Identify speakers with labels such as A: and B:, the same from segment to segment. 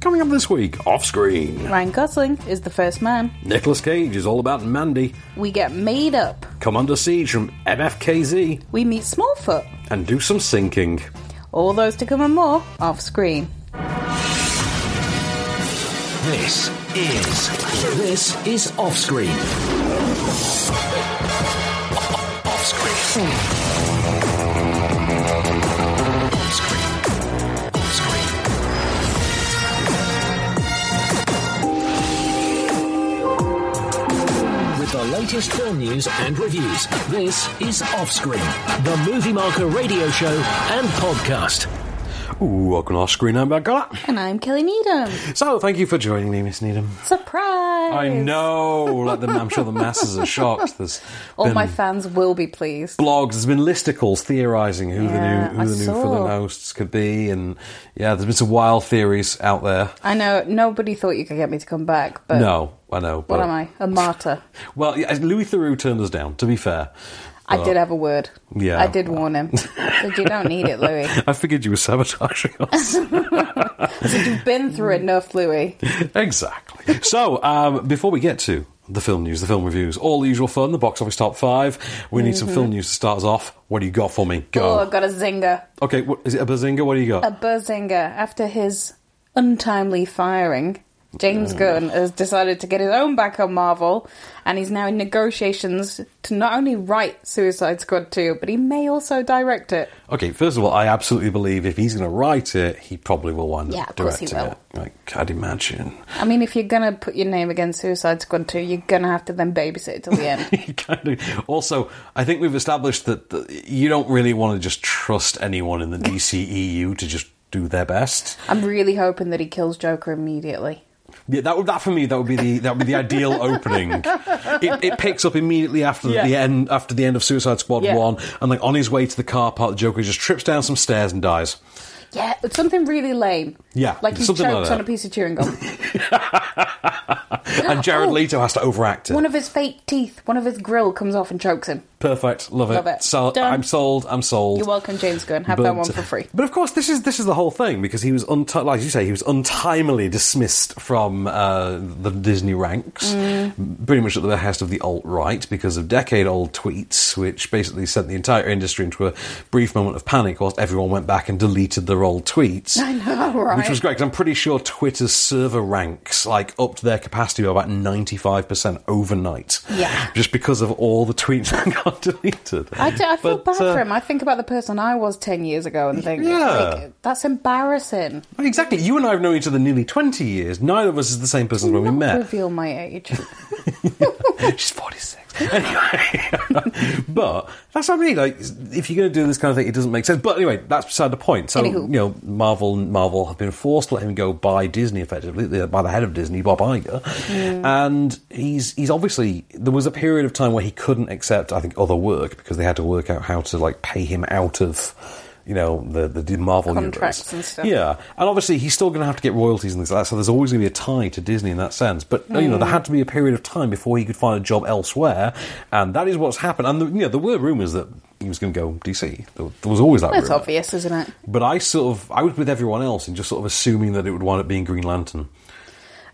A: Coming up this week, off screen,
B: Ryan Gosling is the first man.
A: Nicolas Cage is all about Mandy,
B: We get made up.
A: come under siege from MFKZ,
B: We meet Smallfoot.
A: and do some sinking.
B: All those to come and more off screen.
C: This is this is off screen. Off screen. Off screen. Off screen. With the latest film news and reviews, this is Off Screen, the Movie Marker radio show and podcast.
A: Ooh, welcome to off screen. I'm back on
B: And I'm Kelly Needham.
A: it. So, thank you for joining me, Miss Needham.
B: Surprise!
A: I know. Like the, I'm sure the masses are shocked. There's
B: All
A: been
B: my fans will be pleased.
A: blogs. There's been listicles theorising who
B: Yeah,
A: the new
B: I
A: who the new
B: saw.
A: villain hosts could be, and yeah, there's been some wild theories out there.
B: I know nobody thought you could get me to come back, but
A: no, I know.
B: what
A: but-
B: am I? A martyr.
A: Well, yeah, Louis Theroux turned us down. To be fair,
B: I did have a word.
A: Oh. Yeah.
B: I did warn him. Said, you don't need it, Louis.
A: I figured you were sabotaging us.
B: You've been through enough, Louis.
A: exactly. So, um, before we get to the film news, the film reviews, all the usual fun, the box office top five. We need some
B: Mm-hmm.
A: film news to start us off. What do you got for me?
B: Oh,
A: Go.
B: I got a zinger.
A: Okay, what, is it a bazinga? What do you got?
B: A buzzinger. After his untimely firing, James
A: Mm.
B: Gunn has decided to get his own back on Marvel, and he's now in negotiations to not only write Suicide Squad 2, but he may also direct it.
A: Okay, first of all, I absolutely believe if he's going to write it, he probably will wind
B: Yeah,
A: up
B: of course he
A: directing it. Like, I'd imagine.
B: I mean, if you're gonna put your name against Suicide Squad 2, you're gonna have to then babysit it till the end.
A: He kind of. Also, I think we've established that the, you don't really want to just trust anyone in the DCEU to just do their best.
B: I'm really hoping that he kills Joker immediately.
A: Yeah, that would that for me that would be the that would be the ideal opening. It, it picks up immediately after
B: Yeah.
A: the end after the end of Suicide Squad
B: Yeah.
A: one, and like on his way to the car park, the Joker just trips down some stairs and dies.
B: Yeah, it's something really lame.
A: Yeah,
B: like he chokes
A: something like that.
B: on a piece of chewing gum.
A: And Jared
B: Oh.
A: Leto has to overact it.
B: one of his fake teeth, one of his grill comes off and chokes him.
A: Perfect, love it.
B: Love it.
A: Sol-
B: Done.
A: I'm sold. I'm sold.
B: You're welcome, James Gunn. Have that one for free.
A: But of course, this is this is the whole thing because he was unti- like you say he was untimely dismissed from uh, the Disney ranks,
B: Mm.
A: pretty much at the behest of the alt right because of decade old tweets, which basically sent the entire industry into a brief moment of panic whilst everyone went back and deleted their old tweets.
B: I know, right?
A: Which was great 'cause I'm pretty sure Twitter's server ranks like upped their capacity by about 95% overnight.
B: Yeah.
A: Just because of all the tweets that got deleted.
B: I, do, I feel
A: But,
B: bad
A: uh,
B: for him. I think about the person I was 10 years ago and think,
A: Yeah.
B: like, that's embarrassing.
A: Well, Exactly. You and I have known each other nearly 20 years. Neither of us is the same person when we
B: Not
A: met.
B: reveal my age.
A: She's 46. Anyway. but that's what I mean. Like, if you're going to do this kind of thing, it doesn't make sense. But anyway, that's beside the point. So,
B: Anywho.
A: you know, Marvel Marvel have been forced to let him go by Disney, effectively, by the head of Disney, Bob Iger. And he's he's obviously, there was a period of time where he couldn't accept, I think, other work because they had to work out how to, like, pay him out of. You know the the Marvel
B: Contracts
A: universe.
B: and stuff.
A: Yeah, yeah, and obviously he's still going to have to get royalties and things like that. So there's always going to be a tie to Disney in that sense. But you know, there had to be a period of time before he could find a job elsewhere, and that is what's happened. And the, you know, there were rumours that he was going to go DC. There, there was always that.
B: That's
A: rumour.
B: obvious, isn't it?
A: But I sort of I was with everyone else and just sort of assuming that it would wind up being Green Lantern.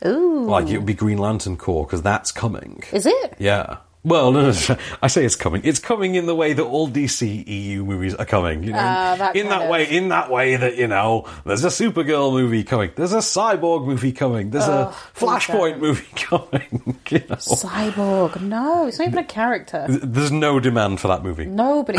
B: Ooh.
A: Like it would be Green Lantern Corps because that's coming.
B: Is it?
A: Yeah. Well, no, no, no, I say it's coming. It's coming in the way that all DC EU movies are coming. You know,
B: Ah, that
A: in
B: kind
A: that
B: of-
A: way, in that way that you know, there's a Supergirl movie coming. There's a Cyborg movie coming. There's
B: Ugh,
A: a Flashpoint
B: Oh, okay.
A: movie coming. you know.
B: Cyborg. No, it's not even a character.
A: There's no demand for that movie.
B: Nobody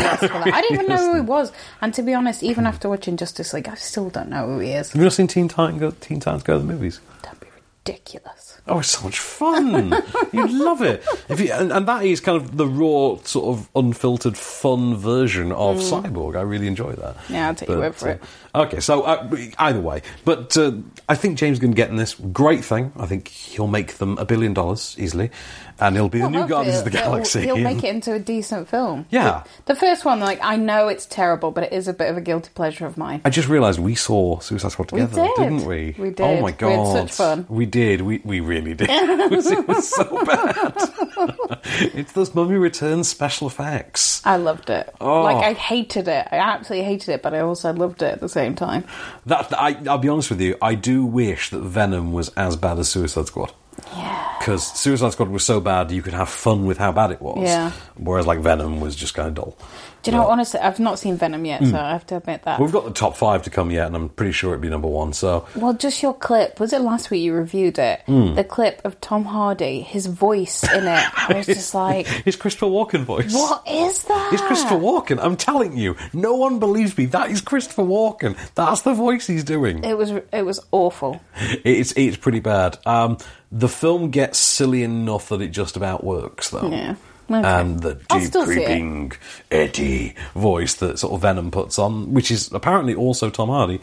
B: asked for that. I didn't even know who he was. And to be honest, even after watching Justice League, I still don't know who he is.
A: Have you not seen Teen Titans Go, Teen Titans Go to the movies?
B: That'd be ridiculous.
A: Oh, it's so much fun! You'd love it. If you, and, and that is kind of the raw, sort of unfiltered, fun version of Cyborg. I really enjoy that.
B: Mm. Yeah, I'll take your word for it.
A: uh, okay, so uh, either way, but uh, I think James Gunn getting this great thing. I think he'll make them a billion dollars easily, and he'll be the new
B: Well,
A: Guardians of the
B: hopefully it'll-
A: Galaxy.
B: He'll, he'll
A: and-
B: make it into a decent film.
A: Yeah.
B: The first one, like, I know it's terrible, but it is a bit of a guilty pleasure of mine.
A: I just realised we saw Suicide Squad together,
B: did.
A: not we?
B: We
A: Oh
B: did.
A: my
B: We had
A: god,
B: such fun.
A: We did. We, we really did. it, was, it was so bad. it's those Mummy Returns special effects.
B: I loved it.
A: Oh.
B: Like I hated it. I absolutely hated it, but I also loved it at the same time.
A: That I, I'll be honest with you, I do wish that Venom was as bad as Suicide Squad.
B: Yeah.
A: Because Suicide Squad was so bad, you could have fun with how bad it was.
B: Yeah.
A: Whereas, like, Venom was just kind of dull.
B: Do you know? what, Honestly, I've not seen Venom
A: Mm.
B: yet, so I have to admit that.
A: We've got the top five to come yet, and I'm pretty sure it'd be number one. So,
B: Well, just your clip. Was it last week you reviewed it?
A: Mm.
B: The clip of Tom Hardy, his voice in it. I was just like,
A: it's Christopher Walken voice.
B: what is that?
A: It's Christopher Walken. I'm telling you, no one believes me. That is Christopher Walken. That's the voice he's doing.
B: It was it was awful.
A: It's it's pretty bad. Um, the film gets silly enough that it just about works, though.
B: Yeah. Okay.
A: And the
B: I'll
A: deep
B: still see it.
A: creeping Eddie voice that sort of Venom puts on, which is apparently also Tom Hardy.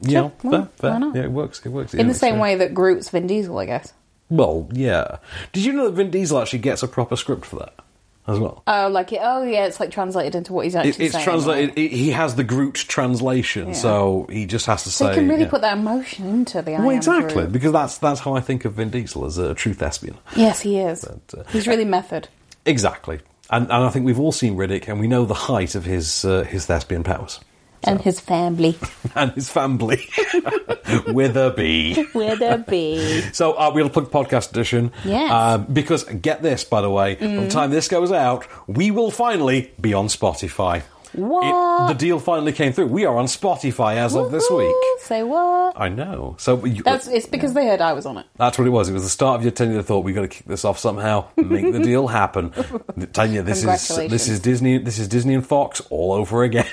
A: You
B: Sure,
A: know,
B: why-
A: fair, fair.
B: why not?
A: Yeah, it works. It works.
B: In the same way that Groot's Vin Diesel, I guess.
A: Well, yeah. Did you know that Vin Diesel actually gets a proper script for that as well?
B: Oh, like it, oh yeah, it's like translated into what he's actually
A: It, it's
B: saying.
A: translated. It, he has the Groot translation, so he just has to
B: So
A: say.
B: you can really
A: yeah.
B: put that emotion into the. I
A: Well,
B: Am
A: exacthy,
B: Groot.
A: because that's that's how I think of Vin Diesel as a true thespian.
B: Yes, he is.
A: But, uh,
B: he's really method.
A: Exactly, and and I think we've all seen Riddick, and we know the height of his uh, his thespian powers
B: And his family.
A: and his family with a B.
B: Where there be.
A: So uh, we'll plug podcast edition.
B: Yes. Mm.
A: Um, because get this, by the way, by the time this goes out, we will finally be on Spotify.
B: What?
A: the deal finally came through. We are on Spotify as of this week.
B: Say what?
A: I know. So you,
B: That's it's because they heard I was on it.
A: That's what it was. It was the start of your tenure. Thought we got to kick this off somehow, make the deal happen. Tanya, this is this is
B: Congratulations.
A: Disney. This is Disney and Fox all over again.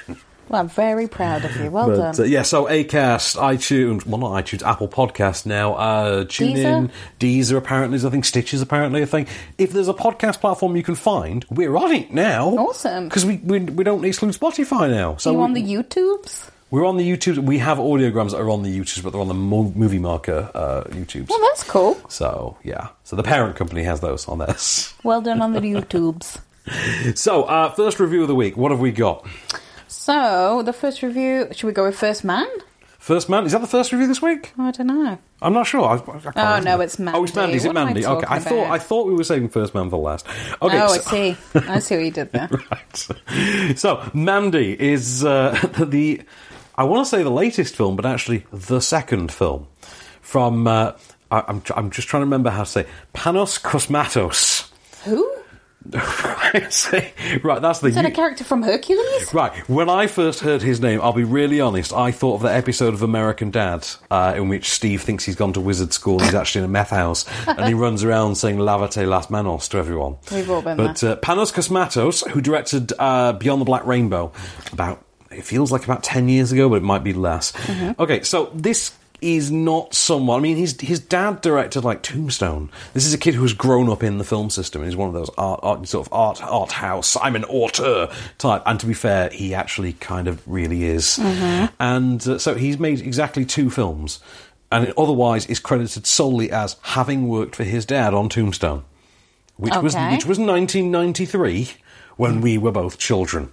B: Well, I'm very proud of you. Well
A: But uh,
B: done.
A: yeah, so Acast, iTunes, well not iTunes, Apple Podcast now. Uh, tune in, Deezer apparently is a thing, Stitch is apparently a thing. If there's a podcast platform you can find, we're on it now.
B: Awesome.
A: because we, we we don't exclude Spotify now. So
B: you
A: we,
B: on the YouTubes?
A: we're on the YouTube. We have audiograms that are on the YouTubes, but they're on the mo- movie marker uh, YouTubes.
B: Well, that's cool.
A: So yeah, so the parent company has those on this.
B: Well done on the YouTubes.
A: So uh, first review of the week. What have we got?
B: So the first review. Should we go with first man?
A: First man. Is that the first review this week?
B: Oh, I don't know.
A: I'm not sure. I, I can't
B: Oh,
A: remember.
B: no, it's
A: Oh, it's
B: Mandy.
A: Mandy. Is it
B: What am I
A: Mandy? okay. I
B: talking
A: thought
B: about?
A: I thought we were saving first man for last. Okay.
B: oh,
A: so,
B: I see. I see what you did there.
A: right. So Mandy is uh, the I want to say the latest film, but actually the second film from. Uh, I, I'm tr- I'm just trying to remember how to say it. Panos Cosmatos.
B: Who?
A: right, that's the
B: Is that a
A: you-
B: character from Hercules?
A: Right. When I first heard his name, I'll be really honest. I thought of that episode of American Dad uh, in which Steve thinks he's gone to wizard school. He's actually in a meth house, and he runs around saying "Lavate las manos" to everyone.
B: We've all been
A: But
B: there.
A: Uh, Panos Cosmatos, who directed uh, Beyond the Black Rainbow, about it feels like about ten years ago, but it might be less.
B: Mm-hmm.
A: Okay, so this. Is not someone. I mean, his his dad directed like Tombstone. This is a kid who has grown up in the film system. and He's one of those art, art sort of art art house. I'm an auteur type. And to be fair, he actually kind of really is.
B: Mm-hmm.
A: And uh, so he's made exactly two films, and it otherwise is credited solely as having worked for his dad on Tombstone which was
B: Okay.
A: which was 1993 when we were both children.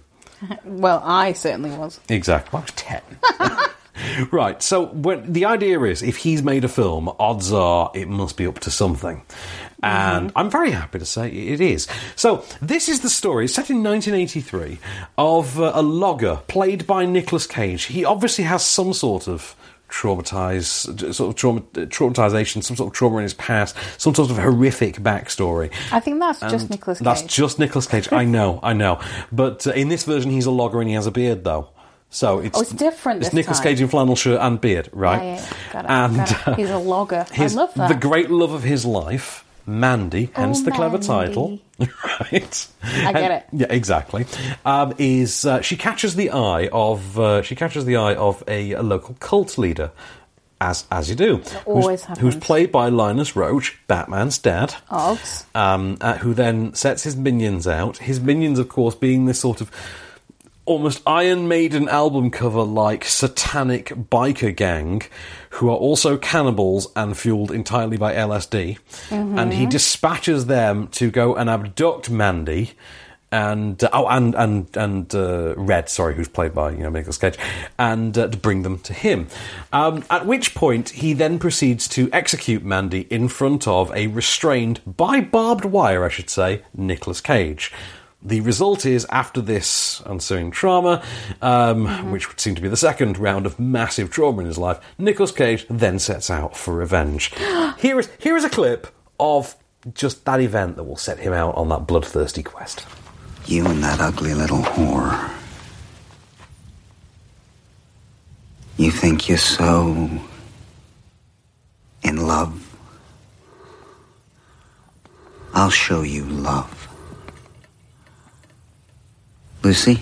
B: Well, I certainly was.
A: Exactly, I was ten. right. So when, the idea is, if he's made a film, odds are it must be up to something. And I'm very happy to say it is. So this is the story it's set in 1983 of uh, a logger played by Nicolas Cage. He obviously has some sort of traumatized sort of trauma, traumatization some sort of trauma in his past some sort of horrific backstory
B: I think that's just
A: and
B: Nicholas Cage.
A: That's just Nicolas Cage. I know, I know. But uh, in this version, he's a logger and he has a beard, though. So it's,
B: Oh, it's different
A: It's
B: this
A: Nicolas
B: time.
A: Cage in flannel shirt and beard, right?
B: Yeah, yeah, got it,
A: And
B: got it.
A: uh,
B: He's a logger. I
A: his-
B: love that. Oh,
A: The great love of his life, Mandy, hence the clever
B: Mandy.
A: title, right?
B: I get it.
A: Yeah, exactly. Um, is uh, she catches the eye of uh, she catches the eye of a, a local cult leader, as as you do,
B: always
A: who's, who's
B: happens.
A: played by Linus Roach, Batman's dad
B: Obs.
A: um, uh, who then sets his minions out. His minions, of course, being this sort of almost Iron Maiden album cover like satanic biker gang who are also cannibals and fueled entirely by LSD. And he dispatches them to go and abduct Mandy. and uh, oh, and and and uh, Red, sorry, who's played by you know Nicolas Cage, and uh, to bring them to him. Um, at which point, he then proceeds to execute Mandy in front of a restrained by barbed wire, I should say, Nicolas Cage. The result is, after this ensuing trauma, um, which would seem to be the second round of massive trauma in his life, Nicolas Cage then sets out for revenge. here is here is a clip of just that event that will set him out on that bloodthirsty quest.
D: You and that ugly little whore. You think you're so in love? I'll show you love. Lucy?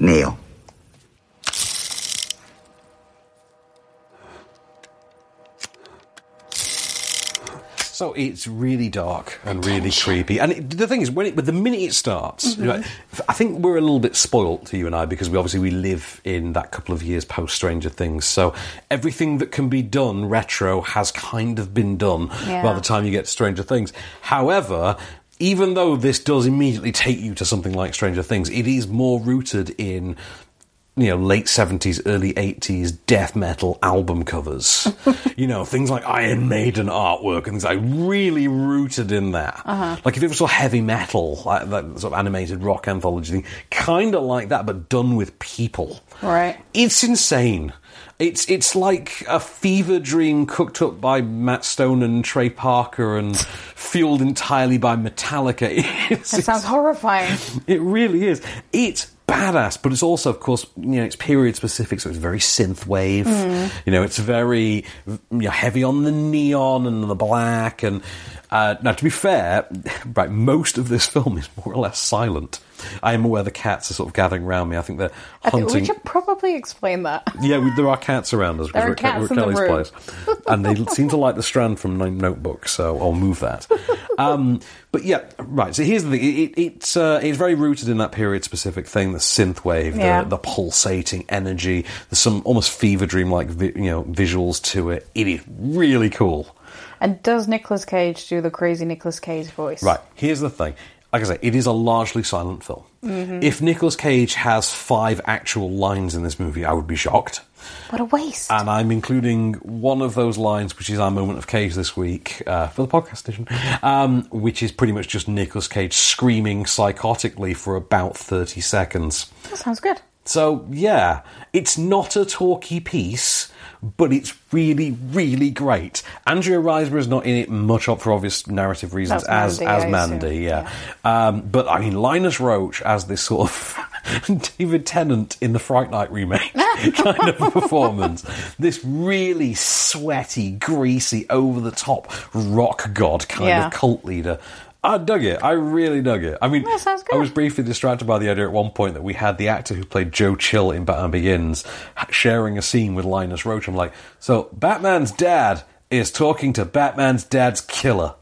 D: Neil.
A: So it's really dark and really creepy. And it, the thing is, when it, but the minute it starts, you know, I think we're a little bit spoilt to you and I because we obviously we live in that couple of years post Stranger Things. So everything that can be done retro has kind of been done by
B: Yeah.
A: the time you get to Stranger Things. However. Even though this does immediately take you to something like Stranger Things, it is more rooted in you know, late seventies, early eighties death metal album covers. you know, things like Iron Maiden artwork and things like really rooted in that. Like if it was sort of heavy metal, like that sort of animated rock anthology thing, kind of like that, but done with people.
B: Right.
A: It's insane. It's it's like a fever dream cooked up by Matt Stone and Trey Parker and fueled entirely by Metallica. It's-
B: It sounds horrifying.
A: it really is. It's badass, but it's also, of course, you know, it's period specific, so it's very synth wave.
B: Hmm.
A: You know, it's very you know, heavy on the neon and the black. And uh, now, to be fair, right, most of this film is more or less silent. I am aware the cats are sort of gathering around me. I think they're
B: I think
A: hunting.
B: we should probably explain that.
A: Yeah, we, there are cats around us. because
B: There are
A: we're at Ke-
B: cats
A: we're at
B: in the
A: Kelly's
B: room.
A: place, and they seem to like the strand from my Notebook, so I'll move that. Um, but yeah, right. So here's the thing: it, it, it's uh, it's very rooted in that period-specific thing, the synth wave,
B: Yeah.
A: the, the pulsating energy. There's some almost fever dream-like vi- you know visuals to it. It is really cool.
B: And does Nicolas Cage do the crazy Nicolas Cage voice?
A: Right. Here's the thing. Like I say, it is a largely silent film.
B: Mm-hmm.
A: If Nicolas Cage has five actual lines in this movie, I would be shocked.
B: What a waste.
A: And I'm including one of those lines, which is our moment of Cage this week uh, for the podcast edition, um, which is pretty much just Nicolas Cage screaming psychotically for about 30 seconds.
B: that sounds good.
A: So, yeah, it's not a talky piece, but it's really, really great. Andrea Riseborough is not in it much up for obvious narrative reasons as
B: That's Mandy,
A: as
B: I
A: Mandy,
B: assume,
A: yeah. Um, but I mean, Linus Roach as this sort of David Tennant in the Fright Night remake kind of performance. This really sweaty, greasy, over the top rock god kind
B: Yeah.
A: of cult leader. I dug it. I really dug it. I mean,
B: That sounds
A: I was
B: good.
A: briefly distracted by the idea at one point that we had the actor who played Joe Chill in Batman Begins ha- sharing a scene with Linus Roach. I'm like, so Batman's dad is talking to Batman's dad's killer.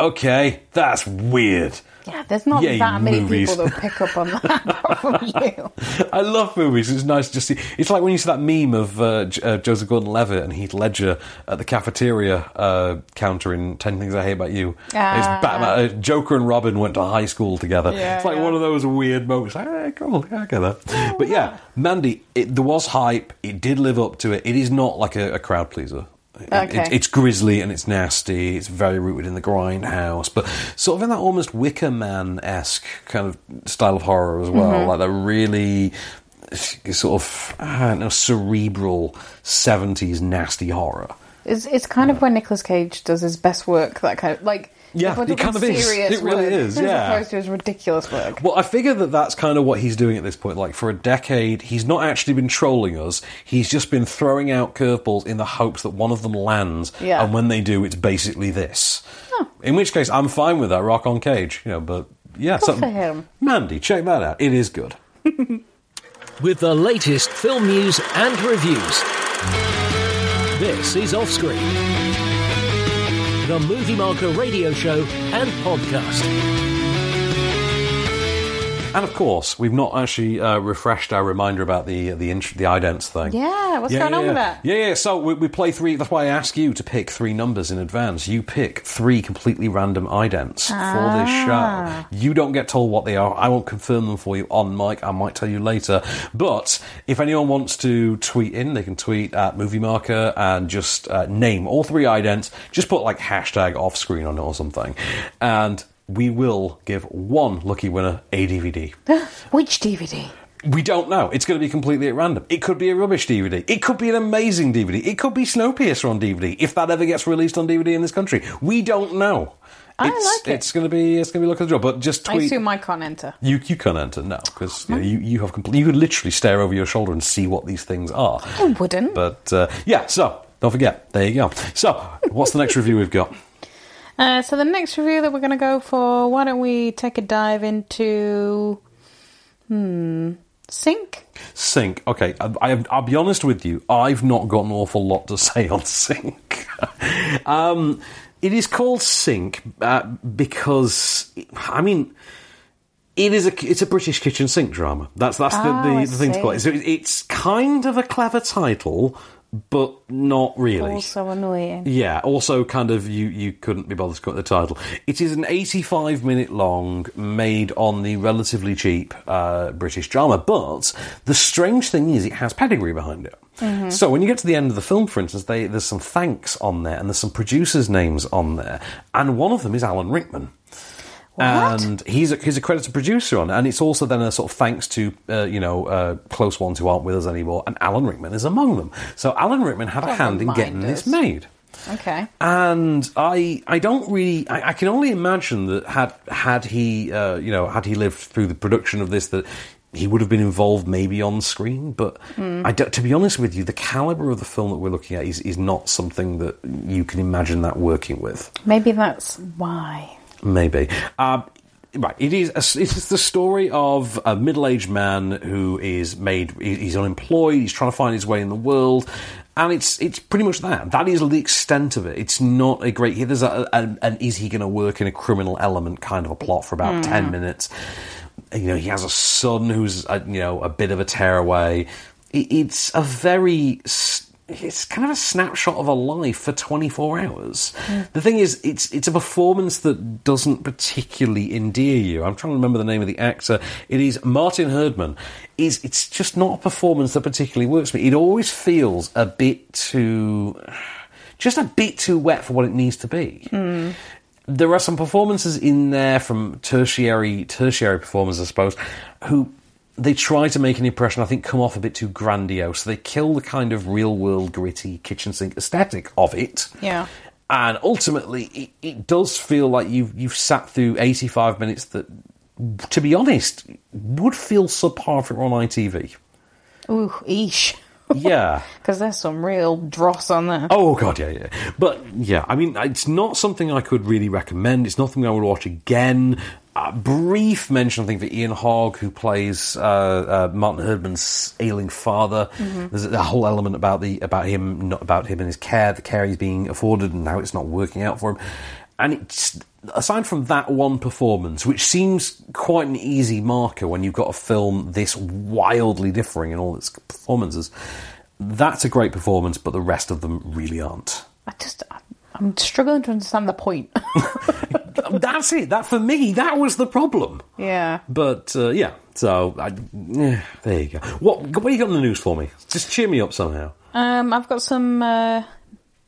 A: Okay, that's weird.
B: Yeah, there's not
A: Yay,
B: that many
A: movies.
B: people that pick up on that apart from you.
A: I love movies. It's nice to see. It's like when you see that meme of uh, J- uh, Joseph Gordon-Levitt and Heath Ledger at the cafeteria uh, counter in Ten Things I Hate About You. it's
B: Ah.
A: Batman, uh, Joker and Robin went to high school together.
B: Yeah,
A: it's like
B: yeah.
A: one of those weird moments. Like, hey, cool, yeah, I get that. but yeah, Mandy, it, there was hype. It did live up to it. It is not like a, a crowd pleaser. It-
B: Okay.
A: it- it's grisly and it's nasty. It's very rooted in the grindhouse, but sort of in that almost Wicker Man esque kind of style of horror as well. Like that really sort of I don't know cerebral seventies nasty horror.
B: It's, it's kind of when Nicolas Cage does his best work, that kind of like.
A: Yeah,
B: if we're
A: it kind
B: talking
A: of is.
B: serious
A: It really
B: work,
A: is, yeah.
B: As opposed to his ridiculous work.
A: Well, I figure that that's kind of what he's doing at this point. Like, for a decade, he's not actually been trolling us. He's just been throwing out curveballs in the hopes that one of them lands.
B: Yeah.
A: And when they do, it's basically this. In which case, I'm fine with that. Rock on cage, you know, but yeah.
B: Good
A: something-
B: for him.
A: Mandy, check that out. It is good.
C: with the latest film news and reviews. This is Offscreen, the Movie Marker radio show and podcast.
A: And of course, we've not actually uh, refreshed our reminder about the the int- the idents thing.
B: Yeah, what's going on
A: yeah.
B: with that?
A: Yeah, yeah. So we, we play three. That's why I ask you to pick three numbers in advance. You pick three completely random idents for this show. You don't get told what they are. I won't confirm them for you on mic. I might tell you later. But if anyone wants to tweet in, they can tweet at Movie Marker and just uh, name all three idents. Just put like hashtag off screen on it or something, and. We will give one lucky winner a DVD.
B: Which DVD?
A: We don't know. It's going to be completely at random. It could be a rubbish DVD. It could be an amazing DVD. It could be Snowpiercer on DVD if that ever gets released on DVD in this country. We don't know.
B: I
A: it's,
B: like it.
A: It's going to be it's going to be luck of the draw. But just
B: I
A: tweet.
B: assume I can't enter.
A: you you can't enter now because you, know, you you have complete. You could literally stare over your shoulder and see what these things are.
B: I wouldn't.
A: But uh, yeah, so don't forget. There you go. So what's the next review we've got?
B: Uh, so the next review that we're going to go for, why don't we take a dive into hmm sync?
A: Sync. Okay, I, I, I'll be honest with you. I've not got an awful lot to say on Sync. um, it is called Sync uh, because, I mean, it is a it's a British kitchen sink drama. That's that's
B: Oh,
A: the,
B: I
A: the, the thing to
B: see.
A: call it. So it- it's kind of a clever title, but not really.
B: Also annoying.
A: Yeah. Also, kind of you you couldn't be bothered to cut the title. It is an 85 minute long, made on the relatively cheap uh, British drama. But the strange thing is, it has pedigree behind it.
B: Mm-hmm.
A: So when you get to the end of the film, for instance, they, there's some thanks on there, and there's some producers' names on there, and one of them is Alan Rickman.
B: What?
A: And he's a, he's a credited producer on it, and it's also then a sort of thanks to uh, you know uh, close ones who aren't with us anymore, and Alan Rickman is among them. So Alan Rickman had a
B: Don't
A: hand in
B: remind
A: getting this
B: us.
A: made
B: Okay.
A: and I I don't really I, I can only imagine that had had he uh, you know had he lived through the production of this that he would have been involved maybe on screen but I don't- to be honest with you the caliber of the film that we're looking at is is not something that you can imagine that working with
B: Maybe that's why.
A: maybe. Um, Right, it is. A, it is the story of a middle-aged man who is made. he- He's unemployed. He's trying to find his way in the world, and it's it's pretty much that. That is the extent of it. It's not a great. There's a, an, an is he going to work in a criminal element kind of a plot for about ten minutes. You know, he has a son who's a, you know a bit of a tearaway. It, it's a very s- it's kind of a snapshot of a life for 24 hours. The thing is, it's it's a performance that doesn't particularly endear you. I'm trying to remember the name of the actor. It is Martin Herdman. Is it's just not a performance that particularly works for me. It always feels a bit too, just a bit too wet for what it needs to be there are some performances in there from tertiary tertiary performers, I suppose, who they try to make an impression. I think come off a bit too grandiose. They kill the kind of real world gritty kitchen sink aesthetic of it.
B: Yeah.
A: And ultimately, it, it does feel like you've you've sat through eighty five minutes that, to be honest, would feel subpar if it were on ITV.
B: Ooh, eesh.
A: Yeah.
B: Because there's some real dross on there.
A: Oh god, yeah, yeah. But yeah, I mean, it's not something I could really recommend. It's not something I would watch again. A brief mention, I think, for Ian Hogg, who plays uh, uh, Martin Herdman's ailing father. There's a whole element about the about him, not about him and his care, the care he's being afforded, and how it's not working out for him. And it's aside from that one performance, which seems quite an easy marker when you've got a film this wildly differing in all its performances that's a great performance, but the rest of them really aren't.
B: I just, I'm- I'm struggling to understand the point.
A: that's it. That for me, that was the problem.
B: yeah.
A: But uh, yeah, so I, eh, there you go. What what you got in the news for me? Just cheer me up somehow.
B: Um, I've got some uh,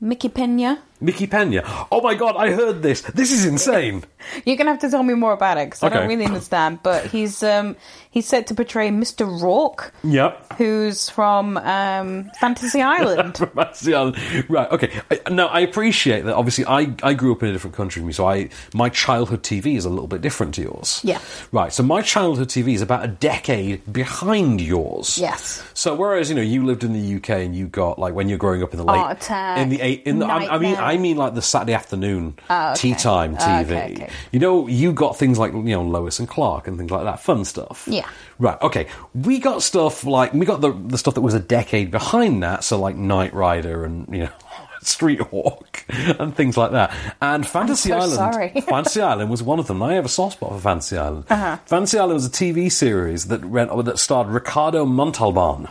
B: Mickey Pena.
A: Mickey Pena. Oh my god, I heard this. This is insane.
B: You're gonna have to tell me more about it because I
A: Okay.
B: don't really understand. But he's um, he's set to portray Mr. Rourke,
A: Yep.
B: who's from um, Fantasy Island.
A: That's the other- Right. Okay. I, now I appreciate that. Obviously, I, I grew up in a different country from you, so I my childhood TV is a little bit different to yours.
B: Yeah.
A: Right. So my childhood TV is about a decade behind yours.
B: Yes.
A: So whereas you know you lived in the UK and you got like when you're growing up in the late
B: Heart attack,
A: in the eight in the, I, I mean
B: Oh, nightmare.
A: I mean like the Saturday afternoon
B: Oh, okay.
A: tea time
B: Oh,
A: TV.
B: okay, okay.
A: You know you got things like you know Lois and Clark and things like that fun stuff.
B: Yeah.
A: Right. Okay. We got stuff like we got the the stuff that was a decade behind that. So like Knight Rider and you know Street Hawk and things like that. And Fantasy
B: so
A: Island.
B: sorry.
A: Fantasy Island was one of them. I have a soft spot for Fantasy Island.
B: Uh-huh.
A: Fantasy Island was a TV series that ran, that starred Ricardo Montalban,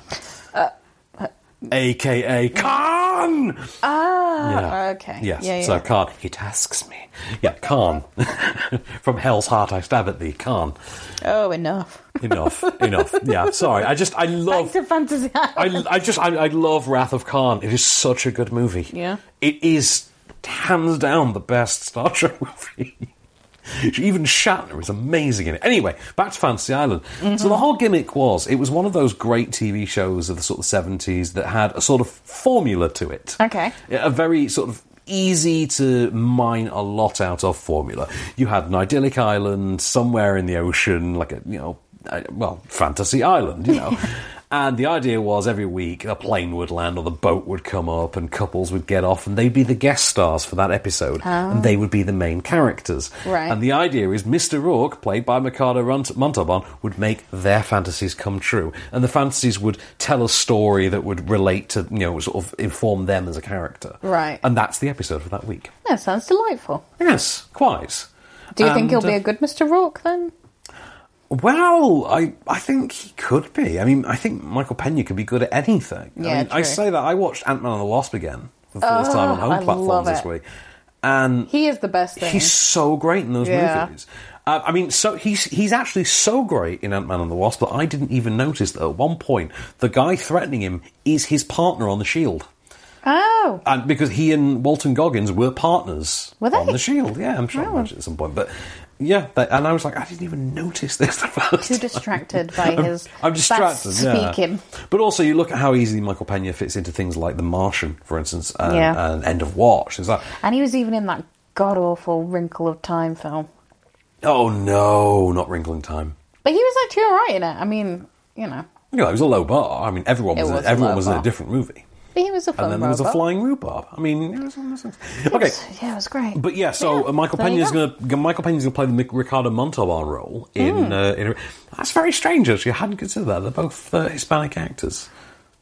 A: aka Khan.
B: Ah,
A: Yeah.
B: okay.
A: Yes.
B: Yeah,
A: So
B: yeah.
A: Khan, he tasks me. Yeah, Khan. From Hell's Heart, I stab at thee, Khan.
B: Oh, enough.
A: Enough, enough. Yeah, sorry. I just, I
B: Back
A: love.
B: to Fantasy
A: I,
B: Island.
A: I just, I, I love Wrath of Khan. It is such a good movie.
B: Yeah.
A: It is hands down the best Star Trek movie. Even Shatner is amazing in it. Anyway, back to Fantasy Island. So the whole gimmick was it was one of those great TV shows of the sort of seventies that had a sort of formula to it.
B: Okay.
A: A very sort of easy to mine a lot out of formula. You had an idyllic island somewhere in the ocean, like a, you know, a- well, fantasy island, you know. And the idea was every week a plane would land or the boat would come up and couples would get off and they'd be the guest stars for that episode and they would be the main characters.
B: Right.
A: And the idea is Mr. Rourke, played by Mikado Runt- Montalban, would make their fantasies come true. And the fantasies would tell a story that would relate to, you know, sort of inform them as a character.
B: Right.
A: And that's the episode for that week.
B: That sounds delightful.
A: Yes, quite.
B: Do you think he'll
A: And,
B: be
A: uh,
B: a good Mr. Rourke then?
A: Well, I, I think he could be. I mean, I think Michael Pena could be good at anything. I, mean,
B: Yeah,
A: I
B: true. Ah,
A: say that. I watched Ant Man and the Wasp again for the first time on home
B: I love
A: platforms this
B: it.
A: week. And
B: He is the best thing.
A: Mm. He's so great in those
B: Yeah.
A: movies. Uh, I mean, so he's he's actually so great in Ant Man and the Wasp that I didn't even notice that at one point the guy threatening him is his partner on the Shield,
B: Oh,
A: and because he and Walton Goggins were partners
B: Were they?
A: on the Shield. Yeah, I'm sure I
B: Oh.
A: mentioned it at some point, but. Yeah, that, and I was like, I didn't even notice this. The first
B: too
A: time.
B: distracted by
A: I'm-
B: his
A: I'm distracted.
B: best
A: yeah.
B: speaking.
A: But also, you look at how easily Michael Pena fits into things like The Martian, for instance, and,
B: Yeah.
A: and End of Watch. It's like,
B: And he was even in that god awful Wrinkle of Time film.
A: oh no, not Wrinkling Time.
B: But he was actually alright in it. I mean, you know.
A: You know, it was a low bar. I mean, everyone
B: It
A: was, in-
B: was a
A: everyone
B: low
A: was in a
B: bar.
A: different movie,
B: But he was a
A: and
B: fun
A: then there was a
B: robot.
A: flying rhubarb. I mean, it was, it was- okay.
B: Yeah, it was great.
A: But yeah, so
B: Yeah,
A: uh, Michael
B: there you
A: Pena's
B: go.
A: going to Michael Pena's going to play the Mic- Ricardo Montalban role in.
B: Hmm.
A: Uh, in that's very strange. Actually, I hadn't considered that. They're both uh, Hispanic actors,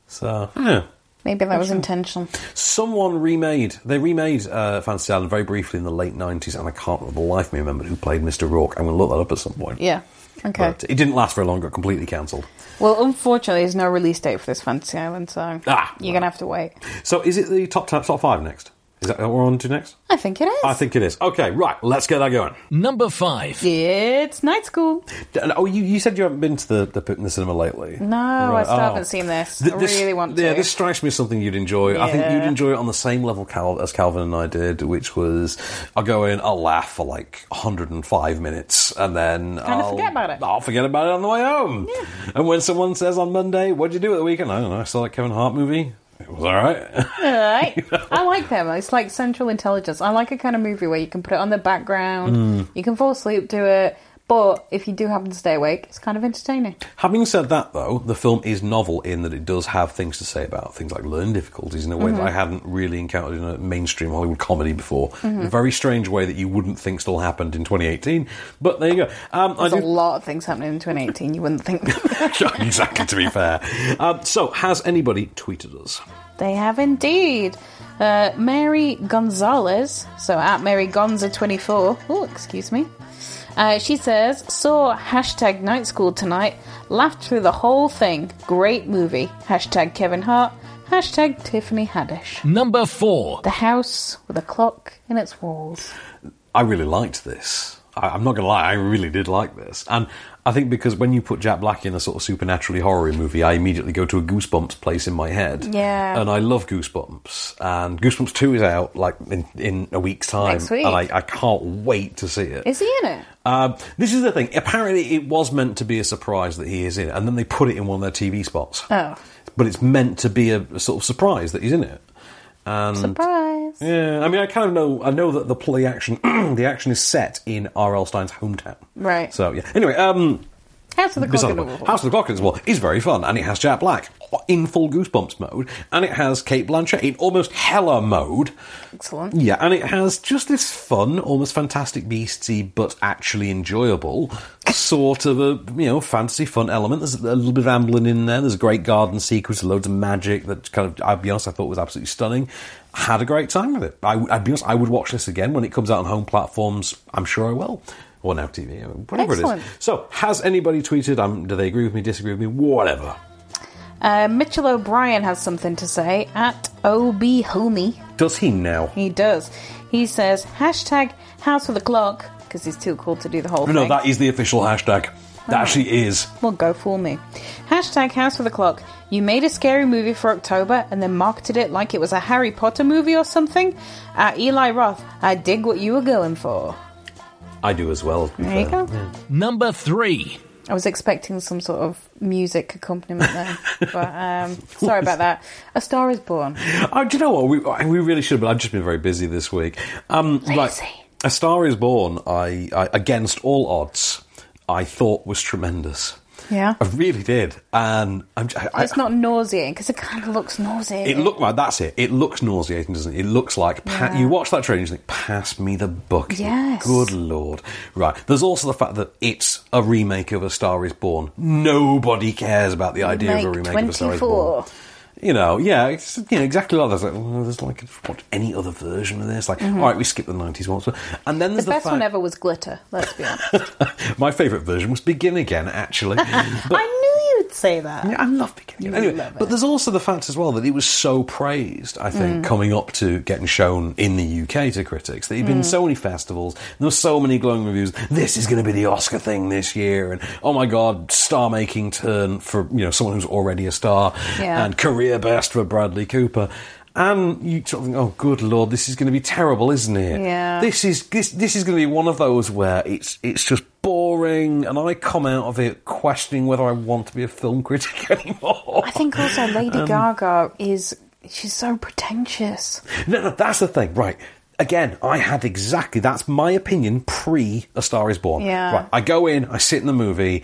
A: so yeah.
B: Maybe that was intentional.
A: Someone remade. They remade uh, Fantasy Island very briefly in the late nineties, and I can't for the life of me remember who played Mister Rourke. I'm going to look that up at some point.
B: Yeah. Okay.
A: But it didn't last very long. Got completely cancelled.
B: well, unfortunately, there's no release date for this Fantasy Island, so
A: Ah,
B: you're gonna have to wait.
A: So is it the top top, top five next? Is that what we're on to next?
B: I think it is.
A: I think it is. Okay, right. Let's get that going.
C: Number 5.
B: it's night school.
A: D- and- Oh, you, you said you haven't been to the, the, in the cinema lately.
B: No, I
A: Right,
B: still
A: oh.
B: haven't seen this.
A: Th-
B: I
A: this-
B: really want to.
A: Yeah, this strikes me as something you'd enjoy. I think you'd
B: Yeah.
A: enjoy it on the same level Cal- as Calvin and I did, which was I'll go in, I'll laugh for like 105 minutes, and then I'll
B: forget about it.
A: I'll forget about it on the way home. And when someone says on Monday, "What'd you do at the weekend?" I don't know. I saw that Kevin Hart movie. It was all right.
B: Right. I like them. It's like central intelligence. I like a kind of movie where you can put it on the background,
A: Hmm.
B: you can fall asleep to it, but if you do happen to stay awake, it's kind of entertaining.
A: Having said that, though, the film is novel in that it does have things to say about things like learning difficulties in a way that I hadn't really encountered in a mainstream Hollywood comedy before. A very strange way that you wouldn't think still happened in 2018. But there you go. Um, I
B: There's a
A: do.
B: lot of things happening in 2018 you wouldn't think.
A: exactly, to be fair. Um, so, has anybody tweeted us?
B: they have indeed. Uh, Mary Gonzalez, so at Mary Gonza24, oh, excuse me. Uh, she says, saw hashtag night school tonight, laughed through the whole thing. Great movie. Hashtag Kevin Hart, hashtag Tiffany Haddish.
C: Number 4.
B: The house with a clock in its walls.
A: I really liked this. I, I'm not going to lie, I really did like this. And I think because when you put Jack Black in a sort of supernaturally horror movie, I immediately go to a Goosebumps place in my head.
B: Yeah.
A: And I love Goosebumps. And Goosebumps 2 is out like in, in a week's time.
B: Next week.
A: And I, I can't wait to see it.
B: Is he in it?
A: Um, this is the thing. Apparently, it was meant to be a surprise that he is in, it, and then they put it in one of their TV spots.
B: Oh.
A: But it's meant to be a, a sort of surprise that he's in it.
B: Surprise.
A: Yeah, I mean, I kind of know. I know that the play action, the action is set in R.L. Stein's hometown.
B: Right.
A: So yeah. Anyway, um,
B: House of the
A: Besides the
B: Crocodile
A: point, House of the Clock War is very fun, and it has Jack Black in full Goosebumps mode, and it has Kate Blanchett in almost Hella mode.
B: Excellent.
A: Yeah, and it has just this fun, almost fantastic beasty, but actually enjoyable sort of a you know fantasy fun element. There's a little bit of Amblin in there. There's a great garden sequence, loads of magic that kind of I'll be honest, I thought was absolutely stunning. Had a great time with it. I, would be honest, I would watch this again when it comes out on home platforms. I'm sure I will. Or now TV, whatever
B: Excellent.
A: it is. So, has anybody tweeted? Um, do they agree with me? Disagree with me? Whatever.
B: Uh, Mitchell O'Brien has something to say at OB Homie.
A: Does he now?
B: He does. He says hashtag House of the Clock because he's too cool to do the whole
A: No,
B: thing.
A: that is the official hashtag. That actually is.
B: Well, go fool me. Hashtag House of the Clock. You made a scary movie for October and then marketed it like it was a Harry Potter movie or something. At Eli Roth, I dig what you were going for.
A: I do as well. to be
B: There you
A: fair.
B: go.
C: Number three.
B: I was expecting some sort of music accompaniment there, but um, sorry about that. A Star is Born.
A: Oh, do you know what? We we really should, but I've just been very busy this week. Um, like,
B: Lazy.
A: A Star Is Born. I, I against all odds, I thought was tremendous.
B: Yeah.
A: I really did, and I'm. j- I,
B: It's not nauseating because it kind of looks nauseating.
A: It looked like that's it. It looks nauseating, doesn't it? It looks like pa-
B: Yeah.
A: you watch that trailer and you think, "Pass me the bucket."
B: Yes.
A: Good lord. Right. There's also the fact that it's a remake of A Star Is Born. Nobody cares about the idea of a
B: Remake
A: remake of A Star Is
B: 24.
A: Born. You know, yeah, it's, you know exactly like that. It's like, well, there's like what any other version of this. Like, all right, we skip the '90s once, and then
B: Mm-hmm. the
A: there's the,
B: best
A: fact,
B: one ever was Glitter, let's be honest.
A: My favourite version was Begin Again, actually. But-
B: I knew you'd say that.
A: yeah, I love beginning.
B: You
A: Anyway,
B: love
A: but
B: it.
A: there's also the fact as well that it was so praised. I
B: Mm.
A: think coming up to getting shown in the UK to critics, that he'd
B: Mm.
A: been in so many festivals. and There were so many glowing reviews. This is going to be the Oscar thing this year, and oh my god, star-making turn for you know someone who's already a star,
B: Yeah.
A: and career best for Bradley Cooper. And you sort of think, oh, good lord, this is going to be terrible, isn't it?
B: Yeah.
A: This is this this is going to be one of those where it's it's just boring, and I come out of it questioning whether I want to be a film critic anymore.
B: I think also Lady
A: Um,
B: Gaga is she's so pretentious.
A: No, no, that's the thing, right? Again, I had exactly that's my opinion pre A Star Is Born.
B: Yeah.
A: Right, I go in, I sit in the movie,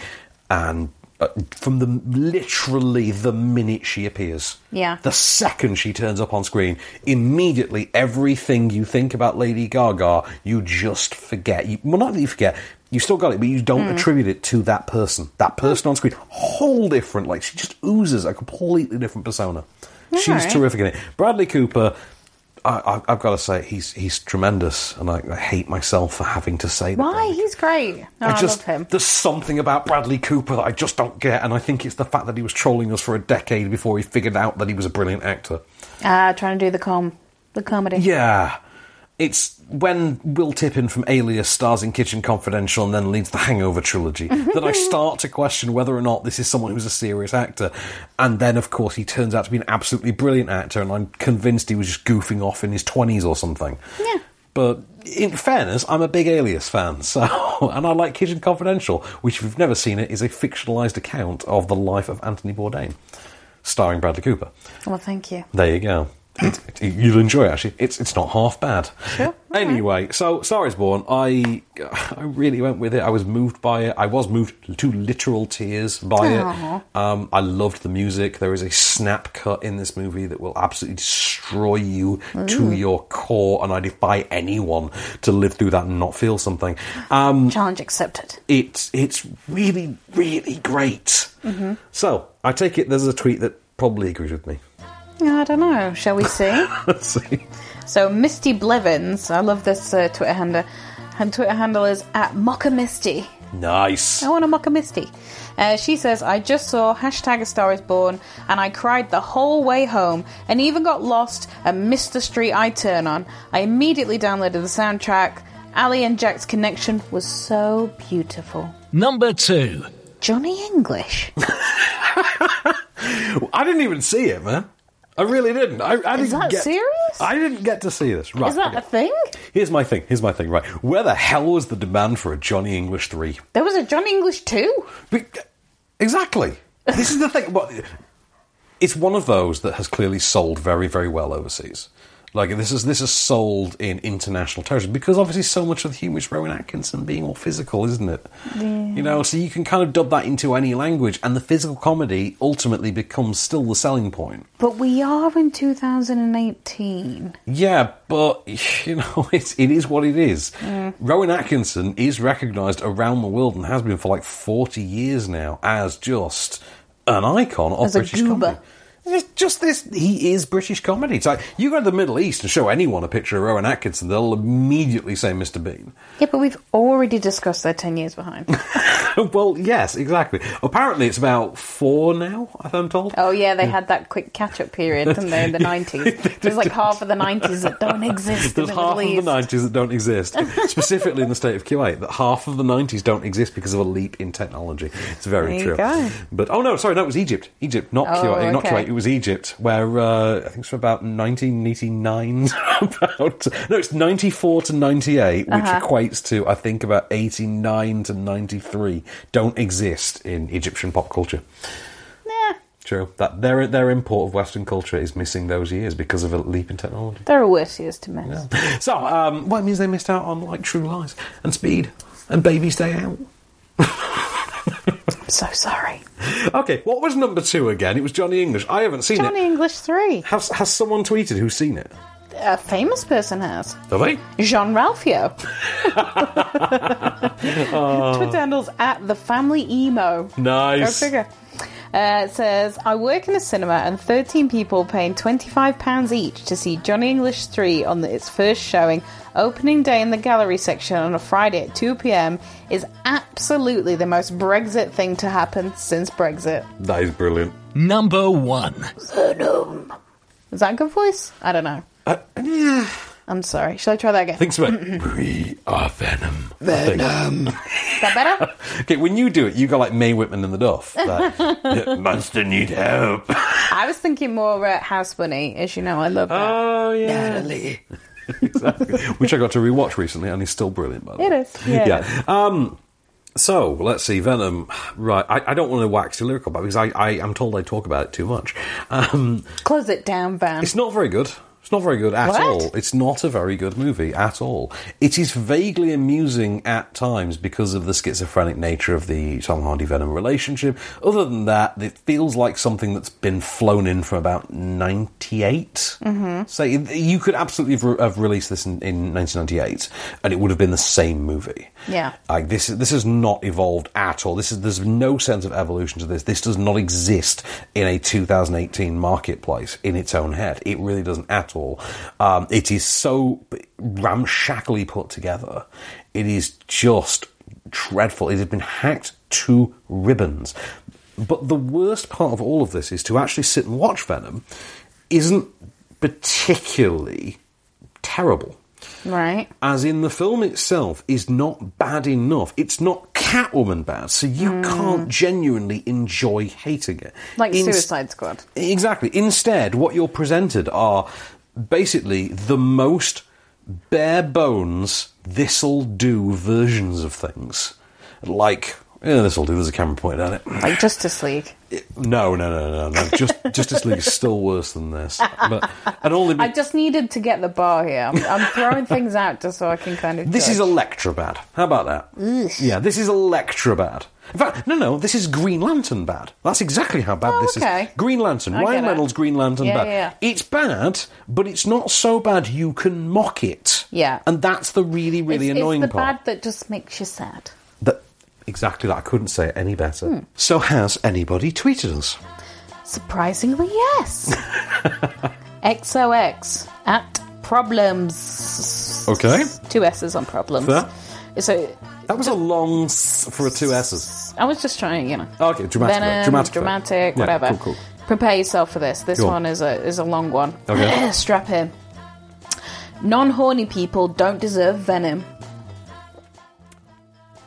A: and uh, from the literally the minute she appears,
B: Yeah.
A: the second she turns up on screen, immediately everything you think about Lady Gaga, you just forget. You, well, not that you forget. You still got it, but you don't
B: Hmm.
A: attribute it to that person. That person on screen, whole different. Like she just oozes a completely different persona. She's
B: Alright.
A: terrific in it. Bradley Cooper, I, I, I've got to say, he's he's tremendous, and I, I hate myself for having to say that.
B: Why? He's great. No, I,
A: I just
B: love him.
A: there's something about Bradley Cooper that I just don't get, and I think it's the fact that he was trolling us for a decade before he figured out that he was a brilliant actor.
B: Uh, trying to do the com the comedy.
A: Yeah. It's when Will Tippin from Alias stars in Kitchen Confidential and then leads the Hangover trilogy that I start to question whether or not this is someone who's a serious actor. And then, of course, he turns out to be an absolutely brilliant actor, and I'm convinced he was just goofing off in his 20s or something.
B: Yeah.
A: But in fairness, I'm a big Alias fan, so and I like Kitchen Confidential, which, if you've never seen it, is a fictionalized account of the life of Anthony Bourdain, starring Bradley Cooper.
B: Well, thank you.
A: There you go. It's- it- You'll enjoy it, actually. It's it's not half bad.
B: Sure, all
A: Anyway, so Star is Born. I I really went with it. I was moved by it. I was moved to literal tears by
B: Aw.
A: it. Um, I loved the music. There is a snap cut in this movie that will absolutely destroy you to your core, and I defy anyone to live through that and not feel something. Um,
B: Challenge accepted.
A: it's it's really really great.
B: Mm-hmm.
A: So I take it there's a tweet that probably agrees with me.
B: I don't know. Shall we see?
A: Let's see.
B: so Misty Blevins, I love this uh, Twitter handle. Her Twitter handle is at Mocha Misty.
A: Nice.
B: I want to mock a Oh, Misty. Uh, she says, I just saw hashtag A Star Is Born and I cried the whole way home and even got lost and missed the street I turn on. I immediately downloaded the soundtrack. Ali and Jack's connection was so beautiful.
C: Number two.
B: Johnny English.
A: I didn't even see it, man. I really didn't. I, I
B: Is
A: didn't
B: that
A: get,
B: serious?
A: I didn't get to see this. Right.
B: Is that
A: okay.
B: a thing?
A: Here's my thing. Here's my thing. Right. Where the hell was the demand for a Johnny English three?
B: There was a Johnny English too?
A: Be- Exactly. This is the thing. What- It's one of those that has clearly sold very, very well overseas. Like this is this is sold in international territory because obviously so much of the humour is Rowan Atkinson being all physical, isn't it? You know, so you can kind of dub that into any language, and the physical comedy ultimately becomes still the selling point.
B: But we are in 2018.
A: Yeah, but you know, it's, it is what it is.
B: Mm.
A: Rowan Atkinson is recognised around the world and has been for like forty years now as just an icon of
B: As a
A: British
B: goober.
A: comedy. It's just this. He is British comedy. It's like you go to the Middle East and show anyone a picture of Rowan Atkinson, they'll immediately say Mr. Bean.
B: Yeah, but we've already discussed they're 10 years behind.
A: well, yes, exactly. Apparently, it's about four now. I'm told.
B: oh, yeah, they had that quick catch up period, didn't they, in the 90s? There's like half of the 90s that don't exist
A: There's
B: in the
A: half
B: Middle East.
A: of the 90s that don't exist, specifically in the state of Kuwait. That half of the 90s don't exist because of a leap in technology. It's very
B: There you
A: true.
B: go.
A: But oh no, sorry, no, it was Egypt. Egypt, not
B: Oh,
A: Kuwait. Not
B: okay.
A: Kuwait. It was Egypt, where uh, I think it's from about 1989. about no, it's 94 to 98, which
B: Uh-huh.
A: equates to I think about 89 to 93. Don't exist in Egyptian pop culture.
B: Nah,
A: True. That their their import of Western culture is missing those years because of a leap in technology.
B: there are worse years to miss.
A: So, um, well, it means they missed out on like True Lies and Speed and Babies Day Out.
B: I'm so sorry.
A: Okay, what was number two again? It was Johnny English. I haven't seen
B: Johnny
A: it.
B: English 3.
A: Has has someone tweeted who's seen it?
B: A famous person has.
A: Have they?
B: Jean Ralphio. Twitter handles at the family emo. Go
A: Nice.
B: figure. Uh, it says, I work in a cinema and 13 people paying £25 each to see Johnny English 3 on the, its first showing, opening day in the gallery section on a Friday at 2 pm, is absolutely the most Brexit thing to happen since Brexit.
A: That is brilliant.
C: Number one.
B: Is that a good voice? I don't know.
A: Uh, yeah.
B: I'm sorry. Shall I try that again?
A: Think about We are Venom. Venom.
B: Is that better?
A: Okay, when you do it, you go like May Whitman and the Duff. Like, Monster need help.
B: I was thinking more uh, House Bunny, as you know, I love that.
A: Oh yeah. exactly. Which I got to rewatch recently, and is still brilliant. By the
B: It
A: way,
B: is, yeah.
A: Um, so let's see, Venom. Right, I, I don't want to wax too lyrical about it because I, I am told I talk about it too much. Um,
B: Close it down, Van.
A: it's not very good. It's not very good at
B: What?
A: all. It's not a very good movie at all. It is vaguely amusing at times because of the schizophrenic nature of the Tom Hardy Venom relationship. Other than that, it feels like something that's been flown in from about 98. Mm-hmm. So it- you could absolutely have, re- have released this in, in 1998 and it would have been the same movie.
B: Yeah.
A: Like this, this has not evolved at all. This is there's no sense of evolution to this. This does not exist in a 2018 marketplace in its own head. It really doesn't at all. Um, it is so ramshackly put together. It is just dreadful. It has been hacked to ribbons. But the worst part of all of this is to actually sit and watch Venom isn't particularly terrible
B: right.
A: as in the film itself is not bad enough. It's not Catwoman bad, so you can't genuinely enjoy hating it.
B: Hmm. Like
A: Ins-
B: Suicide Squad.
A: Exactly. Instead, what you're presented are basically the most bare bones, this'll do versions of things. Like, yeah, this'll do, there's a camera pointed at it.
B: Like Justice League.
A: No, no, no, no, no. Just, Justice League is still worse than this. But, and only be-
B: I just needed to get the bar here. I'm, I'm throwing things out just so I can kind of.
A: This
B: judge.
A: is Electra bad. How about that? Yeah, this is Electra bad. In fact, no, no, this is Green Lantern bad. That's exactly how bad
B: Oh,
A: this
B: okay.
A: is. Green Lantern,
B: I get
A: Ryan
B: it.
A: Reynolds, Green Lantern
B: Yeah,
A: bad.
B: yeah,
A: It's bad, but it's not so bad you can mock it.
B: Yeah.
A: and that's the really, really
B: It's-
A: annoying
B: It's the
A: part.
B: bad that just makes you sad.
A: That exactly that. I couldn't say it any better.
B: Hmm.
A: So has anybody tweeted us?
B: Surprisingly, yes. XOX at problems.
A: Okay.
B: Two S's on problems.
A: Fair.
B: So
A: That was a long s for a two s's.
B: I was just trying, you know.
A: Okay, dramatic,
B: Venom,
A: dramatic.
B: dramatic,
A: Yeah,
B: whatever.
A: cool, cool.
B: Prepare yourself for this. This
A: Go on.
B: one is a is a long one.
A: Okay.
B: Strap in. Non horny people don't deserve venom.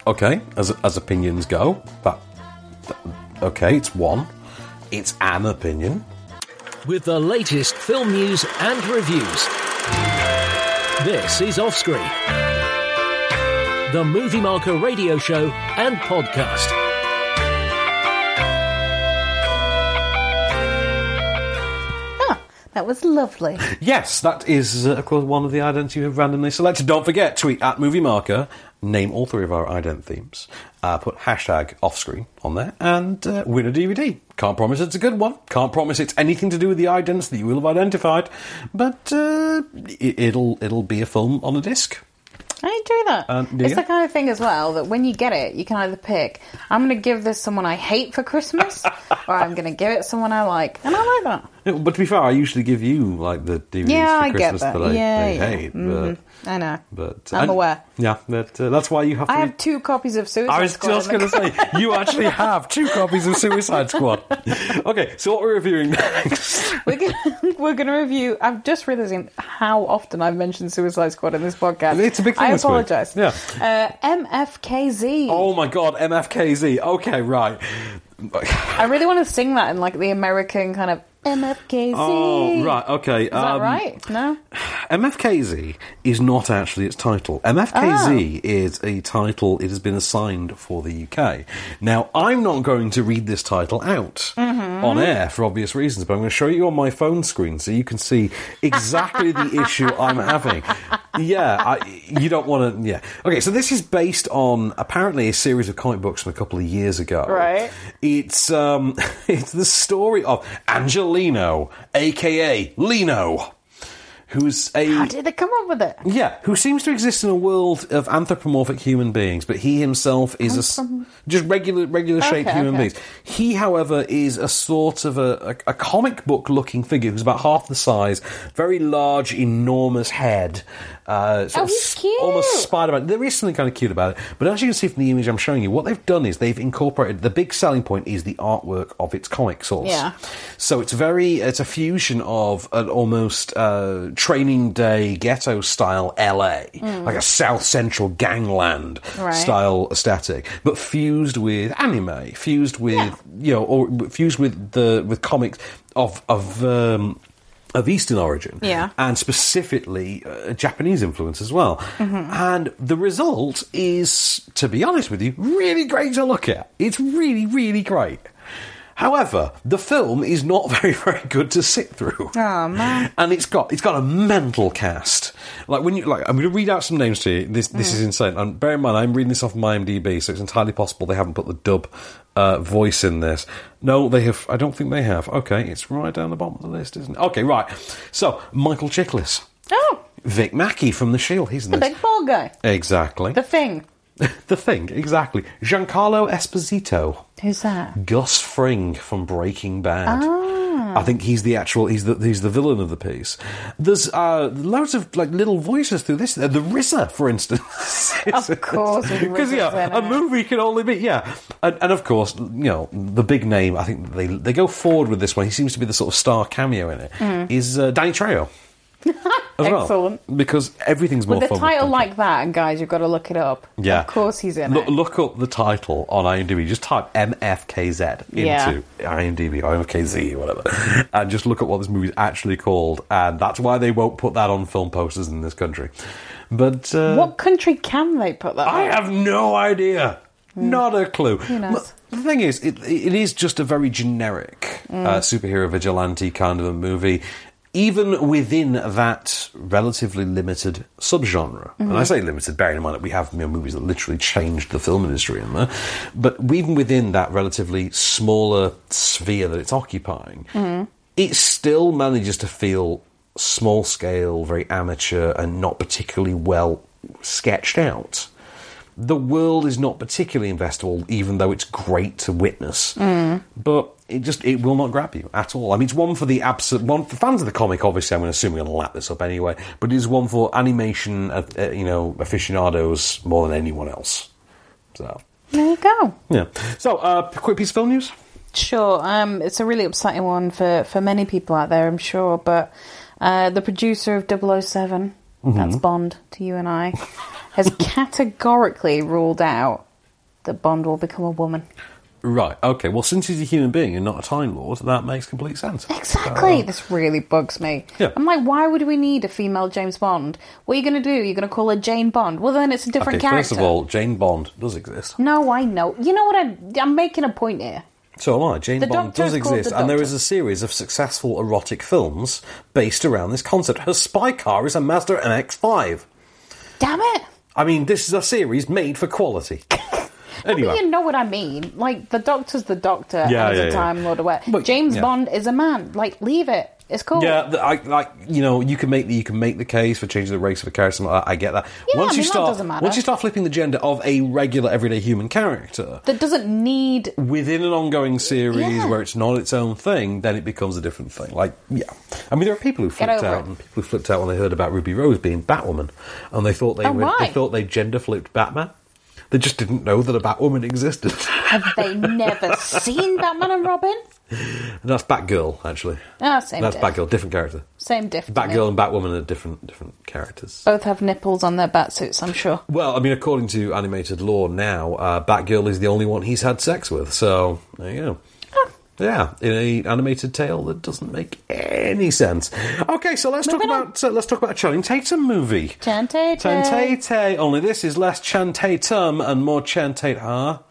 A: Okay, as as opinions go, that, that- okay, it's one. It's an opinion.
C: with the latest film news and reviews. This is Offscreen, the Movie Marker radio show and podcast.
B: Huh. That was lovely.
A: Yes, that is, uh, of course, one of the idents you have randomly selected. Don't forget, tweet at Movie Marker, name all three of our ident themes, uh, put hashtag offscreen on there, and uh, win a DVD. Can't promise it's a good one. Can't promise it's anything to do with the idents that you will have identified, but uh, it, it'll it'll be a film on a disc.
B: I enjoy that.
A: Um, do
B: it's
A: you?
B: the kind of thing as well that when you get it, you can either pick, I'm going to give this someone I hate for Christmas, or I'm going to give it someone I like. And I like that.
A: Yeah, But to be fair, I usually give you like the DVDs
B: Yeah,
A: for
B: I get
A: Christmas
B: that.
A: I,
B: Yeah,
A: they
B: yeah. Mm-hmm.
A: hate.
B: I know.
A: But, but
B: I'm
A: and-
B: aware.
A: Yeah, that, uh, that's why you have.
B: I
A: to
B: have two copies of Suicide
A: I was
B: Squad
A: just
B: in
A: going
B: the
A: to say, you actually have two copies of Suicide Squad. Okay, so what we're reviewing next.
B: We're gonna, we're gonna review. I'm just realizing how often I've mentioned Suicide Squad in this podcast.
A: It's a big thing
B: I
A: this week.
B: apologize.
A: Yeah.
B: Uh, MFKZ.
A: Oh my god, MFKZ. Okay, right.
B: I really want to sing that in like the American kind of MFKZ.
A: Oh, right, okay.
B: Is that right? No.
A: MFKZ is not actually its title. MFKZ is a title it has been assigned for the UK. Now, I'm not going to read this title out on air for obvious reasons, but I'm going to show you on my phone screen so you can see exactly the issue I'm having. Yeah, I, you don't want to. Yeah. Okay, so this is based on apparently a series of comic books from a couple of years ago.
B: Right.
A: It's um, it's the story of Angelino, aka Lino who's
B: How
A: a
B: did they come up with it?
A: yeah, who seems to exist in a world of anthropomorphic human beings, but he himself is a s- just regular regular shaped
B: Okay,
A: human
B: okay.
A: beings. He, however, is a sort of a, a, a comic book looking figure who's about half the size, very large, enormous head. Uh, sort
B: Oh,
A: of
B: he's
A: s-
B: cute.
A: Almost Spider-Man. There is something kind of cute about it, but as you can see from the image I'm showing you, what they've done is they've incorporated the big selling point is the artwork of its comic source.
B: Yeah.
A: So it's very it's a fusion of an almost uh, training day ghetto style LA, like a South Central gangland
B: Hmm. Right.
A: style aesthetic, but fused with anime, fused with you know, or fused with the with comics of of. Um, of Eastern origin,
B: Yeah.
A: and specifically uh, Japanese influence as well.
B: Mm-hmm.
A: And the result is, to be honest with you, really great to look at. It's really, really great. However, the film is not very, very good to sit through.
B: Oh, man.
A: And it's got it's got a mental cast. Like when you like, I'm going to read out some names to you. This
B: Mm.
A: this is insane. And bear in mind, I'm reading this off my IMDb, so it's entirely possible they haven't put the dub uh, voice in this. No, they have. I don't think they have. Okay, it's right down the bottom of the list, isn't it? Okay, right. So Michael Chiklis,
B: Oh,
A: Vic Mackey from The Shield, he's in
B: the
A: this.
B: big bald guy.
A: Exactly.
B: The thing.
A: the thing, exactly. Giancarlo Esposito.
B: Who's that?
A: Gus Fring from Breaking Bad.
B: Ah.
A: I think he's the actual he's the he's the villain of the piece. There's uh, loads of like little voices through this. Uh, The RZA, for instance,
B: Of course, with
A: because yeah,
B: RZA's in
A: a
B: it.
A: movie can only be yeah, and, and of course you know the big name. I think they they go forward with this one. He seems to be the sort of star cameo in it. Is uh, Danny Trejo as well?
B: Mm. Excellent.
A: because everything's more
B: With a
A: fun
B: title
A: Danny Trejo.
B: like that, and guys, you've got to look it up.
A: Yeah.
B: Of course he's in
A: Look,
B: it.
A: look up the title on IMDb. Just type MFKZ into
B: Yeah.
A: IMDb, IMFKZ, whatever, and just look at what this movie's actually called. And that's why they won't put that on film posters in this country. But uh,
B: What country can they put that
A: I
B: in?
A: have no idea.
B: Hmm.
A: Not a clue.
B: knows?
A: But The thing is, it, it is just a very generic uh, superhero vigilante kind of a movie, even within that relatively limited subgenre. And I say limited, bearing in mind that we have you know, movies that literally changed the film industry in there. But even within that relatively smaller sphere that it's occupying, it still manages to feel small scale, very amateur, and not particularly well sketched out the world is not particularly investable, even though it's great to witness.
B: Mm.
A: But it just it will not grab you at all. I mean, it's one for the absolute one for fans of the comic. Obviously, I'm going to assume we're going to lap this up anyway. But it is one for animation, uh, uh, you know, aficionados more than anyone else. So
B: There you go.
A: yeah. So uh, quick piece of film news.
B: Sure, um, it's a really upsetting one for, for many people out there, I'm sure. But uh, the producer of 7
A: Mm-hmm.
B: that's Bond to you and I, has categorically ruled out that Bond will become a woman.
A: Right. Okay. Well, since he's a human being and not a time lord, that makes complete sense.
B: Exactly. this really bugs me.
A: Um, Yeah.
B: I'm like, why would we need a female James Bond? What are you going to do? You're going to call her Jane Bond? Well, then it's a different
A: okay.
B: character.
A: First of all, Jane Bond does exist.
B: no, I know. You know what? I, I'm making a point here.
A: So am I. Jane
B: The
A: Bond
B: Doctor
A: does
B: is called
A: exist,
B: the
A: and there
B: Doctor.
A: is a series of successful erotic films based around this concept. Her spy car is a Mazda MX-5.
B: Damn it!
A: I mean, this is a series made for quality. anyway,
B: You know what I mean? Like the Doctor's the Doctor
A: Yeah,
B: and
A: yeah,
B: he's
A: yeah.
B: a Time Lord aware.
A: But-
B: James
A: yeah.
B: Bond is a man. Like leave it. It's cool.
A: Yeah, th- I like you know you can make the you can make the case for changing the race of a character. and all that, I get that.
B: Yeah,
A: once
B: I
A: you
B: mean, that
A: start,
B: doesn't matter.
A: once you start flipping the gender of a regular everyday human character
B: That doesn't need.
A: within an ongoing series
B: Yeah.
A: where it's not its own thing, then it becomes a different thing. Like, yeah, I mean there are people who flipped
B: over
A: out
B: it.
A: and people who flipped out when they heard about Ruby Rose being Batwoman, and they thought they
B: Oh,
A: were, they
B: right.
A: thought they gender flipped Batman. They just didn't know that a Batwoman existed.
B: Have they never seen Batman and Robin?
A: And that's Batgirl actually.
B: Ah, same.
A: That's
B: diff.
A: Batgirl, different character.
B: Same difference.
A: Batgirl and Batwoman are different different characters.
B: Both have nipples on their batsuits. I'm sure.
A: Well, I mean, according to animated lore now, uh, Batgirl is the only one he's had sex with. So there you go.
B: Ah,
A: Yeah, in a animated tale that doesn't make any sense. Okay, so let's
B: Moving
A: talk
B: on.
A: about uh, let's talk about a Channing Tatum movie.
B: Chantate.
A: Chantate, only this is less Chantatum and more Ah, Chantate R.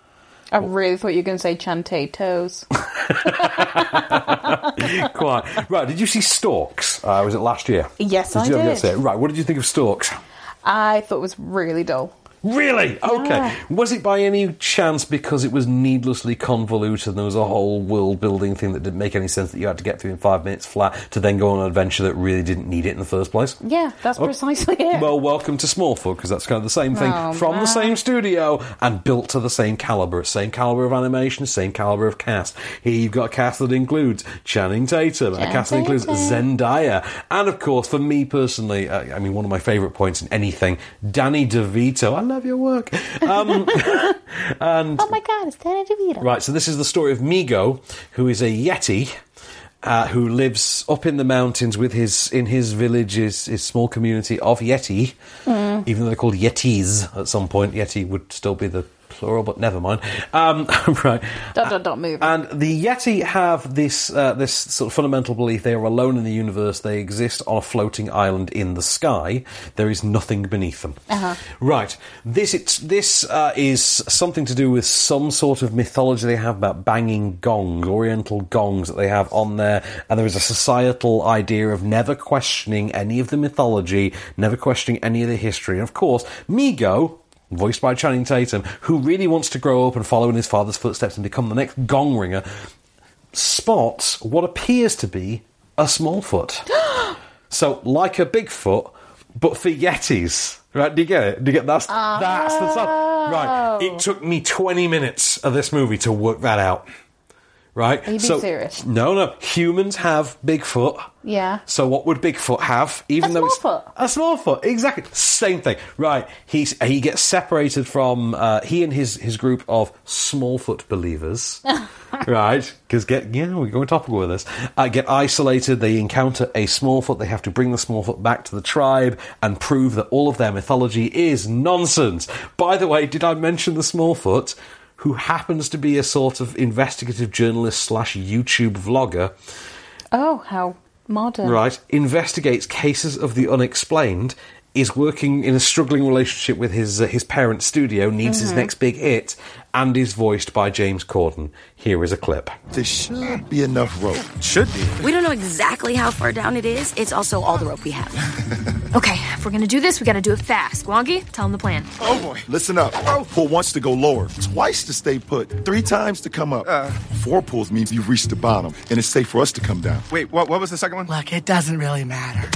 B: I really thought you were going to say Chantatos.
A: Quite right. Did you see Storks? Uh, was it last year?
B: Yes,
A: did
B: I
A: you ever get
B: did.
A: to see it? Right. What did you think of Storks?
B: I thought it was really dull.
A: Really? Okay.
B: Yeah.
A: Was it by any chance because it was needlessly convoluted and there was a whole world building thing that didn't make any sense that you had to get through in five minutes flat to then go on an adventure that really didn't need it in the first place?
B: Yeah, that's
A: Oh.
B: precisely it.
A: Well, welcome to Smallfoot because that's kind of the same thing
B: Oh,
A: from the
B: man.
A: same studio and built to the same caliber, same caliber of animation, same caliber of cast. Here you've got a cast that includes Channing Tatum, a
B: Channing
A: cast that includes
B: Tatum.
A: Zendaya, and of course, for me personally, uh, I mean, one of my favourite points in anything, Danny DeVito. I love your work. Um,
B: oh my god, it's Danny DeVito.
A: Right, so this is the story of Migo, who is a Yeti. Uh, who lives up in the mountains with his in his village his, his small community of Yeti, even though they're called Yetis at some point. Yeti would still be the plural, but never mind. Um, right,
B: Dot dot dot movie.
A: and the Yeti have this uh, this sort of fundamental belief they are alone in the universe. They exist on a floating island in the sky. There is nothing beneath them.
B: Uh-huh.
A: Right. This it's this uh, is something to do with some sort of mythology they have about banging gongs, Oriental gongs that they have on there, and there is a societal idea of never questioning any of the mythology, never questioning any of the history, and of course, Migo voiced by Channing Tatum, who really wants to grow up and follow in his father's footsteps and become the next gong ringer, spots what appears to be a Smallfoot. so, like a Bigfoot, but for Yetis. Right? Do you get it? Do you get that's
B: Oh,
A: that's the stuff. Right. It took me twenty minutes of this movie to work that out. Right?
B: Are you being serious?
A: No, no. Humans have Bigfoot.
B: Yeah.
A: So what would Bigfoot have? Even
B: A
A: though
B: Smallfoot.
A: it's a small foot, exactly same thing. Right? He he gets separated from uh, he and his his group of smallfoot believers. right? Because get yeah, we're going topical with this. Uh, get isolated. They encounter a smallfoot. They have to bring the smallfoot back to the tribe and prove that all of their mythology is nonsense. By the way, did I mention the smallfoot? Who happens to be a sort of investigative journalist slash YouTube vlogger?
B: oh, how modern.
A: right, investigates cases of the unexplained, is working in a struggling relationship with his uh, his parents' studio, needs his
B: Mm-hmm.
A: next big hit, and is voiced by James Corden. Here is a clip.
E: There should be enough rope.
F: Should be.
G: We don't know exactly how far down it is. It's also all the rope we have.
H: Okay, if we're gonna do this, we gotta do it fast. Wongi, tell him the plan.
E: Oh boy. Listen up. Pool wants to go lower. Twice to stay put. Three times to come up.
F: Uh.
E: Four pulls means you've reached the bottom, and it's safe for us to come down.
F: Wait, what, what was the second one?
I: Look, it doesn't really matter.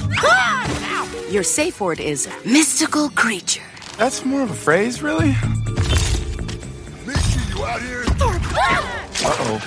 G: Your safe word is mystical creature.
F: That's more of a phrase, really?
E: Misty, you out here? Uh-oh.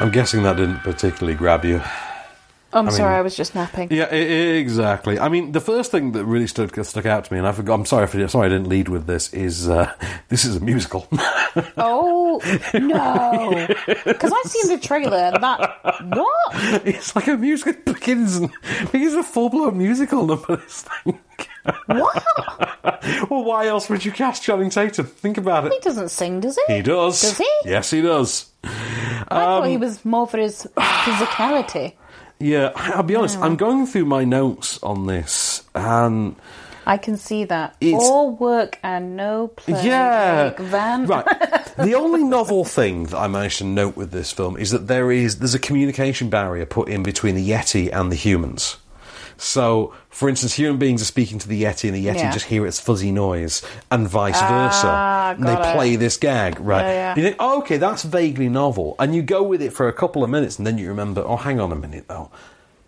A: I'm guessing that didn't particularly grab you.
B: Oh, I'm sorry, I was just napping.
A: Yeah, e- e- exactly. I mean, the first thing that really stood stuck out to me, and I forgot. I'm sorry, if I, sorry, I didn't lead with this. Is uh, this is a musical?
B: Oh no! Because I've seen the trailer and that what?
A: it's like a musical. Begins, begins a full blown musical number. This thing. What? well, why else would you cast Channing Tatum? Think about it.
B: He doesn't sing, does Um, he?
A: He does.
B: Does he?
A: Yes, he does.
B: I thought he was more for his physicality.
A: Yeah, I- I'll be honest. I'm going through my notes on this, and
B: I can see that.
A: It's-
B: All work and no play.
A: yeah,
B: Like Van.
A: Right. the only novel thing that I managed to note with this film is that there is there's a communication barrier put in between the Yeti and the humans. So, for instance, human beings are speaking to the Yeti, and the Yeti
B: Yeah.
A: just hear its fuzzy noise, and vice versa.
B: Ah,
A: and they
B: got it.
A: play this gag, right?
B: Yeah, yeah.
A: You think, oh, okay, that's vaguely novel, and you go with it for a couple of minutes, and then you remember, oh, hang on a minute, though.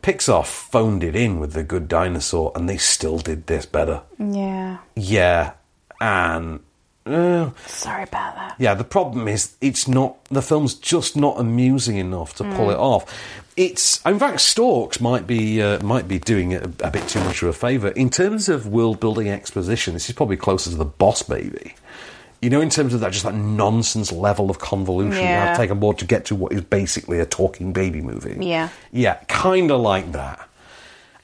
A: Pixar phoned it in with the Good Dinosaur, and they still did this better.
B: Yeah.
A: Yeah, and uh,
B: Sorry about that.
A: yeah, the problem is it's not the film's just not amusing enough to pull
B: Hmm.
A: it off. It's in fact Storks might be uh, might be doing it a, a bit too much of a favour in terms of world building exposition. This is probably closer to the Boss Baby. You know, in terms of that, just that nonsense level of convolution you have
B: Yeah.
A: to take on board to get to what is basically a talking baby movie.
B: Yeah.
A: Yeah, kind of like that.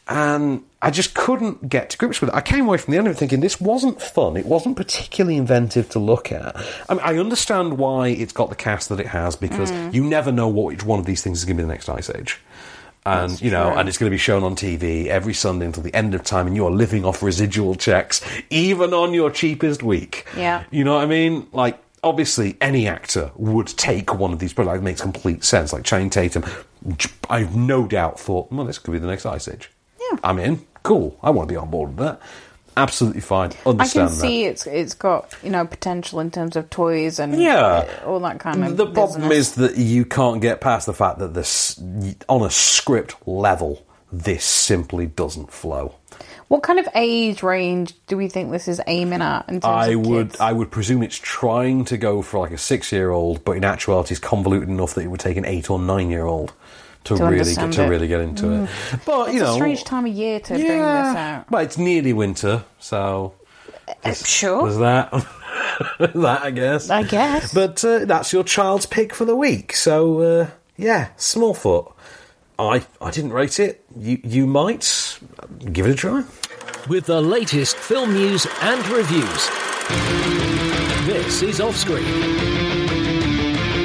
A: And I just couldn't get to grips with it. I came away from the end of it thinking this wasn't fun. It wasn't particularly inventive to look at. I, mean, I understand why it's got the cast that it has because you never know what each one of these things is going to be the next Ice Age. And you know, and it's going to be shown on TV every Sunday until the end of time, and you are living off residual checks, even on your cheapest week.
B: Yeah.
A: You know what I mean? Like, obviously, any actor would take one of these products. It makes complete sense. Like, Channing Tatum, I've no doubt thought, well, this could be the next Ice Age. Yeah. I'm in. Cool. I want to be on board with that. Absolutely fine.
B: I
A: Understand
B: can see it's it's got you know potential in terms of toys and uh,
A: Yeah.
B: all that kind
A: that.
B: of.
A: The problem
B: business.
A: is that you can't get past the fact that this, on a script level, this simply doesn't flow.
B: what kind of age range do we think this is aiming at? In terms
A: I
B: of
A: would
B: kids?
A: I would presume it's trying to go for like a six year old, but in actuality, it's convoluted enough that it would take an eight or nine year old to,
B: To
A: really get,
B: understand
A: to
B: it.
A: really get into it. But you
B: It's
A: know,
B: a strange time of year to bring this out.
A: Well, it's nearly winter, so
B: sure.
A: there's that. that I guess.
B: I guess.
A: But uh, that's your child's pick for the week. So uh, yeah, Smallfoot. I I didn't rate it. You you might give it a try.
C: with the latest film news and reviews. This is Offscreen,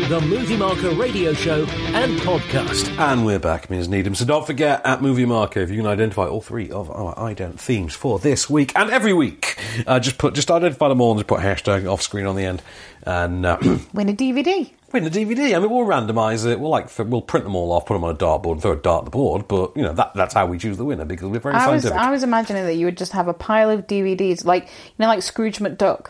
C: the Movie Marker radio show and podcast.
A: And we're back, Ms. Needham. So don't forget at Movie Marker if you can identify all three of our I don't themes for this week and every week. Uh, just put just identify them all and just put hashtag off screen on the end and uh,
B: Win a DVD.
A: win a DVD. I mean, we'll randomise it. We'll like we'll print them all off, put them on a dartboard, and throw a dart at the board. But you know that that's how we choose the winner because we're very
B: I was
A: scientific.
B: I was imagining that you would just have a pile of DVDs, like you know, like Scrooge McDuck,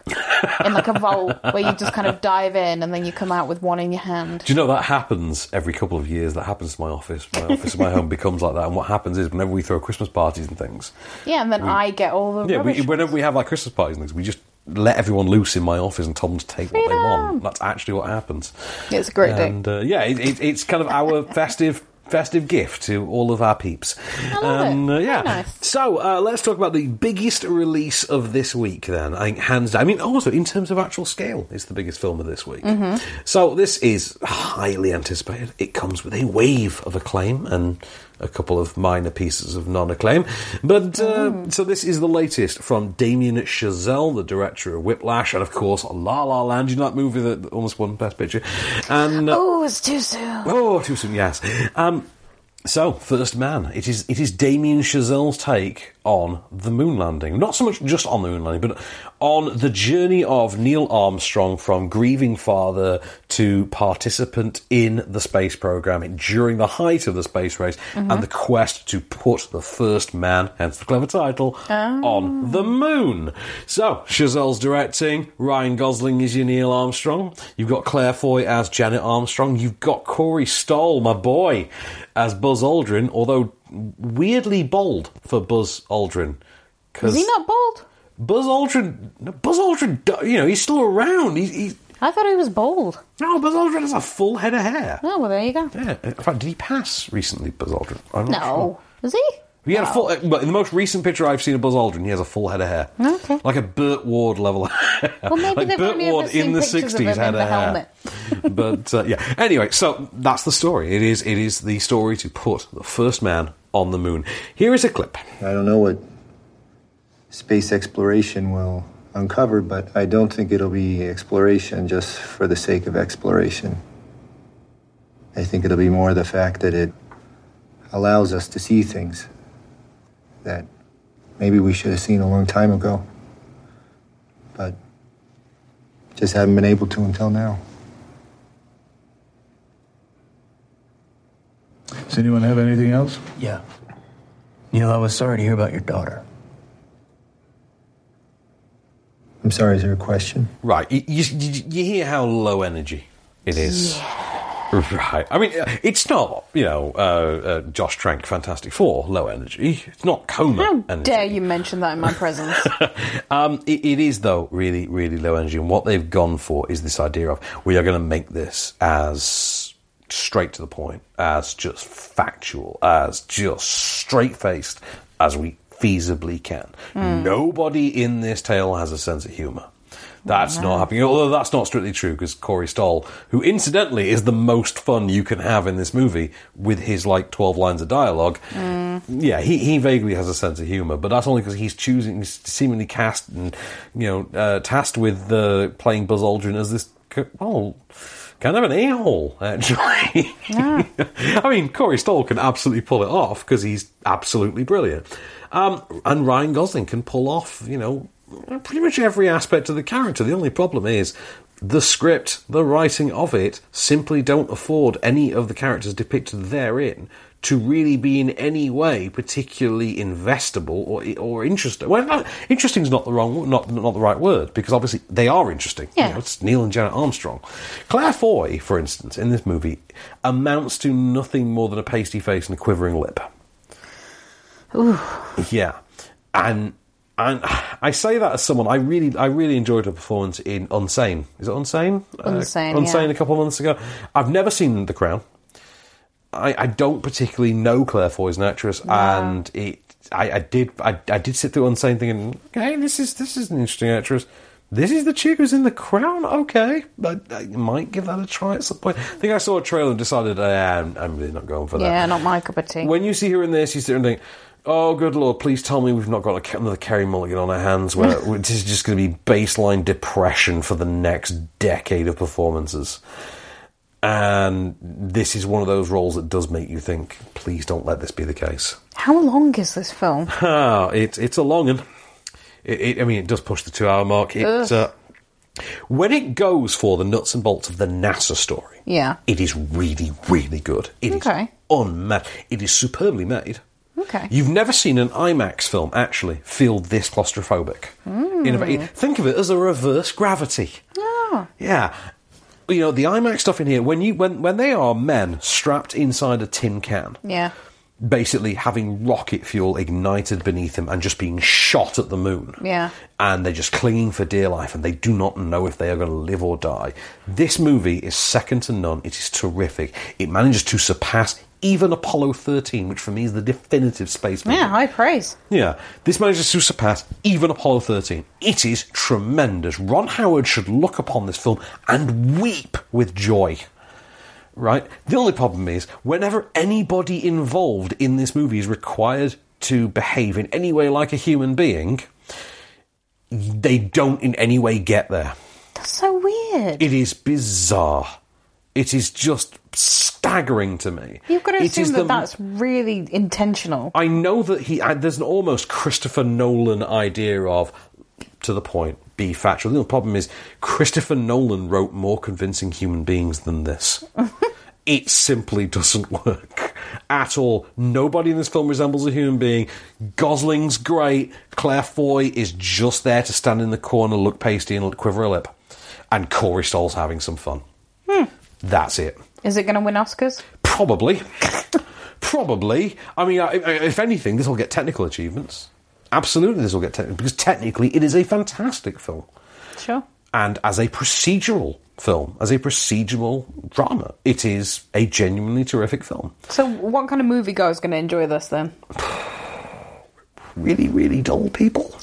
B: in like a vault where you just kind of dive in and then you come out with one in your hand.
A: Do you know that happens every couple of years? That happens to my office. My office in my home becomes like that. And what happens is whenever we throw Christmas parties and things,
B: Yeah, and then I get all the
A: Yeah,
B: rubbish.
A: we, whenever we have like Christmas parties and things, we just let everyone loose in my office and tell them to take what they want.
B: Freedom.
A: That's actually what happens.
B: It's a great day.
A: And uh, yeah, it, it, it's kind of our festive. Festive gift to all of our peeps. I
B: love it.
A: Uh, yeah.
B: Very nice.
A: So uh, let's talk about the biggest release of this week. Then I think hands down. I mean, also in terms of actual scale, it's the biggest film of this week.
B: Mm-hmm.
A: So this is highly anticipated. It comes with a wave of acclaim and a couple of minor pieces of non-acclaim. But uh,
B: Mm-hmm.
A: so this is the latest from Damien Chazelle, the director of Whiplash, and of course La La Land. You know that movie that that almost won Best Picture. And uh,
B: Oh, it's too soon.
A: Oh, too soon, yes. Um, so, First Man. It is it is Damien Chazelle's take on the moon landing. Not so much just on the moon landing, but on the journey of Neil Armstrong from grieving father to participant in the space program during the height of the space race and the quest to put the first man, hence the clever title,
B: Ah.
A: on the moon. So, Chazelle's directing. Ryan Gosling is your Neil Armstrong. You've got Claire Foy as Janet Armstrong. You've got Corey Stoll, my boy, as Buzz Aldrin, although weirdly bold for Buzz Aldrin.
B: Is
A: Because
B: he not bald?
A: Buzz Aldrin, no, Buzz Aldrin, do- you know, he's still around. He's, he's,
B: I thought he was bald.
A: no, Buzz Aldrin has a full head of hair.
B: Oh well, there you go.
A: Yeah. In fact, did he pass recently, Buzz Aldrin? I'm not sure.
B: No, is he?
A: He had a full. uh, Well, in the most recent picture I've seen of Buzz Aldrin, he has a full head of hair.
B: Okay.
A: Like a Burt Ward level. of hair.
B: Well, maybe
A: like
B: they've
A: Burt
B: only
A: Ward
B: ever seen
A: in the
B: pictures of him
A: had
B: in
A: a
B: the
A: hair.
B: helmet.
A: but uh, yeah. Anyway, so that's the story. It is. It is the story to put the first man on the moon. Here is a clip.
I: I don't know what space exploration will uncover, but I don't think it'll be exploration just for the sake of exploration. I think it'll be more the fact that it allows us to see things that maybe we should have seen a long time ago, but just haven't been able to until now.
J: Does anyone have anything else?
K: Yeah. Neil, I was sorry to hear about your daughter.
I: I'm sorry, is there a question?
A: Right. You, you, you hear how low energy it is. Right. I mean, uh, it's not, you know, uh, uh, Josh Trank Fantastic Four low energy. It's not coma
B: How
A: energy.
B: dare you mention that in my presence?
A: um, it, it is though really, really low energy, and what they've gone for is this idea of we are going to make this as straight to the point, as just factual, as just straight faced as we feasibly can.
L: Mm.
A: Nobody in this tale has a sense of humour. That's
L: Wow.
A: not happening. Although that's not strictly true because Corey Stoll, who incidentally is the most fun you can have in this movie with his like 12 lines of dialogue, yeah, he, he vaguely has a sense of humor, but that's only because he's choosing, he's seemingly cast and, you know, uh, tasked with uh, playing Buzz Aldrin as this, c- well, kind of an a hole, actually. I mean, Corey Stoll can absolutely pull it off because he's absolutely brilliant. Um, and Ryan Gosling can pull off, you know, pretty much every aspect of the character. The only problem is the script, the writing of it, simply don't afford any of the characters depicted therein to really be in any way particularly investable or or interesting. Well, no, interesting is not the wrong, not not the right word because obviously they are interesting. You
L: Yeah.
A: know, it's Neil and Janet Armstrong. Claire Foy, for instance, in this movie, amounts to nothing more than a pasty face and a quivering lip.
B: Ooh.
A: Yeah, and and I say that as someone I really I really enjoyed her performance in Unsane. Is it Unsane?
B: Unsane,
A: Uh, Unsane.
B: yeah.
A: A couple of months ago, I've never seen The Crown. I, I don't particularly know Claire Foy as an actress, and it I, I did I, I did sit through Unsane thinking, okay, this is this is an interesting actress. This is the chick who's in The Crown. Okay, I, I might give that a try at some point. I think I saw a trailer and decided eh, I'm, I'm really not going for that.
B: yeah, not my cup of tea.
A: When you see her in this, you sit there and think, "Oh, good lord! Please tell me we've not got a, Ke- another Kerry Mulligan on our hands, where where this is just going to be baseline depression for the next decade of performances." And this is one of those roles that does make you think, "Please don't let this be the case."
B: How long is this film?
A: Ah, it's it's a long one. It, it, I mean, it does push the two hour mark. It,
B: Ugh.
A: uh, when it goes for the nuts and bolts of the NASA story.
B: Yeah.
A: It is really, really good. It is
B: Okay.
A: unmatched. It is superbly made.
B: Okay.
A: You've never seen an IMAX film actually feel this claustrophobic. In a-
B: Mm.
A: think of it as a reverse gravity.
B: Ah.
A: Yeah. You know, the IMAX stuff in here, when you when when they are men strapped inside a tin can,
B: Yeah.
A: basically having rocket fuel ignited beneath them and just being shot at the moon
B: Yeah.
A: and they're just clinging for dear life and they do not know if they are going to live or die. This movie is second to none. It is terrific. It manages to surpass even Apollo 13, which for me is the definitive space movie.
B: Yeah, high praise.
A: Yeah, this manages to surpass even Apollo 13. It is tremendous. Ron Howard should look upon this film and weep with joy. Right? The only problem is, whenever anybody involved in this movie is required to behave in any way like a human being, they don't in any way get there.
B: That's so weird.
A: It is bizarre. It is just staggering to me.
B: You've got to
A: It is
B: assume that
A: the-
B: that's really intentional.
A: I know that he uh, there's an almost Christopher Nolan idea of to the point, be factual. The only problem is Christopher Nolan wrote more convincing human beings than this. it simply doesn't work at all. Nobody in this film resembles a human being. Gosling's great. Claire Foy is just there to stand in the corner, look pasty, and quiver a lip. And Corey Stoll's having some fun.
B: Hmm.
A: That's it.
B: Is it going to win Oscars?
A: Probably. Probably. I mean, I- I- if anything, this will get technical achievements. Absolutely, this will get technical because technically, it is a fantastic film,
B: Sure.
A: and as a procedural film, as a procedural drama, it is a genuinely terrific film.
B: So, what kind of movie goer is going to enjoy this then?
A: Really, really dull people,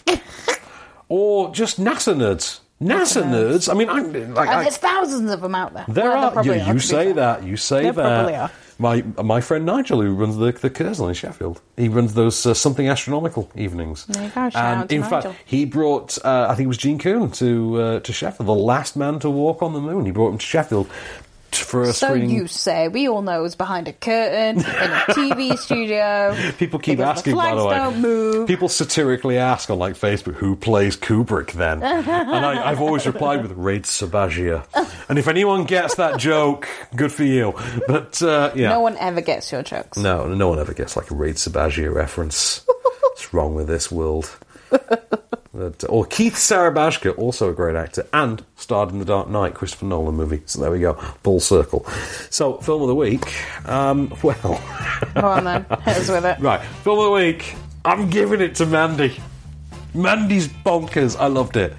A: or just NASA nerds. NASA nerds. I mean, I'm like,
B: and
A: I,
B: there's thousands of them out there.
A: There
B: Well, there
A: are.
B: probably
A: You, you
B: to be
A: say
B: fair.
A: that. You say
B: There
A: that.
B: probably are.
A: My my friend Nigel, who runs the the Kersal in Sheffield, he runs those uh, something astronomical evenings.
B: There you go, shout
A: and
B: out to
A: in
B: Nigel.
A: fact, he brought uh, I think it was Gene Coon to uh, to Sheffield, the last man to walk on the moon. He brought him to Sheffield script for a
B: so
A: screening.
B: you say we all know it was behind a curtain in a TV studio.
A: People keep
B: because
A: asking,
B: The
A: by
B: flags
A: the way.
B: don't move.
A: People satirically ask on like Facebook, who plays Kubrick then? and I, I've always replied with Raid Sabagia. And if anyone gets that joke, good for you. But uh, yeah,
B: No one ever gets your jokes.
A: no, no one ever gets like a Raid Sabagia reference. What's wrong with this world? But- or Keith Sarabashka, also a great actor, and starred in the Dark Knight, Christopher Nolan movie. So there we go, full circle. So film of the week. Um, well,
B: Come on then, hit us with it.
A: Right, film of the week. I'm giving it to Mandy. Mandy's bonkers. I loved it.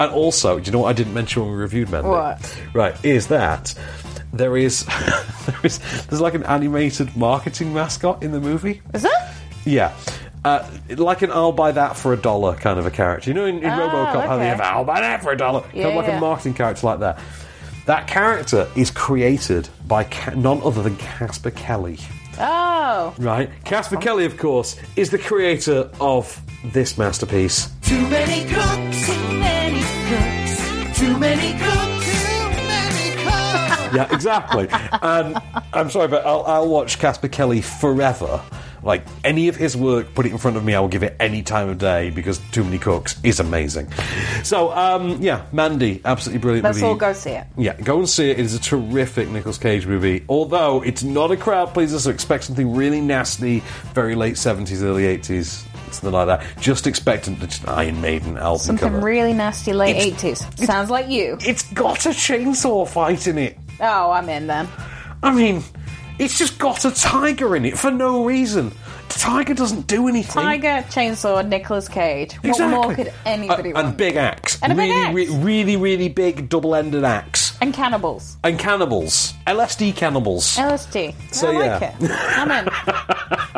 A: And also, do you know what I didn't mention when we reviewed Mandy?
B: What?
A: Right, is that there is there is there's like an animated marketing mascot in the movie.
B: Is that?
A: Yeah. Uh, like an I'll buy that for a dollar kind of a character. You know in, in
B: Ah,
A: Robocop how they
B: okay.
A: have I'll buy that for a dollar. kind
B: Yeah,
A: of like
B: yeah.
A: a marketing character like that. That character is created by ca- none other than Casper Kelly.
B: Oh,
A: Right. Casper Kelly, of course, is the creator of this masterpiece.
L: Too many cooks. Too many cooks. Too many cooks. Too many cooks.
A: Yeah, exactly. and I'm sorry, but I'll, I'll watch Casper Kelly forever. Like any of his work, put it in front of me, I will give it any time of day because Too Many Cooks is amazing. So, um, yeah, Mandy, absolutely brilliant
B: let's
A: movie.
B: all go see it.
A: Yeah, go and see it. It is a terrific Nicolas Cage movie. Although it's not a crowd pleaser, so expect something really nasty, very late 70s, early 80s, something like that. Just expect an just an Iron Maiden album
B: Something
A: cover.
B: really nasty late eighties. Sounds like you.
A: It's got a chainsaw fight in it.
B: Oh, I'm in then.
A: I mean, it's just got a tiger in it for no reason. The tiger doesn't do anything.
B: Tiger, chainsaw, Nicolas Cage. What
A: Exactly.
B: more could anybody
A: A-
B: want?
A: and big axe.
B: And a big
A: really, re- really, really big double-ended axe.
B: And cannibals.
A: And cannibals. LSD cannibals.
B: LSD.
A: So,
B: I like
A: yeah.
B: it. I'm in.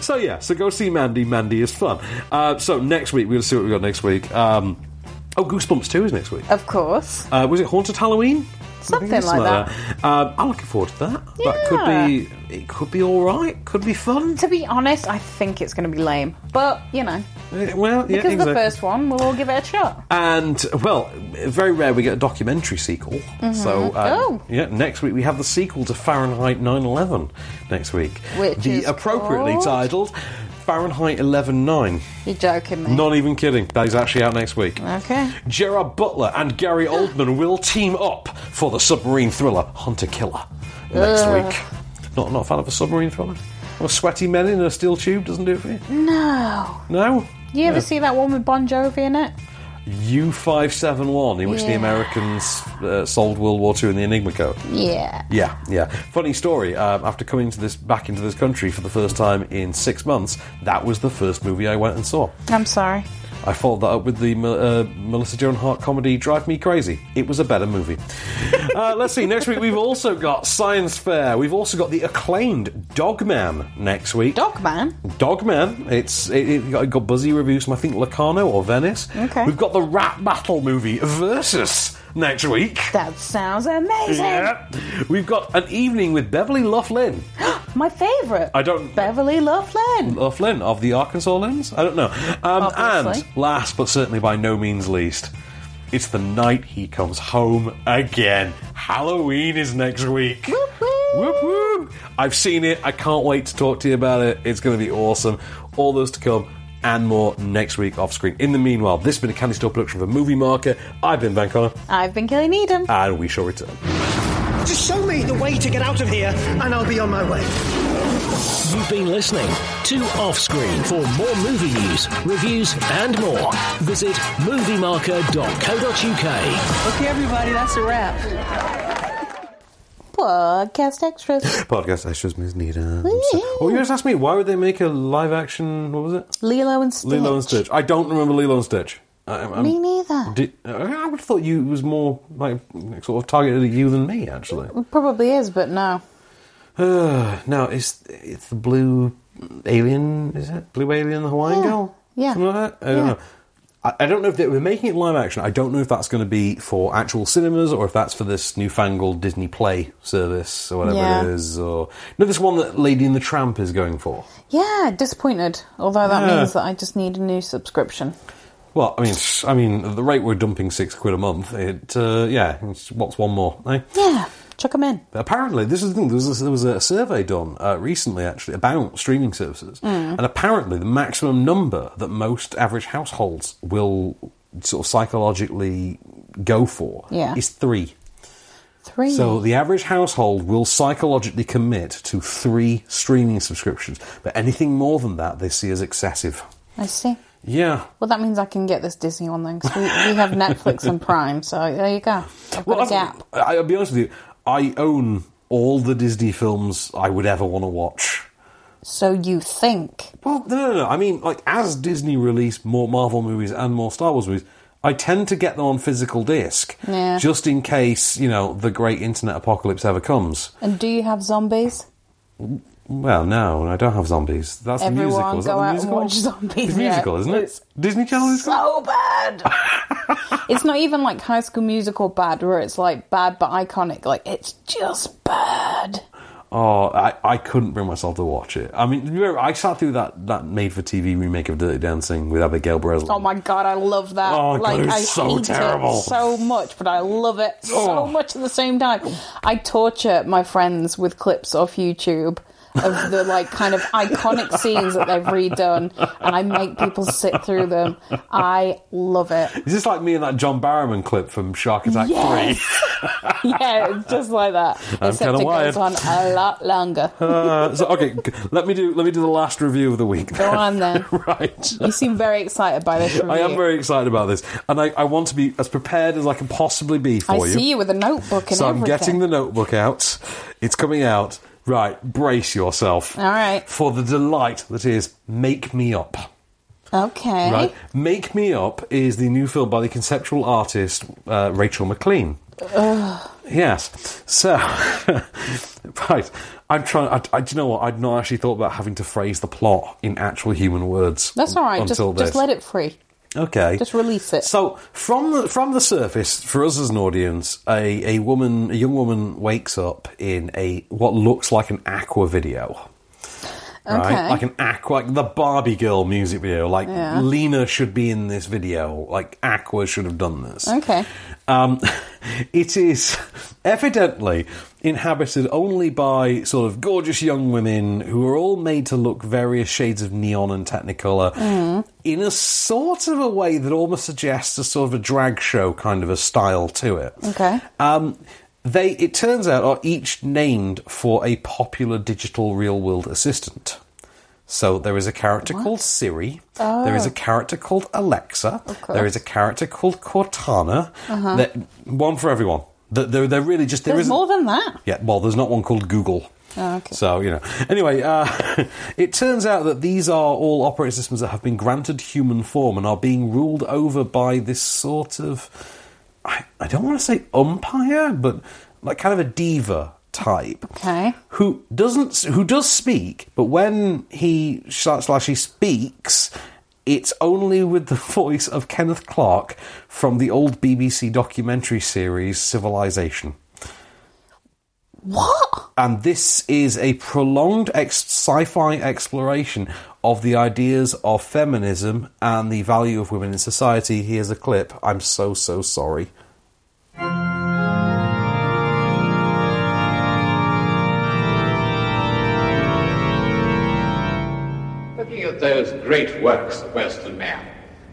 A: So yeah, so go see Mandy. Mandy is fun. Uh, so next week we'll see what we got next week. Um, oh, Goosebumps two is next week.
B: Of course.
A: Uh, was it Haunted Halloween?
B: Something
A: I think it's
B: like
A: that. Um, I'm looking forward to that. That could be. It could be all right. Could be fun.
B: To be honest, I think it's going to be lame. But, you know,
A: Eh, Well, yeah,
B: because of
A: exactly.
B: the first one, we'll all give it a shot.
A: And well, very rare we get a documentary sequel.
B: Mhm.
A: So uh,
B: Oh.
A: yeah, next week we have the sequel to Fahrenheit 9/11. Next week,
B: Which
A: the
B: is
A: appropriately
B: called?
A: titled Fahrenheit 11/9.
B: You're joking me.
A: Not even kidding. That is actually out next week.
B: Okay.
A: Gerard Butler and Gary Oldman will team up for the submarine thriller Hunter Killer next
B: Ugh.
A: week. Not not a fan of a submarine thriller. Or sweaty men in a steel tube doesn't do it for you.
B: No.
A: No.
B: You ever
A: No.
B: see that one with Bon Jovi in it?
A: U five seven one in which the
B: Yeah.
A: Americans uh, solved World War Two in the Enigma Code?
B: Yeah.
A: Yeah, yeah. Funny story. Um, after coming to this back into this country for the first time in six months, that was the first movie I went and saw.
B: I'm sorry.
A: I followed that up with the uh, Melissa Joan Hart comedy Drive Me Crazy. It was a better movie. uh, let's see. Next week, we've also got Science Fair. We've also got the acclaimed Dogman next week.
B: Dogman?
A: Dogman. It's, it, it got, it got buzzy reviews from, I think, Locarno or Venice.
B: Okay.
A: We've got the rap battle movie Versus next week.
B: That sounds amazing.
A: Yeah. We've got an evening with Beverly Loughlin.
B: My favourite.
A: I don't
B: Beverly Loughlin.
A: or uh, Flynn of the Arkansas Lens? I don't know. Um,
B: Obviously.
A: and last but certainly by no means least, it's the night he comes home again. Halloween is next week. Whoop whoop. I've seen it. I can't wait to talk to you about it. It's going to be awesome. All those to come and more next week off screen. In the meanwhile, this has been a Candy Store production for Movie Marker. I've been Van Connor,
B: I've been Kelly Needham.
A: and we shall return.
M: Just show me the way to get out of here, and I'll be on my way.
C: You've been listening to Offscreen. For more movie news, reviews, and more, visit moviemarker.co.uk.
N: Okay, everybody, that's a wrap.
B: Podcast extras.
A: Podcast extras, Ms. Nita. Oh, you guys asked me why would they make a live action? What was it?
B: Lilo and Stitch.
A: Lilo and Stitch. Um, I don't remember Lilo and Stitch. I, I'm-
B: Me neither.
A: Did, I would have thought you it was more like sort of targeted at you than me, actually.
B: It probably is, but no.
A: Uh, no, it's it's the blue alien. Is it blue alien? The Hawaiian
B: Yeah.
A: girl.
B: Yeah.
A: Something like that? I don't
B: Yeah.
A: know. I, I don't know if they were making it live action. I don't know if that's going to be for actual cinemas or if that's for this newfangled Disney Play service or whatever
B: Yeah.
A: it is. Or no, this one that Lady and the Tramp is going for.
B: Yeah, disappointed. Although that
A: Yeah.
B: means that I just need a new subscription.
A: Well, I mean, I mean, at the rate we're dumping six quid a month, it uh, yeah, it's- what's one more? Eh?
B: Yeah. Chuck them in.
A: But apparently, this is the thing. There was a, there was a survey done uh, recently, actually, about streaming services,
B: Mm.
A: and apparently, the maximum number that most average households will sort of psychologically go for
B: Yeah.
A: is three.
B: Three.
A: So the average household will psychologically commit to three streaming subscriptions, but anything more than that they see as excessive.
B: I see.
A: Yeah.
B: Well, that means I can get this Disney one then 'cause we, we have Netflix and Prime. So there you go. I've got a gap.
A: I, I'll be honest with you, I own all the Disney films I would ever want to watch.
B: So you think?
A: Well, no, no, no. I mean, like, as Disney release more Marvel movies and more Star Wars movies, I tend to get them on physical disc
B: Yeah.
A: just in case, you know, the great internet apocalypse ever comes.
B: And do you have zombies?
A: Well, no, I don't have zombies. That's the
B: Everyone
A: musical. Is that
B: go
A: the
B: out
A: musical?
B: and watch zombies.
A: It's musical,
B: yeah.
A: isn't it?
B: It's
A: Disney Channel is
B: so bad. it's not even like High School Musical bad, where it's like bad but iconic. Like it's just bad.
A: Oh, I, I couldn't bring myself to watch it. I mean, you remember, I sat through that, that made for TV remake of Dirty Dancing with Abigail Breslin.
B: Oh my god, I love that.
A: Oh my God,
B: like
A: it was
B: I
A: so
B: hate
A: terrible. Oh.
B: it so much, but I love it so much at the same time. I torture my friends with clips off YouTube of the like kind of iconic scenes that they've redone, and I make people sit through them. I love it.
A: Is this like me and that John Barrowman clip from Shark Attack
B: Yes.
A: 3?
B: yeah, it's just like that.
A: I'm
B: Except
A: kinda
B: it
A: wired.
B: goes on a lot longer.
A: Uh, so okay, g- let me do let me do the last review of the week.
B: Go on then.
A: right.
B: You seem very excited by this review.
A: I am very excited about this, and I, I want to be as prepared as I can possibly be for
B: I
A: you.
B: see you with a notebook and
A: so I'm
B: everything.
A: getting the notebook out. It's coming out. Right, brace yourself.
B: All right.
A: For the delight that is Make Me Up.
B: Okay.
A: Right? Make Me Up is the new film by the conceptual artist uh, Rachel McLean.
B: Ugh.
A: Yes. So, right. I'm trying. I, I, do you know what? I'd not actually thought about having to phrase the plot in actual human words.
B: That's all right. Just,
A: Until this.
B: just let it free.
A: Okay.
B: Just release it.
A: So from the, from the surface, for us as an audience, a, a woman, a young woman, wakes up in a what looks like an Aqua video.
B: Okay.
A: Like an Aqua, like the Barbie Girl music video. Like
B: Yeah.
A: Lena should be in this video. Like Aqua should have done this.
B: Okay.
A: Um, it is evidently inhabited only by sort of gorgeous young women who are all made to look various shades of neon and technicolor
L: Mm.
A: in a sort of a way that almost suggests a sort of a drag show kind of a style to it.
B: Okay.
A: Um, they, it turns out, are each named for a popular digital real world assistant. So there is a character called Siri.
L: Oh.
A: There is a character called Alexa. There is a character called Cortana.
B: Uh-huh.
A: There- one for everyone. Th- They're, they're really just there
B: There's
A: isn't-
B: more than that.
A: Yeah, well, there's not one called Google.
B: Oh, okay.
A: So, you know. Anyway, uh, it turns out that these are all operating systems that have been granted human form and are being ruled over by this sort of. I, I don't want to say umpire, but like kind of a diva type.
B: Okay.
A: Who doesn't. Who does speak, but when he starts, slash, he speaks. It's only with the voice of Kenneth Clark from the old BBC documentary series Civilization.
B: What?
A: And this is a prolonged ex- sci fi exploration of the ideas of feminism and the value of women in society. Here's a clip. I'm so, so sorry.
N: Looking at those great works of Western man,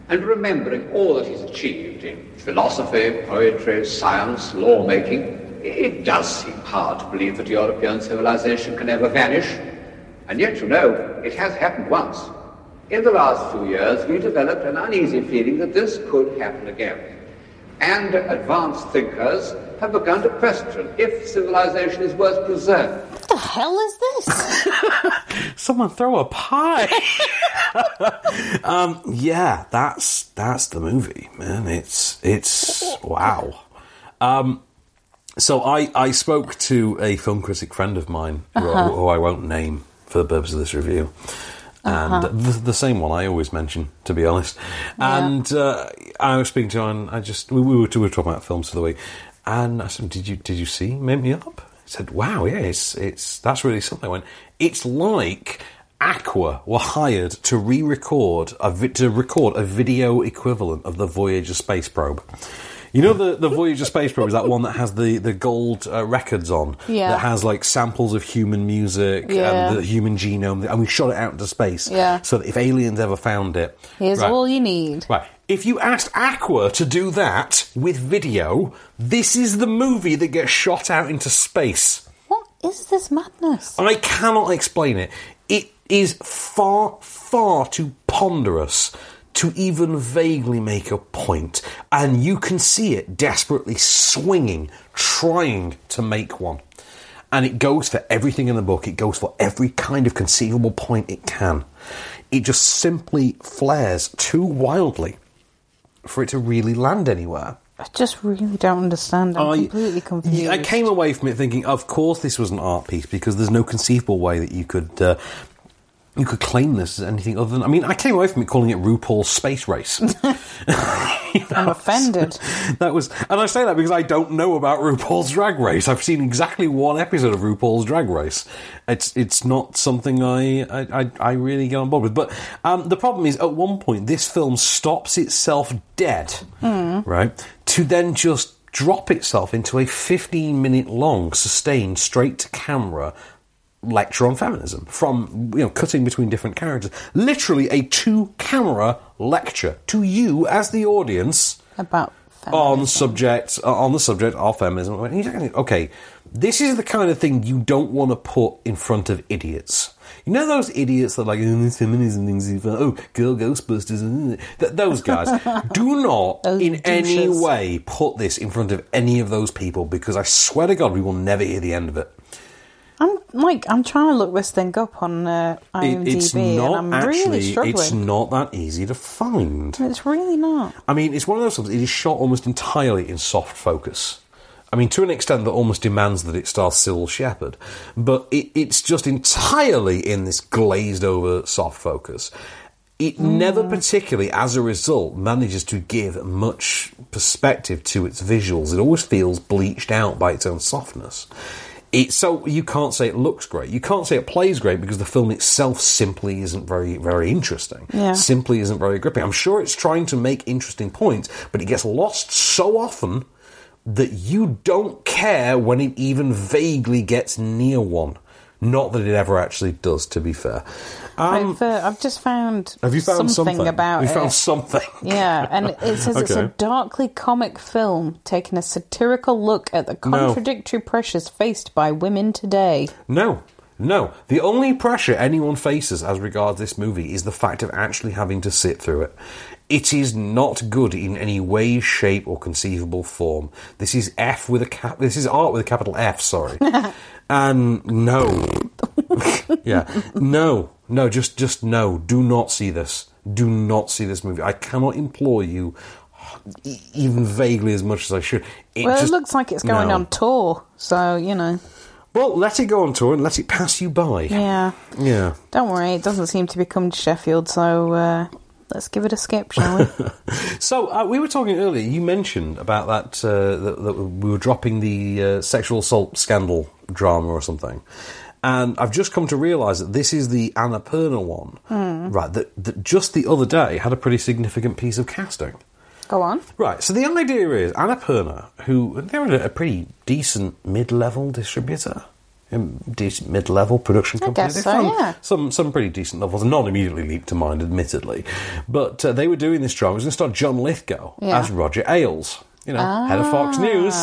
N: and remembering all that he's achieved in philosophy, poetry, science, lawmaking, it does seem hard to believe that European civilization can ever vanish. And yet, you know, it has happened once. In the last few years, we developed an uneasy feeling that this could happen again. And advanced thinkers have begun to question if civilization is worth preserving.
B: What the hell is this?
A: Someone throw a pie. um, yeah, that's that's the movie, man. It's it's wow. Um, so I I spoke to a film critic friend of mine who,
L: Uh-huh.
A: who I won't name for the purpose of this review. And
L: Uh-huh.
A: the, the same one I always mention, to be honest. And uh, I was speaking to her, and I just we, we, were, we were talking about films for the week, and I said, "Did you did you see Make Me Up?" I said, "Wow, yeah, it's it's that's really something." I went, "It's like Aqua were hired to re-record a vi- to record a video equivalent of the Voyager space probe." You know the the Voyager space probe is that one that has the the gold uh, records on.
B: Yeah.
A: That has like samples of human music
B: Yeah.
A: and the human genome, and we shot it out into space.
B: Yeah.
A: So that if aliens ever found it,
B: Here's
A: Right.
B: all you need.
A: Right. If you asked Aqua to do that with video, this is the movie that gets shot out into space.
B: What is this madness?
A: I cannot explain it. It is far, far too ponderous to even vaguely make a point, and you can see it desperately swinging, trying to make one. And it goes for everything in the book, it goes for every kind of conceivable point it can. It just simply flares too wildly for it to really land anywhere.
B: I just really don't understand. I'm completely confused.
A: I came away from it thinking, of course, this was an art piece because there's no conceivable way that you could uh, you could claim this as anything other than. I mean, I came away from it calling it RuPaul's Space Race.
B: I'm offended.
A: that was, and I say that because I don't know about RuPaul's Drag Race. I've seen exactly one episode of RuPaul's Drag Race. It's it's not something I I, I, I really get on board with. But um, the problem is, at one point, this film stops itself dead
L: Mm.
A: right? To then just drop itself into a 15 minute long, sustained, straight to camera lecture on feminism from, you know, cutting between different characters. Literally a two camera lecture to you as the audience.
B: About
A: on subject uh, on the subject of feminism. And you're thinking, Okay, this is the kind of thing you don't want to put in front of idiots. You know those idiots that are like oh, this feminism things. Oh, girl Ghostbusters. mm, Th- those guys. Do not in any
L: douches.
A: way put this in front of any of those people because I swear to God, we will never hear the end of it.
B: I'm like, I'm trying to look this thing up on uh,
A: It-
B: IMDb,
A: it's not
B: and I'm
A: actually.
B: really struggling.
A: it's not that easy to find.
B: It's really not.
A: I mean, it's one of those films. It is shot almost entirely in soft focus. I mean, to an extent that almost demands that it stars Syl Shepherd, but it, it's just entirely in this glazed over soft focus. It never particularly, as a result, manages to give much perspective to its visuals. It always feels bleached out by its own softness. It, so you can't say it looks great. You can't say it plays great because the film itself simply isn't very, very interesting
L: Yeah.
A: simply isn't very gripping. I'm sure it's trying to make interesting points, but it gets lost so often that you don't care when it even vaguely gets near one. Not that it ever actually does, to be fair. Um,
B: I've, uh, I've just found.
A: have you found something,
B: about
A: We
B: it?
A: found something.
B: Yeah, and it says it's a
A: Okay.
B: darkly comic film taking a satirical look at the
A: No.
B: contradictory pressures faced by women today.
A: No, no. The only pressure anyone faces as regards this movie is the fact of actually having to sit through it. It is not good in any way, shape, or conceivable form. This is F with a cap. This is art with a capital F. Sorry. and no, yeah, no, no. Just, just no. Do not see this. Do not see this movie. I cannot implore you, e- even vaguely as much as I should.
B: well,
A: just-
B: it looks like it's going
A: no.
B: on tour, so you know.
A: Well, let it go on tour and let it pass you by.
B: Yeah,
A: Yeah.
B: don't worry, it doesn't seem to be coming to Sheffield, so uh, let's give it a skip, shall we?
A: So uh, we were talking earlier. You mentioned about that, uh, that that we were dropping the uh, sexual assault scandal drama or something, and I've just come to realise that this is the Annapurna one,
L: Hmm.
A: right? That, that just the other day had a pretty significant piece of casting.
B: Go on.
A: Right. So the idea is Annapurna, who they're a, a pretty decent mid-level distributor, um, decent mid-level production
L: I
A: company.
L: guess
A: They've
L: so,
A: done
L: yeah.
A: Some some pretty decent novels, not immediately leap to mind, admittedly, but uh, they were doing this drama. It was going to star John Lithgow
L: Yeah. Ah.
A: as Roger Ailes, you know, head of Fox News.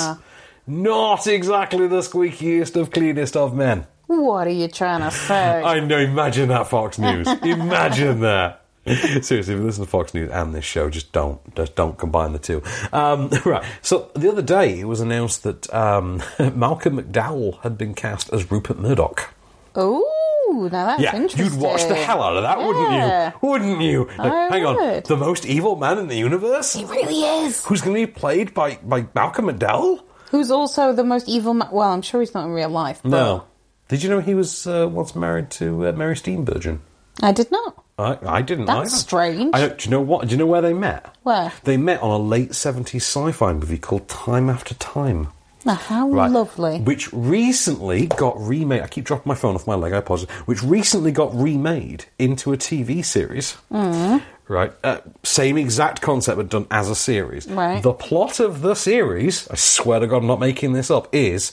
A: Not exactly the squeakiest of cleanest of men.
B: What are you trying to say?
A: I know. Imagine that Fox News. imagine that. Seriously, if you listen to Fox News and this show, just don't just don't combine the two. Um, right. So the other day, it was announced that um, Malcolm McDowell had been cast as Rupert Murdoch.
B: Ooh, now that's
A: yeah,
B: interesting.
A: you'd watch the hell out of that,
B: Yeah.
A: wouldn't you? Wouldn't you? Like,
B: I
A: hang on,
B: would.
A: the most evil man in the universe. He
B: really is.
A: Who's going to be played by by Malcolm McDowell?
B: Who's also the most evil? Ma- well, I'm sure he's not in real life. But
A: No. Did you know he was uh, once married to uh, Mary Steenburgen?
B: I did not.
A: I, I didn't.
B: That's
A: either.
B: strange.
A: I, do you know what? Do you know where they met?
B: Where?
A: They met on a late 70s sci fi movie called Time After Time.
B: Now, how
A: Right.
B: lovely.
A: Which recently got remade. I keep dropping my phone off my leg, I apologize. Which recently got remade into a TV series.
B: Mm.
A: right? Uh, same exact concept, but done as a series.
B: Right.
A: The plot of the series, I swear to God, I'm not making this up, is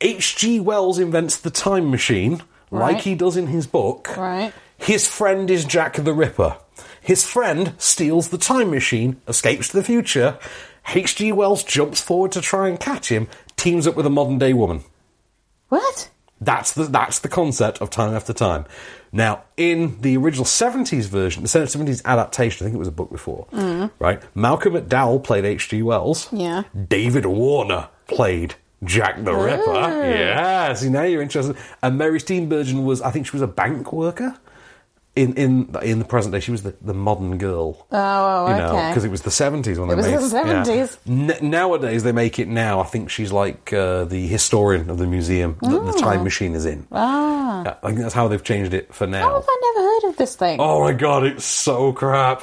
A: H.G. Wells invents the time machine, like
B: Right.
A: he does in his book.
B: Right.
A: His friend is Jack the Ripper. His friend steals the time machine, escapes to the future. H.G. Wells jumps forward to try and catch him, teams up with a modern day woman.
B: What?
A: That's the that's the concept of time after time. Now, in the original seventies version, the seventies adaptation, I think it was a book before,
B: Mm.
A: right? Malcolm McDowell played H.G. Wells.
B: Yeah.
A: David Warner played Jack the Ripper.
B: Ah.
A: Yeah. See, now you're interested. And Mary Steenburgen was, I think, she was a bank worker. In in in the present day, she was the, the modern girl.
B: Oh,
A: you know,
B: okay.
A: because it was the seventies when
B: It
A: they
B: was
A: made
B: the 70s.
A: N- nowadays, they make it now. I think she's like uh, the historian of the museum that the time machine is in.
B: Ah. Oh,
A: I think that's how they've changed it for now.
B: How have I never heard of this thing?
A: Oh my god, it's so crap.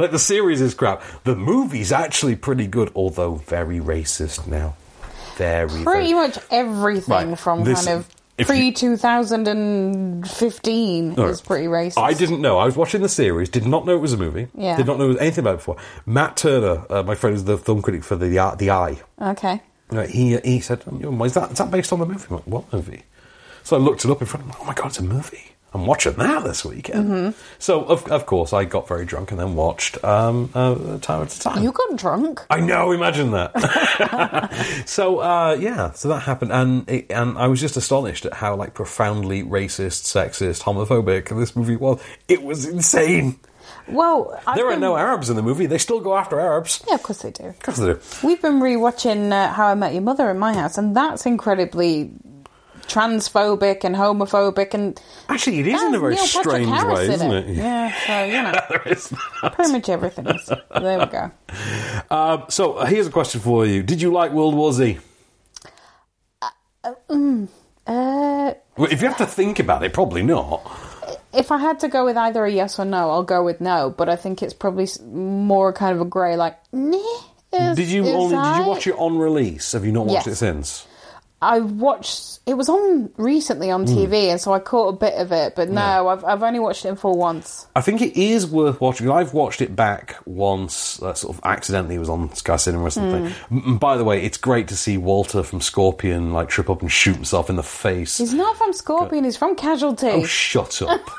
A: like the series is crap. The movie's actually pretty good, although very racist now. Very
B: Pretty
A: very-
B: much everything
A: Right,
B: from
A: this-
B: kind of
A: if you-
B: pre 2015
A: No.
B: is pretty racist.
A: I didn't know. I was watching the series, did not know it was a movie.
B: Yeah.
A: Did not know it was anything about it before. Matt Turner, uh, my friend, is the film critic for the uh, the, the Eye.
B: Okay.
A: Right, He he said, um, you know, "Is that is that based on the movie?" I'm like, "What movie?" So I looked it up in front of me. Oh my god, it's a movie! I'm watching that this weekend.
B: Mhm.
A: So of of course I got very drunk and then watched um, uh, Time After Time.
B: You got drunk?
A: I know. Imagine that. so uh, yeah, so that happened, and it, and I was just astonished at how like profoundly racist, sexist, homophobic this movie was. It was insane.
B: Well, I've
A: there are
B: been-
A: no Arabs in the movie. They still go after Arabs.
B: Yeah, of course they do.
A: Of course they do.
B: We've been rewatching uh, How I Met Your Mother in my house, and that's incredibly transphobic and homophobic. And
A: actually, it is in a very strange way, isn't it?
B: Yeah, so you know, pretty much everything is. There we go.
A: Um, so uh, here's a question for you: Did you like World War Z?
B: Uh, mm, uh,
A: Well, if you have to think about it, probably not.
B: if I had to go with either a yes or no, I'll go with no. But I think it's probably s- more kind of a grey, like. Meh, is-
A: did you
B: is
A: only did
B: I-
A: you watch it on release? Have you not watched it
B: Yes.
A: since?
B: I watched it was on recently on
A: Mm.
B: TV, and so I caught a bit of it. But no, I've I've only watched it in full once.
A: I think it is worth watching. I've watched it back once, uh, sort of accidentally. It was on Sky Cinema or something.
B: Mm.
A: M- and by the way, it's great to see Walter from Scorpion like trip up and shoot himself in the face.
B: He's not from Scorpion. He's from Casualty.
A: Oh, shut up!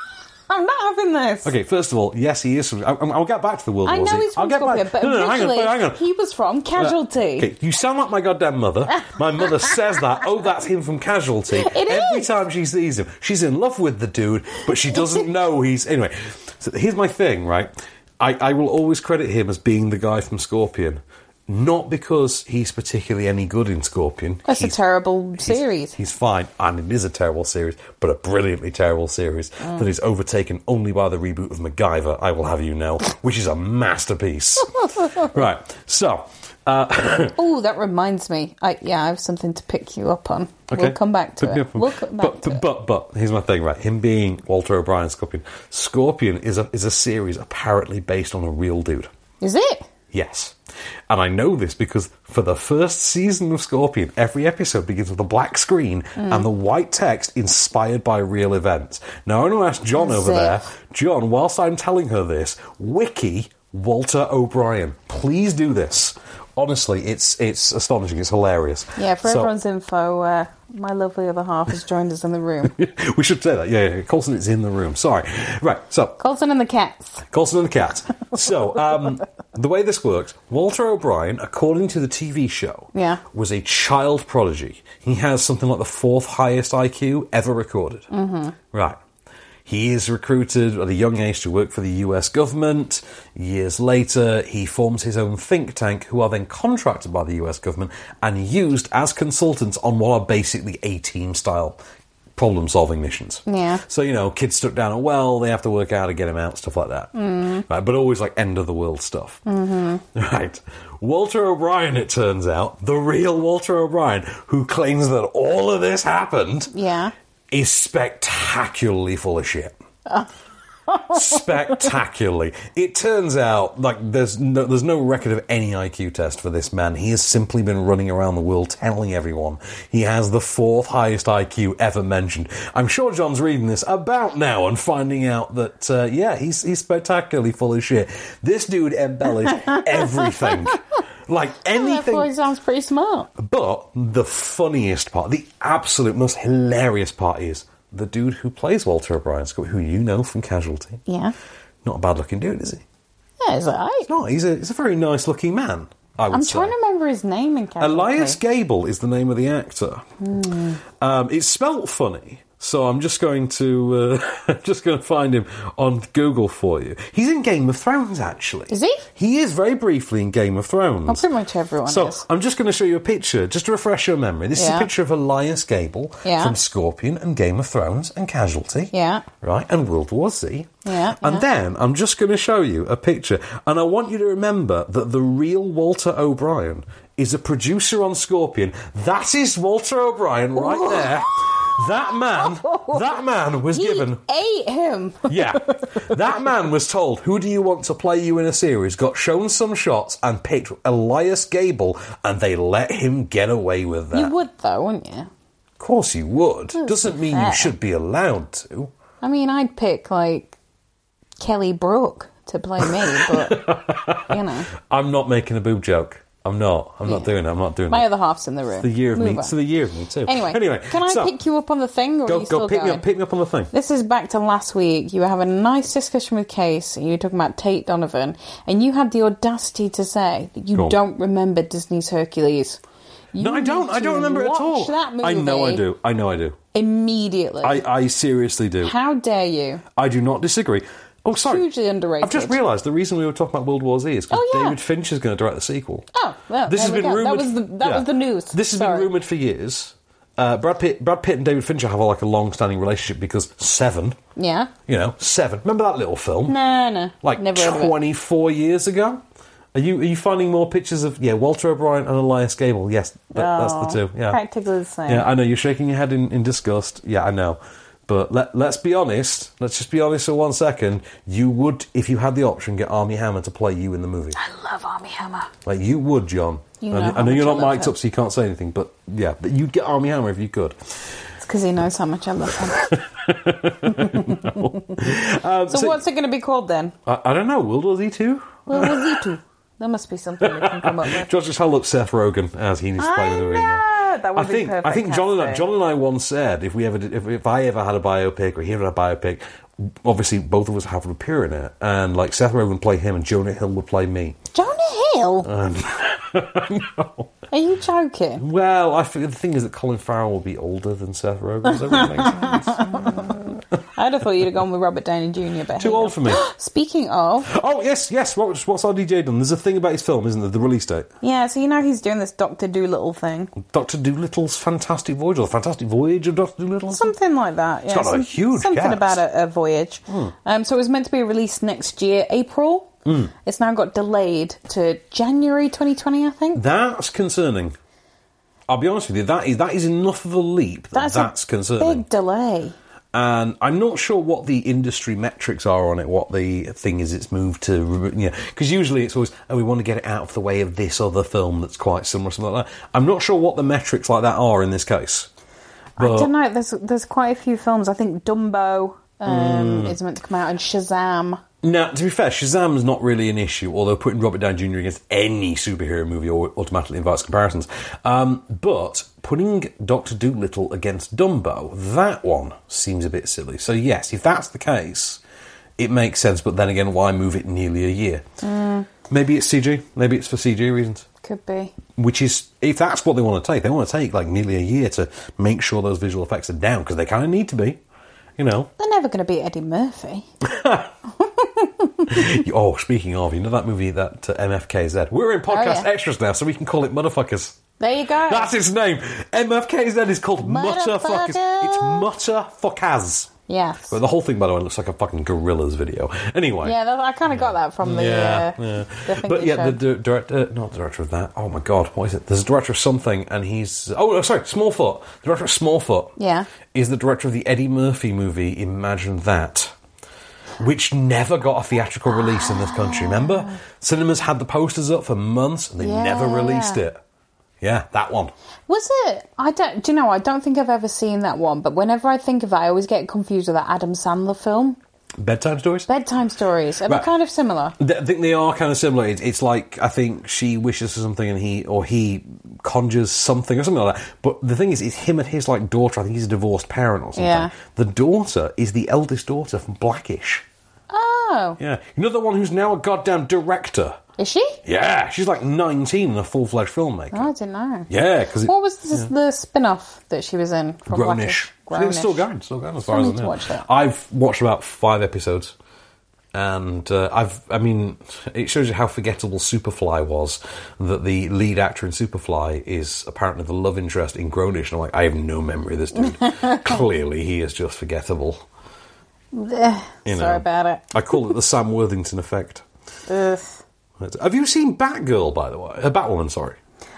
B: I'm not having this.
A: okay, first of all, yes, he is from. I, I'll get back to the World
B: I
A: War Z.
B: know he's
A: I'll
B: from
A: get
B: Scorpion,
A: back.
B: but
A: no, no, hang on,
B: originally
A: hang on. Uh,
B: he was from Casualty.
A: Okay, you sound like my goddamn mother. My mother says that. Oh, that's him from Casualty.
B: It
A: Every time she sees him, she's in love with the dude, but she doesn't know he's. Anyway, so here's my thing, right? I, I will always credit him as being the guy from Scorpion. Not because he's particularly any good in Scorpion.
B: That's a terrible series.
A: He's fine, and it is a terrible series, but a brilliantly terrible series
B: Mm.
A: that is overtaken only by the reboot of MacGyver, I will have you know, which is a masterpiece. right, so. Uh,
B: oh, that reminds me. I, yeah, I have something to pick you up on. We'll come back to
A: Pick me
B: it.
A: up on-
B: We'll come back.
A: but, but, but but here's my thing, right? Him being Walter O'Brien Scorpion. Scorpion is a is a series apparently based on a real dude.
B: Is it?
A: Yes. And I know this because for the first season of Scorpion, every episode begins with a black screen
B: Mm.
A: and the white text inspired by real events. Now, I want to ask John
B: Is
A: over
B: it?
A: there. John, whilst I'm telling her this, wiki Walter O'Brien. Please do this. Honestly, it's it's astonishing. It's hilarious.
B: Yeah, for
A: So-
B: everyone's info, uh, my lovely other half has joined us in the room.
A: we should say that. Yeah, yeah. Colson is in the room. Sorry. Right. So
B: Colton and the cats.
A: Colson and the cat. So um, the way this works, Walter O'Brien, according to the TV show,
B: Yeah.
A: was a child prodigy. He has something like the fourth highest IQ ever recorded.
L: Mm-hmm.
A: Right. He is recruited at a young age to work for the US government. Years later, he forms his own think tank, who are then contracted by the US government and used as consultants on what are basically A team style problem solving missions.
B: Yeah.
A: So, you know, kids stuck down a well, they have to work out how to get him out, stuff like that.
B: Mm.
A: Right, but always like end of the world stuff.
B: Mm-hmm.
A: Right. Walter O'Brien, it turns out, the real Walter O'Brien, who claims that all of this happened
B: Yeah.
A: is spectacularly full of shit. spectacularly. It turns out like there's no, there's no record of any IQ test for this man. He has simply been running around the world telling everyone he has the fourth highest IQ ever mentioned. I'm sure John's reading this about now and finding out that uh, yeah, he's he's spectacularly full of shit. This dude embellished everything. Like anything
B: Therefore, he sounds pretty smart.
A: but the funniest part, the absolute most hilarious part is the dude who plays Walter O'Brien, who you know from Casualty.
B: Yeah.
A: Not a bad looking dude, is he?
B: Yeah, is that right?
A: He's not. He's a, he's a very nice looking man, I would
B: I'm
A: say.
B: trying to remember his name in character.
A: Elias Gable is the name of the actor.
B: Hmm.
A: Um, it's spelt funny, so I'm just going to uh, just going to find him on Google for you. He's in Game of Thrones, actually.
B: Is he?
A: He is very briefly in Game of Thrones.
B: Well, pretty much everyone
A: So
B: is.
A: I'm just going to show you a picture, just to refresh your memory. This is
B: Yeah.
A: a picture of Elias Gable
B: Yeah.
A: from Scorpion and Game of Thrones and Casualty.
B: Yeah.
A: Right, and World War Z.
B: Yeah,
A: And
B: yeah.
A: then I'm just going to show you a picture, and I want you to remember that the real Walter O'Brien is a producer on Scorpion. That is Walter O'Brien right there. That man,
B: Oh.
A: that man was given
B: Ate him.
A: yeah. That man was told, Who do you want to play you in a series? Got shown some shots and picked Elias Gable, and they let him get away with that.
B: You would though, wouldn't you?
A: Of course you would.
B: That's
A: Doesn't mean
B: fair.
A: you should be allowed to.
B: I mean, I'd pick like Kelly Brook to play me, but you know,
A: I'm not making a boob joke. I'm not. I'm not doing it. I'm not doing
B: my
A: it.
B: other half's in the room.
A: It's the year of
B: Move
A: me.
B: on.
A: It's the year of me, too.
B: Anyway,
A: anyway
B: can I
A: so,
B: pick you up on the thing? Or are
A: Go, go,
B: you still
A: pick me,
B: going?
A: up, pick me up on the thing.
B: This is back to last week. You were having a nice discussion with Case, and you were talking about Tate Donovan, and you had the audacity to say that you
A: Go on.
B: don't remember Disney's Hercules. You
A: no, I don't.
B: need
A: I don't
B: to
A: remember it at
B: watch
A: all.
B: That movie
A: I know I do. I know I do.
B: Immediately.
A: I, I seriously do.
B: How dare you?
A: I do not disagree. Oh, sorry.
B: Hugely underrated.
A: I've just realised the reason we were talking about World War Z is because
B: Oh, yeah.
A: David Finch is going to direct the sequel.
B: Oh, well,
A: this
B: there
A: has
B: we
A: been
B: go.
A: rumored.
B: That was the that
A: yeah.
B: was the news.
A: This has
B: Sorry.
A: been rumored for years. Uh, Brad Pitt, Brad Pitt, and David Fincher have like a long-standing relationship because Seven.
B: Yeah.
A: You know, Seven. Remember that little film?
B: No, no.
A: Like
B: Never heard of it.
A: twenty-four years ago. Are you are you finding more pictures of yeah Walter O'Brien and Elias Gable? Yes, that, that's the
B: Oh,
A: two. Yeah,
B: practically the same.
A: Yeah, I know you're shaking your head in, in disgust. Yeah, I know. But let, let's be honest. Let's just be honest for one second. You would, if you had the option, get Army Hammer to play you in the movie.
B: Love Army Hammer.
A: Like you would, John.
B: You
A: I,
B: know
A: I
B: how
A: know you're
B: much
A: not
B: I love
A: mic'd
B: him.
A: up, so you can't say anything. But yeah, but you'd get Army Hammer if you could.
B: It's because he knows how much I love him.
A: Um,
B: so, what's it going to be called then?
A: I, I don't know. World War Z two.
B: Well, Wazito. There must be something we can come up with.
A: George just held up Seth Rogen as he needs to play with the ring.
B: Ah, that would
A: I
B: be
A: think
B: perfect.
A: I think John and I,
B: casting.
A: John and I once said if we ever did, if, if I ever had a biopic or he ever had a biopic, obviously both of us have to appear in it, and like Seth Rogen would play him and Jonah Hill would play me.
B: Jonah Hill?
A: Um,
B: Are you joking?
A: well, I think the thing is that Colin Farrell will be older than Seth Rogen. So that makes sense.
B: I'd have thought you'd have gone with Robert Downey Jr. But
A: Too
B: hey,
A: old for me.
B: Speaking of,
A: Oh yes, yes. What, what's our DJ done? There's a thing about his film, isn't there? The release date.
B: yeah, so you know he's doing this Doctor Doolittle thing,
A: Doctor Doolittle's Fantastic Voyage, or the Fantastic Voyage of Doctor Doolittle.
B: something like that. Yeah,
A: got a
B: some-
A: huge
B: something
A: cast.
B: about a, a voyage.
A: Hmm.
B: Um, so it was meant to be released next year, April.
A: Mm.
B: It's now got delayed to January 2020, I think.
A: That's concerning. I'll be honest with you. That is that is enough of a leap. That that's,
B: a
A: concerning.
B: Big delay.
A: and I'm not sure what the industry metrics are on it. What the thing is, it's moved to, you know, because usually it's always, oh, we want to get it out of the way of this other film that's quite similar, something like that. I'm not sure what the metrics like that are in this case.
B: I
A: But-
B: don't know. There's there's quite a few films. I think Dumbo um,
A: Mm.
B: is meant to come out and Shazam.
A: Now, to be fair, Shazam's not really an issue, although putting Robert Downey Jr. against any superhero movie au- automatically invites comparisons. Um, but putting Doctor Doolittle against Dumbo, that one seems a bit silly. So, yes, if that's the case, it makes sense, but then again, why move it nearly a year?
B: Mm,
A: Maybe it's CG, maybe it's for CG reasons.
B: could be.
A: Which is, if that's what they want to take, they want to take like nearly a year to make sure those visual effects are down, because they kind of need to be. You know,
B: They're never going to be Eddie Murphy.
A: You- oh, speaking of, you know that movie that uh, MFKZ. We're in podcast
B: Oh, yeah.
A: extras now, so we can call it motherfuckers.
B: There you go.
A: That's its name. MFKZ is called mutterfuckers. It's mutterfuckers.
B: Yeah.
A: But the whole thing, by the way, looks like a fucking gorillas video. Anyway.
B: Yeah, that, I kind of got that from the.
A: yeah,
B: uh,
A: yeah.
B: the thing
A: but
B: you
A: yeah, the
B: showed.
A: di- director, not the director of that. Oh my god, what is it? There's a director of something, and he's oh no, sorry, Smallfoot. The director of Smallfoot
B: yeah.
A: is the director of the Eddie Murphy movie. Imagine that. which never got a theatrical release in this country. Remember, cinemas had the posters up for months and they never
B: Ah. Yeah.
A: released it. Yeah, that one.
B: Was it? I don't. Do you know? I don't think I've ever seen that one. But whenever I think of it, I always get confused with that Adam Sandler film,
A: Bedtime stories.
B: Bedtime Stories. Are they
A: Right.
B: kind of similar?
A: Th- I think they are kind of similar. It's, it's like I think she wishes for something and he or he conjures something or something like that. But the thing is, it's him and his like daughter. I think he's a divorced parent or something.
B: Yeah.
A: The daughter is the eldest daughter from Blackish.
B: Oh,
A: Yeah, you know the one who's now a goddamn director.
B: is she?
A: Yeah, she's like nineteen and a full fledged filmmaker.
B: Oh, I didn't know.
A: Yeah, because
B: What was this, the spin-off that she was in? from
A: Grownish.
B: Blackish?
A: It was still
B: Grownish.
A: going, still going as
B: Still
A: far as I
B: need to
A: know.
B: watch that.
A: I've watched about five episodes, and uh, I've, I mean, it shows you how forgettable Superfly was. That the lead actor in Superfly is apparently the love interest in Grownish, and I'm like, I have no memory of this dude. Clearly, he is just forgettable.
B: Bleh.
A: You know.
B: Sorry about it.
A: I call it the Sam Worthington effect.
B: Ugh.
A: That's- Have you seen Batgirl, by the way? Uh, Batwoman, sorry.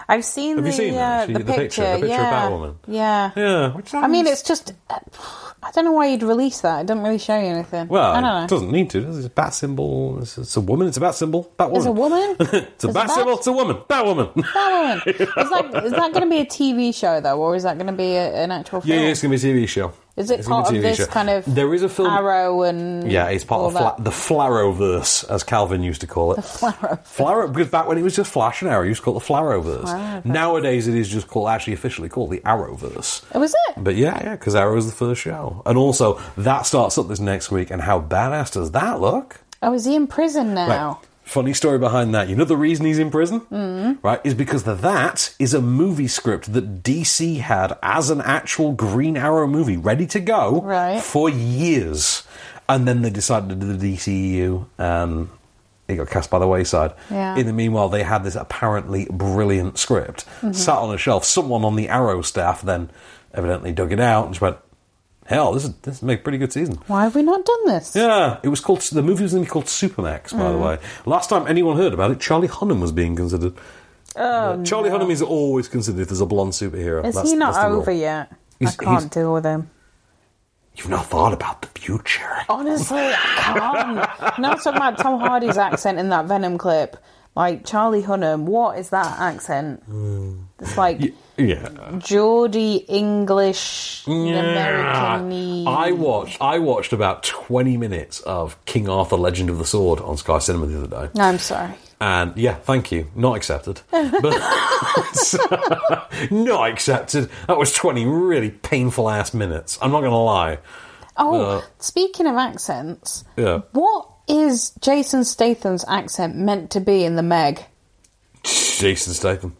B: I've seen
A: Have
B: the
A: you seen that?
B: uh,
A: She-
B: the,
A: the
B: picture,
A: picture- the picture of
B: yeah.
A: Batwoman.
B: Yeah,
A: Yeah, which
B: I mean, it's just I don't know why you'd release that. It doesn't really show you anything.
A: Well,
B: I don't know.
A: it doesn't need to. does it? It's a bat symbol. It's, it's a woman. It's a bat symbol. Bat
B: It's a
A: woman.
B: woman.
A: It's a
B: It's a
A: bat
B: bat?
A: symbol. It's a woman. Bat woman.
B: Batwoman. Is that is that going to be a TV show though, or is that going to be a, an actual
A: Yeah,
B: film?
A: yeah, it's gonna be a TV show.
B: Is it
A: It's gonna
B: part
A: be
B: of
A: a TV
B: this
A: show.
B: kind of
A: There is a film.
B: Arrow and
A: Yeah, it's part
B: all
A: of fla-
B: that?
A: the Flaroverse, as Calvin used to call it. The
B: Flarrow.
A: Flaro, because back when it was just Flash and Arrow, you used to call it the Flaroverse.
B: Flarroverse.
A: Nowadays, it is just called, actually officially called the Arrowverse.
B: Oh, was it?
A: But yeah, yeah, because Arrow is the first show, and also that starts up this next week. And how badass does that look?
B: Oh, is he in prison
A: Right.
B: now?
A: Funny story behind that. You know the reason he's in prison?
B: Mm.
A: right, is because the that is a movie script that DC had as an actual Green Arrow movie ready to go
B: Right.
A: for years. And then they decided to do the DCEU and um, it got cast by the wayside.
L: Yeah.
A: In the meanwhile, they had this apparently brilliant script
B: Mm-hmm.
L: Mhm.
A: sat on a shelf. Someone on the Arrow staff then evidently dug it out and just went, hell, this, is, this make a pretty good season.
B: Why have we not done this?
A: Yeah, it was called. The movie was going to be called Supermax, by the
B: Mm.
A: way. Last time anyone heard about it, Charlie Hunnam was being considered.
B: Oh,
A: Uh, Charlie
B: no.
A: Hunnam is always considered if there's a blonde superhero.
B: Is
A: That's-
B: he not
A: that's the rule.
B: over yet?
A: He's-
B: I can't
A: he's-
B: deal with him.
A: You've not thought about the future.
B: Honestly, I can't. now I'm talking about Tom Hardy's accent in that Venom clip. Like Charlie Hunnam, what is that accent?
A: Mm.
B: It's like
A: Yeah.
B: Geordie English American.
A: I watched. I watched about twenty minutes of King Arthur: Legend of the Sword on Sky Cinema the other day,
B: No, I'm sorry.
A: and yeah, thank you. Not accepted. Not accepted. That was twenty really painful ass minutes. I'm not going to lie.
B: oh,
A: Uh,
B: speaking of accents,
A: yeah.
B: what is Jason Statham's accent meant to be in the Meg?
A: Jason Statham.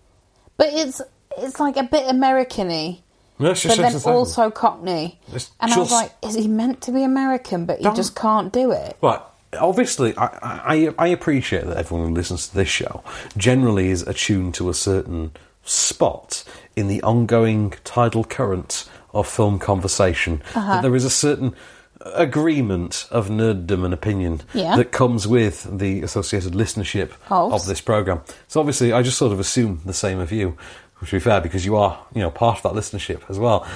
B: But it's it's like a bit American-y,
A: No,
B: but
A: it's just
B: then
A: Jason Statham.
B: also Cockney.
A: It's
B: And I was
A: just-
B: like, is he meant to be American? But he
A: Don't-
B: just can't do it.
A: But obviously, I, I, I appreciate that everyone who listens to this show generally is attuned to a certain spot in the ongoing tidal current of film conversation.
L: Uh-huh.
A: That there is a certain agreement of nerddom and opinion
L: Yeah.
A: that comes with the associated listenership
L: Of.
A: of this program. So obviously, I just sort of assume the same of you, which would be fair because you are, you know, part of that listenership as well.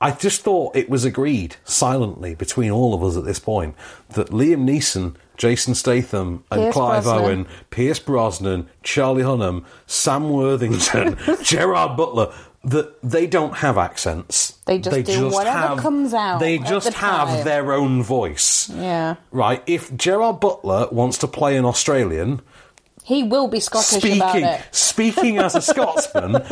A: I just thought it was agreed silently between all of us at this point that Liam Neeson, Jason Statham, and
L: Pierce
A: Clive
L: Brosnan.
A: Owen, Pierce Brosnan, Charlie Hunnam, Sam Worthington, Gerard Butler, that they don't have accents.
B: They just do whatever
A: have-
B: comes out
A: They
B: at
A: just
B: the time.
A: have their own voice.
B: Yeah.
A: Right, if Gerard Butler wants to play an Australian,
B: He will be Scottish about
A: speaking
B: it.
A: speaking as a Scotsman,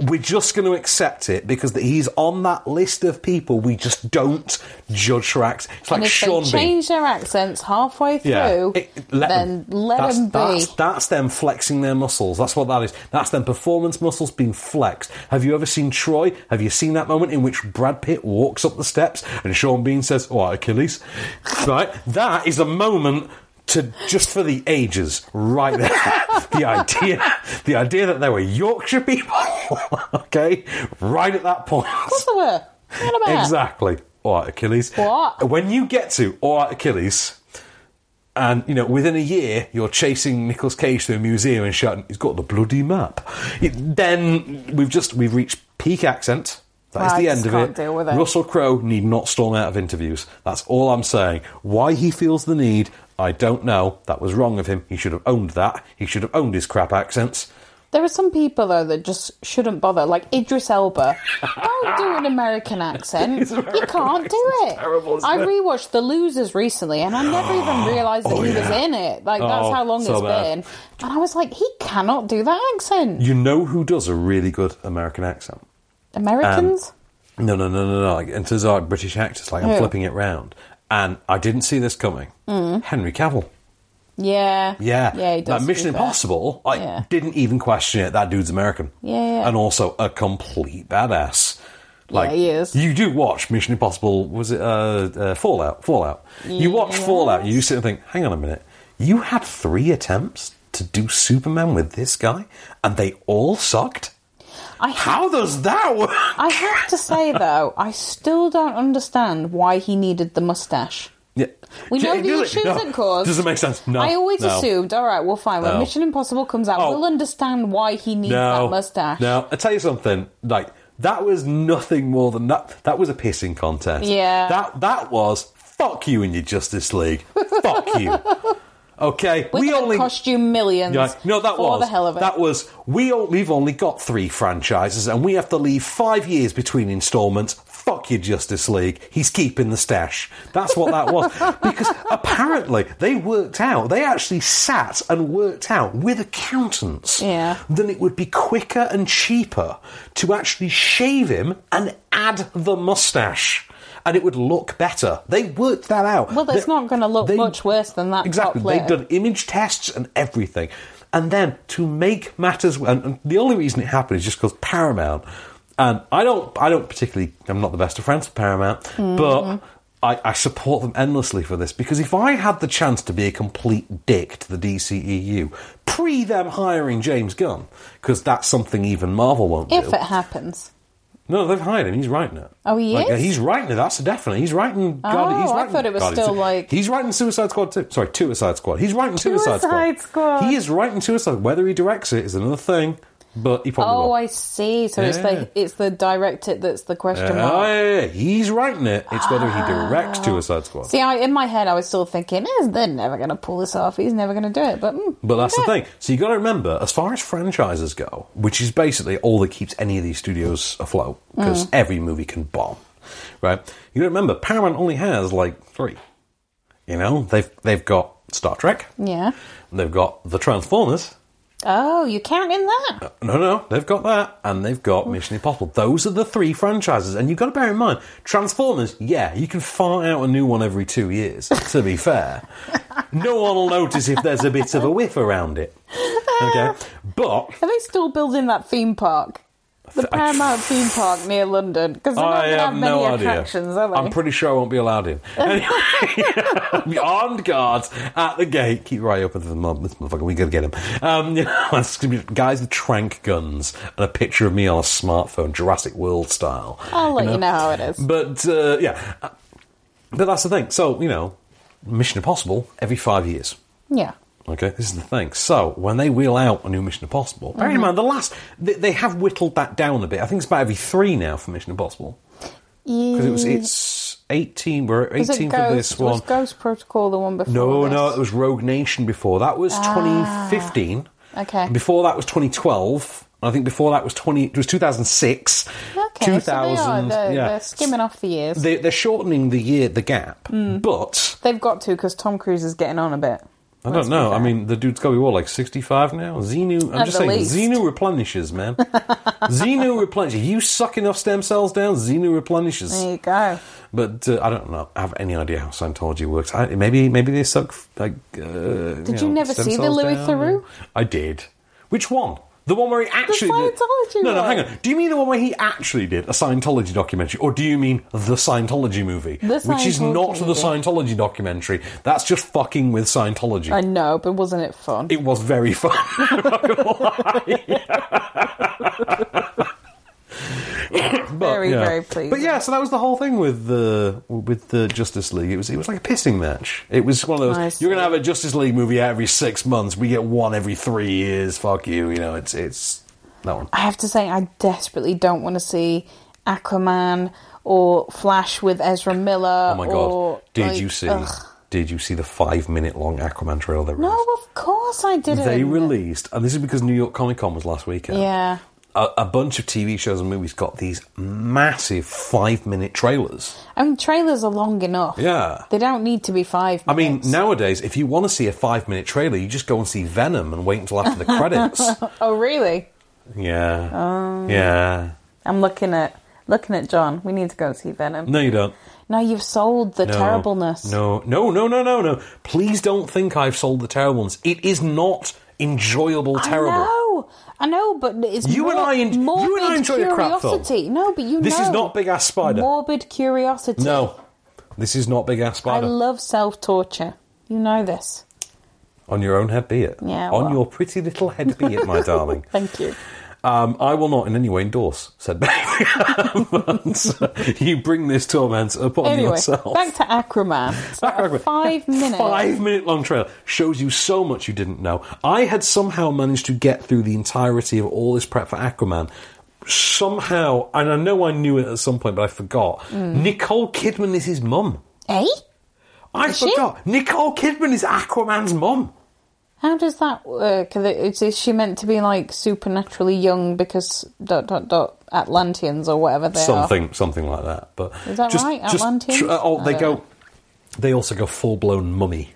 A: we're just going to accept it because he's on that list of people we just don't judge for acts. It's like
B: and if
A: Sean
B: they
A: Bean.
B: change their accents halfway through,
A: It- it- let
B: then
A: them.
B: let
A: that's,
B: them be.
A: That's, that's them flexing their muscles. That's what that is. That's them performance muscles being flexed. Have you ever seen Troy? Have you seen that moment in which Brad Pitt walks up the steps and Sean Bean says, "Oh, Achilles," right? That is a moment. To just for the ages, right there. the idea, the idea that there were Yorkshire people, okay, right at that point. Of course
B: they were. What about?
A: Exactly. All right, Achilles.
B: What?
A: When you get to All right, Achilles, and you know, within a year, you're chasing Nicolas Cage through a museum and shouting, "He's got the bloody map." It- then we've just we've reached peak accent. That is
B: I
A: the
B: just
A: end of
B: can't
A: it.
B: deal with it.
A: Russell Crowe need not storm out of interviews. That's all I'm saying. Why he feels the need, I don't know. That was wrong of him. He should have owned that. He should have owned his crap accents.
B: There are some people though that just shouldn't bother, like Idris Elba. Don't do an American accent.
L: His
B: you can't do it.
L: terrible, isn't
B: I
L: it?
B: rewatched The Losers recently, and I never even realised that
A: Oh,
B: he was
A: yeah.
B: in it. Like that's
A: Oh,
B: how long
A: so
B: it's
A: bad.
B: been, and I was like, he cannot do that accent.
A: You know who does a really good American accent?
B: Americans.
A: Um, no, no, no, no, no. Like, and those are British actors. Like I'm
B: Who?
A: flipping it round, and I didn't see this coming.
B: Mm.
A: Henry Cavill.
B: Yeah.
A: Yeah,
B: Yeah. He does,
A: That
B: to
A: Mission
B: be fair.
A: Impossible, I
B: Yeah.
A: didn't even question it. That dude's American.
B: Yeah, yeah.
A: And also a complete badass.
B: Yeah, he is.
A: You do watch Mission Impossible, was it uh, uh, Fallout? Fallout. You watch Fallout, you sit and think, hang on a minute. You had three attempts to do Superman with this guy, and they all sucked?
B: I
A: How does that work?
B: I have to say though, I still don't understand why he needed the mustache.
A: Yeah.
B: We know
A: Yeah,
B: the
A: does it-
B: issues
A: no.
B: it caused.
A: Doesn't make sense. No.
B: I always
A: No.
B: assumed, all right, well, fine. When
A: No.
B: Mission Impossible comes out,
A: Oh.
B: we'll understand why he needs that mustache.
A: No, I tell you something. Like that was nothing more than that. That was a pissing contest.
B: Yeah.
A: That that was fuck you and your Justice League. fuck you. Okay,
B: We're
A: we
B: gonna
A: only
B: cost you millions.
A: yeah, no, that
B: for
A: was
B: the hell of it.
A: That was we. o- We've only got three franchises, and we have to leave five years between installments. Fuck your Justice League. He's keeping the stash. That's what that was. because apparently they worked out. They actually sat and worked out with accountants.
B: Yeah.
A: Then it would be quicker and cheaper to actually shave him and add the mustache. And it would look better. They worked that out.
B: well, it's
A: They-
B: not going to look
A: they-
B: much worse than that.
A: Exactly.
B: top lip.
A: They've done image tests and everything. And then to make matters, and, and the only reason it happened is just because Paramount. And I don't, I don't particularly, I'm not the best of friends with Paramount,
L: Mhm.
A: but I, I support them endlessly for this because if I had the chance to be a complete dick to the DCEU pre them hiring James Gunn, because that's something even Marvel won't
B: If
A: do.
B: it happens.
A: No, they've hired him. He's writing it.
B: Oh, he
A: Like,
B: is?
A: He's writing it. That's a definite. He's writing.
B: Oh,
A: God, he's
B: I
A: writing,
B: thought it was
A: God, he's-
B: still like-
A: he's writing Suicide Squad too. Sorry, Suicide Squad. He's writing Suicide,
B: Suicide Squad.
A: He is writing Suicide. Whether he directs it is another thing, but he probably
B: oh,
A: will.
B: I see. So it's
A: Yeah.
B: the it's the direct it that's the question
A: Yeah,
B: mark.
A: yeah, yeah. he's writing it. It's whether he
B: Ah.
A: directs Suicide Squad.
B: See, I, in my head, I was still thinking, eh, they're never going to pull this off. He's never going to do it. But mm,
A: But that's the thing. So you got to remember, as far as franchises go, which is basically all that keeps any of these studios afloat, because
L: Mm.
A: every movie can bomb, right? You got to remember, Paramount only has like three. You know, they've they've got Star Trek,
B: yeah.
A: they've got the Transformers.
B: Oh, you counting that?
A: No, no, they've got that, and they've got Mission Impossible. Those are the three franchises, and you've got to bear in mind, Transformers. Yeah, you can fart out a new one every two years. To be fair, no one will notice if there's a bit of a whiff around it. Okay, but
B: Are they still building that theme park? The Paramount theme park near London? Because they're not
A: I
B: going to have
A: have
B: many
A: no idea.
B: attractions, are they?
A: I'm pretty sure I won't be allowed in. Anyway, armed guards at the gate. Keep your eye open for the mob. This motherfucker, we gotta get him. Um, you know, it's gonna be guys with trank guns and a picture of me on a smartphone, Jurassic World style.
B: I'll let you know how it is.
A: But uh, yeah, but that's the thing. So you know, Mission Impossible every five years.
B: yeah.
A: Okay, this is the thing. So when they wheel out a new Mission Impossible, bear in
B: Mhm.
A: mind the last they, they have whittled that down a bit. I think it's about every three now for Mission Impossible because it was it's eighteen. We're at
B: Mm. Was it
A: eighteen for
B: Ghost-
A: this one.
B: Was Ghost Protocol the one before?
A: No,
B: this?
A: no, it was Rogue Nation before. That was
B: Ah.
A: 2015.
B: Okay.
A: Before that was 2012. And I think before that was 20. It was 2006.
B: Okay, so they are,
A: 2000.
B: they're,
A: yeah.
B: they're skimming off the years.
A: They, they're shortening the year, the gap.
B: Mm.
A: But
B: They've got to because Tom Cruise is getting on a bit.
A: I don't know. I mean, the dude's got to be what, like 65 now? Xenu. I'm
B: At
A: just
B: the
A: saying,
B: least.
A: Xenu replenishes, man. Xenu replenishes. You suck enough stem cells down, Xenu replenishes.
B: There you go.
A: But uh, I don't know. I have any idea how Scientology works. I, maybe maybe they suck like. Uh,
B: Did you never
A: stem
B: see the
A: cells
B: Louis
A: down.
B: Theroux?
A: I did. Which one? The one where he actually
B: Scientology
A: did. No, no,
B: one.
A: hang on. Do you mean the one where he actually did a Scientology documentary, or do you mean the Scientology movie,
B: The
A: which is
B: Scientology
A: not the
B: movie.
A: Scientology documentary? That's just fucking with Scientology.
B: I know, but wasn't it fun?
A: It was very fun. I'm not gonna lie. But,
B: Very,
A: yeah.
B: very pleased.
A: But yeah, so that was the whole thing with the with the Justice League. It was it was like a pissing match. It was one of
B: I
A: those. You're gonna have a Justice League movie out every six months. We get one every three years. Fuck you. You know, it's it's that one.
B: I have to say, I desperately don't want to see Aquaman or Flash with Ezra Miller.
A: Oh my
B: Uh, or,
A: god! Did
B: like,
A: you see?
B: ugh.
A: Did you see the five-minute-long Aquaman trailer they
B: No,
A: released?
B: of course I didn't.
A: they released, and this is because New York Comic Con was last weekend.
B: Yeah.
A: A, a bunch of TV shows and movies got these massive five-minute trailers.
B: I mean, trailers are long enough.
A: Yeah.
B: They don't need to be five.
A: I mean, nowadays, if you want to see a five-minute trailer, you just go and see Venom and wait until after the credits.
B: oh, really?
A: yeah.
B: Oh.
A: Yeah.
B: I'm looking at looking at John. We need to go see Venom.
A: No, you don't.
B: Now you've sold the
A: no,
B: terribleness.
A: No, no, no, no, no, no. Please don't think I've sold the terribleness. It is not enjoyable terrible.
B: I know, I know, but it's
A: You
B: mor-
A: and I en-
B: morbid
A: you and I enjoy a crap film.
B: curiosity. No, but you
A: This
B: know
A: is not Big Ass Spider.
B: Morbid curiosity.
A: No. This is not Big Ass
B: I
A: Spider.
B: love self torture. You know this.
A: On your own head be it.
B: Yeah,
A: On
B: well.
A: your pretty little head be it, my darling.
B: Thank you.
A: Um, I will not in any way endorse said but you bring this torment uh, upon
B: anyway,
A: yourself.
B: back to Aquaman. It's like a five minutes.
A: Five minute long trailer shows you so much you didn't know. I had somehow managed to get through the entirety of all this prep for Aquaman. Somehow, and I know I knew it at some point, but I forgot.
B: Hmm.
L: Mm.
A: Nicole Kidman is his mum.
B: Eh?
A: I
B: Is she?
A: forgot. Nicole Kidman is Aquaman's mum.
B: How does that work? Are they- Is is she meant to be like supernaturally young because dot dot dot Atlanteans or whatever they
A: something, something like that. But
B: Is that
A: just,
B: right?
A: just
B: Atlanteans?
A: tr- uh, oh,
B: I
A: they
B: don't
A: go.
B: know.
A: They also go full blown mummy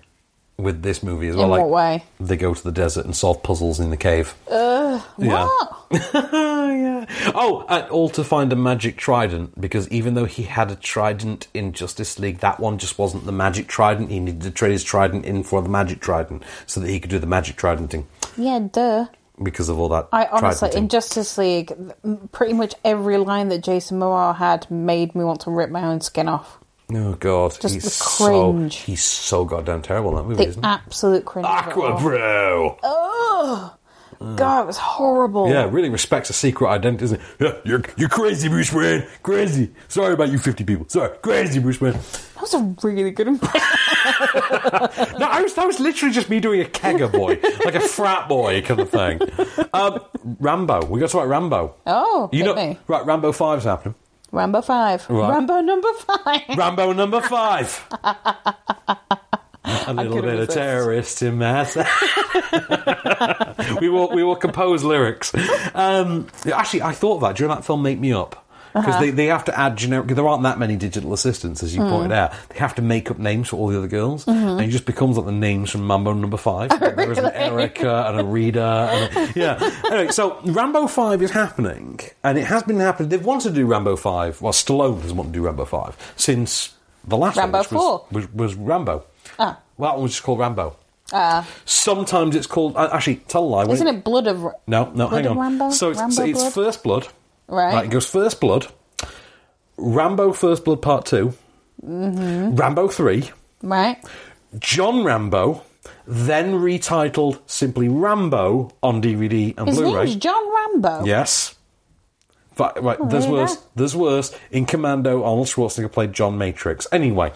A: with this movie as
B: are.
A: well.
B: In
A: like
B: what way?
A: they go to the desert and solve puzzles in the cave.
B: Ugh,
A: Yeah.
B: what?
A: yeah. Oh, and all to find a magic trident because even though he had a trident in Justice League, that one just wasn't the magic trident. He needed to trade his trident in for the magic trident so that he could do the magic tridenting
B: Yeah, duh.
A: because of all that.
B: I honestly,
A: tridenting.
B: in Justice League, m- pretty much every line that Jason Momoa had made me want to rip my own skin off.
A: Oh God,
B: Just
A: he's
B: the
A: so he's so goddamn terrible in that movie,
B: The
A: isn't he?
B: absolute cringe.
A: Aqua bro.
B: Oh, God, it was horrible.
A: Yeah, really respects a secret identity, doesn't it? Yeah, you're you're crazy, Bruce Wayne. Crazy. Sorry about you, fifty people. Sorry, crazy, Bruce Wayne.
B: That was a really good impression.
A: No, I was that was literally just me doing a kegger boy, like a frat boy kind of thing. Um, Rambo. We got to write Rambo.
B: Oh,
A: you
B: hit
A: know,
B: me.
A: right? Rambo five's happening.
B: Rambo 5.
A: Right.
B: Rambo number 5.
A: Rambo number five. A little
B: couldn't
A: bit of
B: resist.
A: terrorist in mass. we will we will compose lyrics. Um, actually, I thought that during that film, Make Me Up. Because
L: Uh-huh.
A: they, they have to add generic. There aren't that many digital assistants, as you
B: Hmm.
L: Mm.
A: pointed out. They have to make up names for all the other girls,
B: Mm-hmm.
L: Mhm.
A: and it just becomes like the names from Mambo Number Five. Like, There is an
L: Really?
A: Erica and a Rita. And a, yeah. anyway, so Rambo Five is happening, and it has been happening. They've wanted to do Rambo Five. Well, Stallone has wanted to do Rambo Five since the last one,
B: Rambo
A: which
B: Four.
A: was, was was Rambo.
B: Ah.
A: Well, that one was just called Rambo.
B: Uh,
A: Sometimes it's called. uh, Actually, tell a lie. when
B: isn't it Blood of. Ra-
A: No, no,
B: Blood
A: hang
B: of
A: on.
B: Rambo?
A: So it's,
B: Rambo
A: so it's
B: Blood?
A: First Blood.
B: Right.
A: Right, it goes First Blood, Rambo First Blood Part 2,
B: hmm
A: Rambo 3,
B: Right?
A: John Rambo, then retitled simply Rambo on DVD and
B: His
A: Blu
B: name's
A: ray.
B: John Rambo.
A: Yes. But, right,
B: Oh,
A: there's
B: there you
A: worse.
B: go.
A: There's worse. In Commando, Arnold Schwarzenegger played John Matrix. Anyway,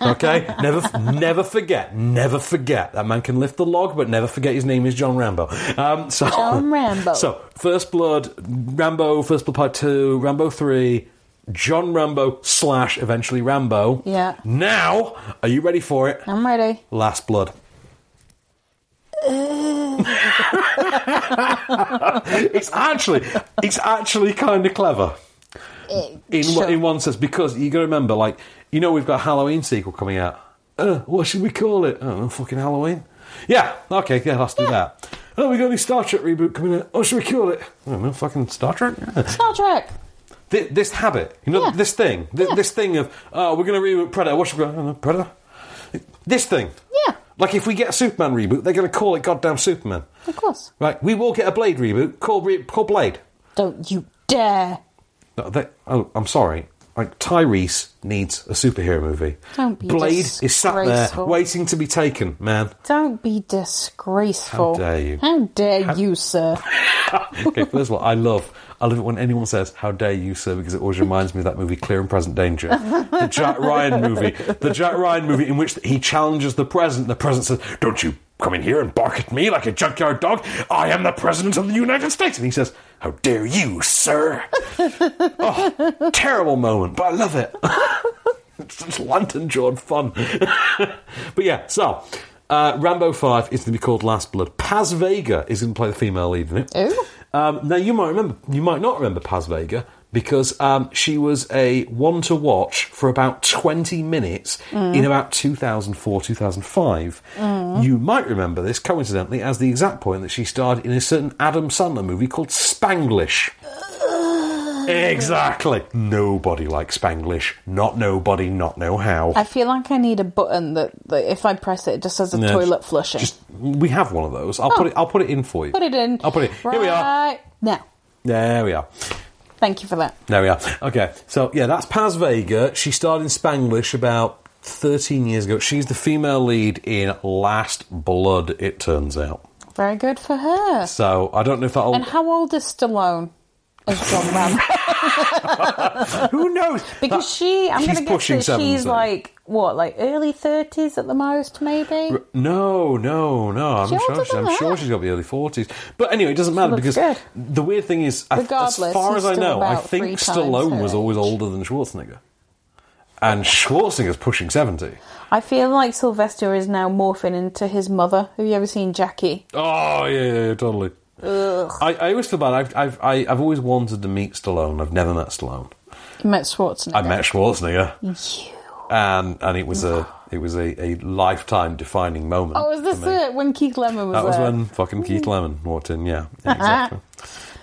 A: okay. Never, never forget. Never forget that man can lift the log, but never forget his name is John Rambo. Um, so,
B: John Rambo.
A: So, First Blood, Rambo, First Blood Part Two, Rambo Three, John Rambo slash eventually Rambo.
B: Yeah.
A: Now, are you ready for it?
B: I'm ready.
A: Last Blood. it's actually it's actually kind of clever in one- in one sense because you got to remember, like you know, we've got a Halloween sequel coming out. Uh, what should we call it? I don't know, fucking Halloween. Yeah, okay, yeah, let's do that. Oh, we got a new Star Trek reboot coming out. What should we call it? I don't know, fucking Star Trek. Yeah.
B: Star Trek.
A: Thi- this habit, you know, this thing, Thi- this thing of oh, we're going to reboot Predator. What should we? I don't know, Predator. This thing.
B: Yeah.
A: Like if we get a Superman reboot, they're going to call it goddamn Superman.
B: Of course.
A: Right, we will get a Blade reboot. Call, re- call Blade.
B: Don't you dare.
A: No, they, oh, I'm sorry. Like Tyrese needs a superhero movie.
B: Don't be
A: Blade is sat there
B: disgraceful.
A: waiting to be taken, man.
B: Don't be disgraceful.
A: How dare you.
B: How dare you, sir?
A: okay, first of all, I love I love it when anyone says "How dare you, sir?" because it always reminds me of that movie Clear and Present Danger, the Jack Ryan movie, the Jack Ryan movie in which he challenges the present. The present says, "Don't you come in here and bark at me like a junkyard dog. I am the President of the United States. And he says, How dare you, sir? oh, terrible moment, but I love it. it's just lantern jawed fun. but yeah, so. Uh, Rambo 5 is to be called Last Blood. Paz Vega is going to play the female lead in it.
B: Ooh.
A: Um, now, you might remember, you might not remember Paz Vega because um, she was a one to watch for about 20 minutes
B: Mm.
A: in about 2004, 2005.
B: Mm.
A: You might remember this, coincidentally, as the exact point that she starred in a certain Adam Sandler movie called Spanglish. exactly. Nobody likes Spanglish. Not nobody, not know how.
B: I feel like I need a button that, that if I press it, it just says a
A: No,
B: toilet flushing.
A: Just, we have one of those. I'll
B: Oh.
A: put it. I'll put it in for you.
B: put it in.
A: I'll put it.
B: Right
A: Here we are.
B: Now,
A: There we are.
B: thank you for that.
A: There we are. Okay, so yeah, that's Paz Vega. She starred in Spanglish about 13 years ago. She's the female lead in Last Blood, it turns out.
B: Very good for her.
A: So I don't know if that'll.
B: And how old is Stallone as John Rambo?
A: Who knows?
B: Because she, I'm
A: he's
B: going to guess
A: pushing
B: that
A: 70.
B: she's like what, like early 30s at the most, maybe.
A: R- No, no, no. I'm
B: She
A: sure.
B: older
A: She, I'm
B: than
A: sure
B: that.
A: she's got the early forties. But anyway, it doesn't
B: She
A: matter
B: looks
A: because
B: good.
A: the weird thing is, I- as
B: Regardless,
A: far as
B: he's
A: I
B: still
A: know, I
B: about three
A: think
B: times
A: Stallone
B: her
A: was always older than Schwarzenegger, and Schwarzenegger's pushing seventy.
B: I feel like Sylvester is now morphing into his mother. Have you ever seen Jackie?
A: Oh yeah, yeah, yeah totally.
B: Ugh.
A: I, I always feel bad. I've, I've, I, I've always wanted to meet Stallone. I've never met Stallone.
B: You met Schwarzenegger.
A: I met Schwarzenegger,
B: You.
A: and and it was a it was a, a lifetime defining moment.
B: Oh, is this
A: for me.
B: it? When Keith Lemon was
A: That was
B: there?
A: when fucking Keith Lemon walked in. Yeah, exactly.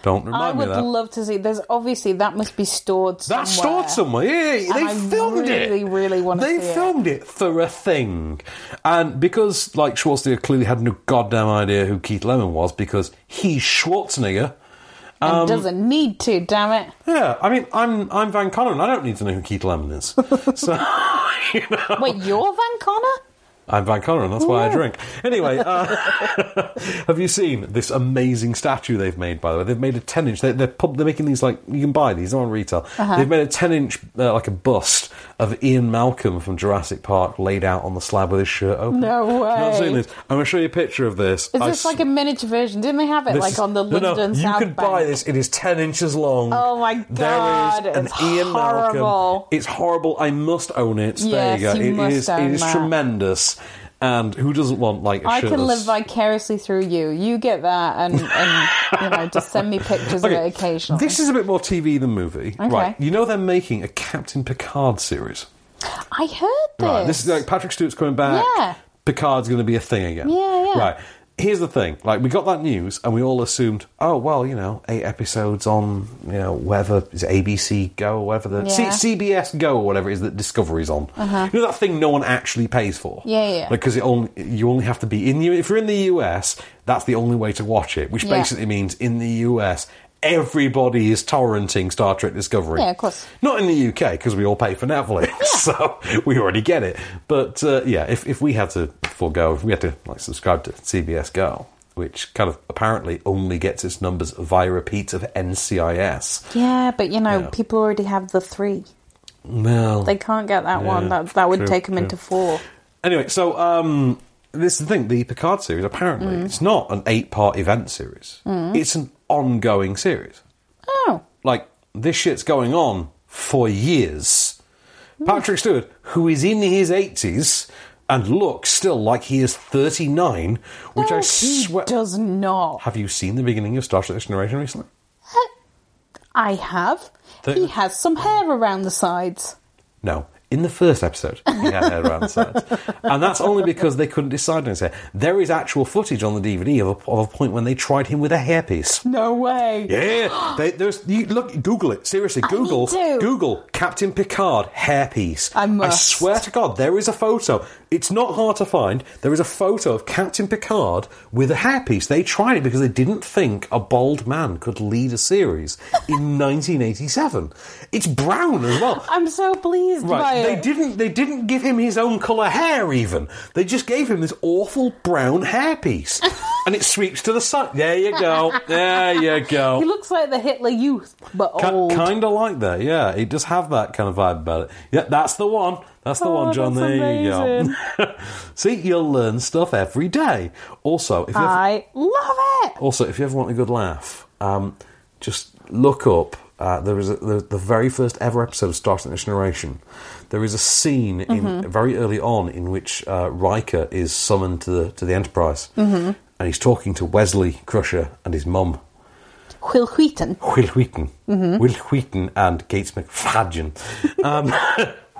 A: Don't remind
B: I
A: me
B: would
A: of that.
B: love to see. There's obviously that must be stored somewhere.
A: That's stored somewhere. Yeah, they
B: And I
A: filmed it.
B: really, really want to
A: They
B: see it.
A: filmed it. for a thing, and because like Schwarzenegger clearly had no goddamn idea who Keith Lemon was because he's Schwarzenegger.
B: And
A: um,
B: doesn't need to, damn it.
A: Yeah, I mean, I'm I'm Van Conner, and I don't need to know who Keith Lemon is. So
B: Wait, you're Van Connor?
A: I'm Van Conner, and that's why I
B: Yeah.
A: drink. Anyway, uh, have you seen this amazing statue they've made? By the way, they've made a ten inch. They're they're, pub- they're making these like you can buy these they're on retail.
B: Uh-huh.
A: They've made a ten inch uh, like a bust of Ian Malcolm from Jurassic Park laid out on the slab with his shirt open.
B: No way.
A: I've seen this. I'm going to show you a picture of this.
B: Is
A: I
B: this
A: s-
B: like a miniature version? Didn't they have it
A: this
B: like
A: is-
B: on the
A: no, no,
B: London South
A: You could
B: Bank?
A: buy this. It is ten inches long.
B: Oh my god,
A: There is an
B: it's
A: Ian Malcolm.
B: horrible.
A: It's horrible. I must own it.
B: Yes,
A: there you go.
B: you
A: It
B: must
A: is-
B: own
A: it is
B: that.
A: tremendous. And who doesn't want like a
B: I
A: shirtless?
B: can live vicariously through you. You get that, and, and you know, just send me pictures of
A: Okay,
B: it occasionally.
A: This is a bit more TV than movie,
B: Okay.
A: right? You know they're making a Captain Picard series,
B: I heard this.
A: right? This is like Patrick Stewart's coming back.
B: Yeah.
A: Picard's going to be a thing again.
B: Yeah, yeah.
A: Right. Here's the thing: like we got that news, and we all assumed, oh well, you know, eight episodes on, you know, whatever is it ABC Go or whatever the
B: Yeah.
A: C- CBS Go or whatever it is that Discovery's on.
B: Uh-huh.
A: You know that thing no one actually pays for.
B: Yeah, yeah.
A: Because it only you only have to be in the if you're in the US, that's the only way to watch it, which
B: Yeah.
A: basically means in the US everybody is torrenting Star Trek Discovery.
B: Yeah, of course.
A: Not in the UK because we all pay for Netflix, so we already get it. But uh, yeah, if if we had to forego, if we had to like subscribe to CBS Go, which kind of apparently only gets its numbers via repeats of NCIS.
B: Yeah, but you know, people already have the three.
A: Well,
B: They can't get that
A: Yeah,
B: one. That that would
A: true,
B: take them
A: true.
B: into four.
A: Anyway, so um, this is the thing: the Picard series. Apparently,
B: Mm.
A: it's not an eight-part event series.
B: Mm.
A: It's an ongoing series.
B: Oh,
A: like this shit's going on for years. Patrick Stewart, who is in his eighties and looks still like he is thirty-nine, which
B: Oh,
A: I swear
B: does not.
A: Have you seen the beginning of Star Trek: Next Generation recently?
B: I have.
A: Th-
B: He has some hair around the sides.
A: No. In the first episode, he had hair around the sides. And that's only because they couldn't decide on his hair. There is actual footage on the DVD of a, of a point when they tried him with a hairpiece.
B: No way.
A: Yeah, they, there's you look Google it seriously. Google
B: need to.
A: Google Captain Picard hairpiece.
B: I must.
A: swear to God, there is a photo. It's not hard to find. There is a photo of Captain Picard with a hairpiece. They tried it because they didn't think a bald man could lead a series in 1987. It's brown as well.
B: I'm so pleased by
A: Right,
B: it.
A: they didn't. They didn't give him his own colour hair. Even they just gave him this awful brown hairpiece, and it sweeps to the side. There you go. There you go.
B: He looks like the Hitler Youth, but oh
A: Ki
B: old.
A: Kind of like that, yeah. It does have that kind of vibe about it. Yeah, that's the one. That's the one, John.
B: Oh, that's
A: there you
B: amazing.
A: go. See, you'll learn stuff every day. Also, if you ever,
B: I love it.
A: also if you ever want a good laugh, um, just look up. Uh, there is a, the, the very first ever episode of Star Trek: Next Generation. There is a scene
B: Mhm.
A: in very early on in which uh, Riker is summoned to the to the Enterprise,
B: Mhm.
A: and he's talking to Wesley Crusher and his mum.
B: Will Wheaton.
A: Will Wheaton.
B: Mhm.
A: Will Wheaton and Gates McFadgen. Um,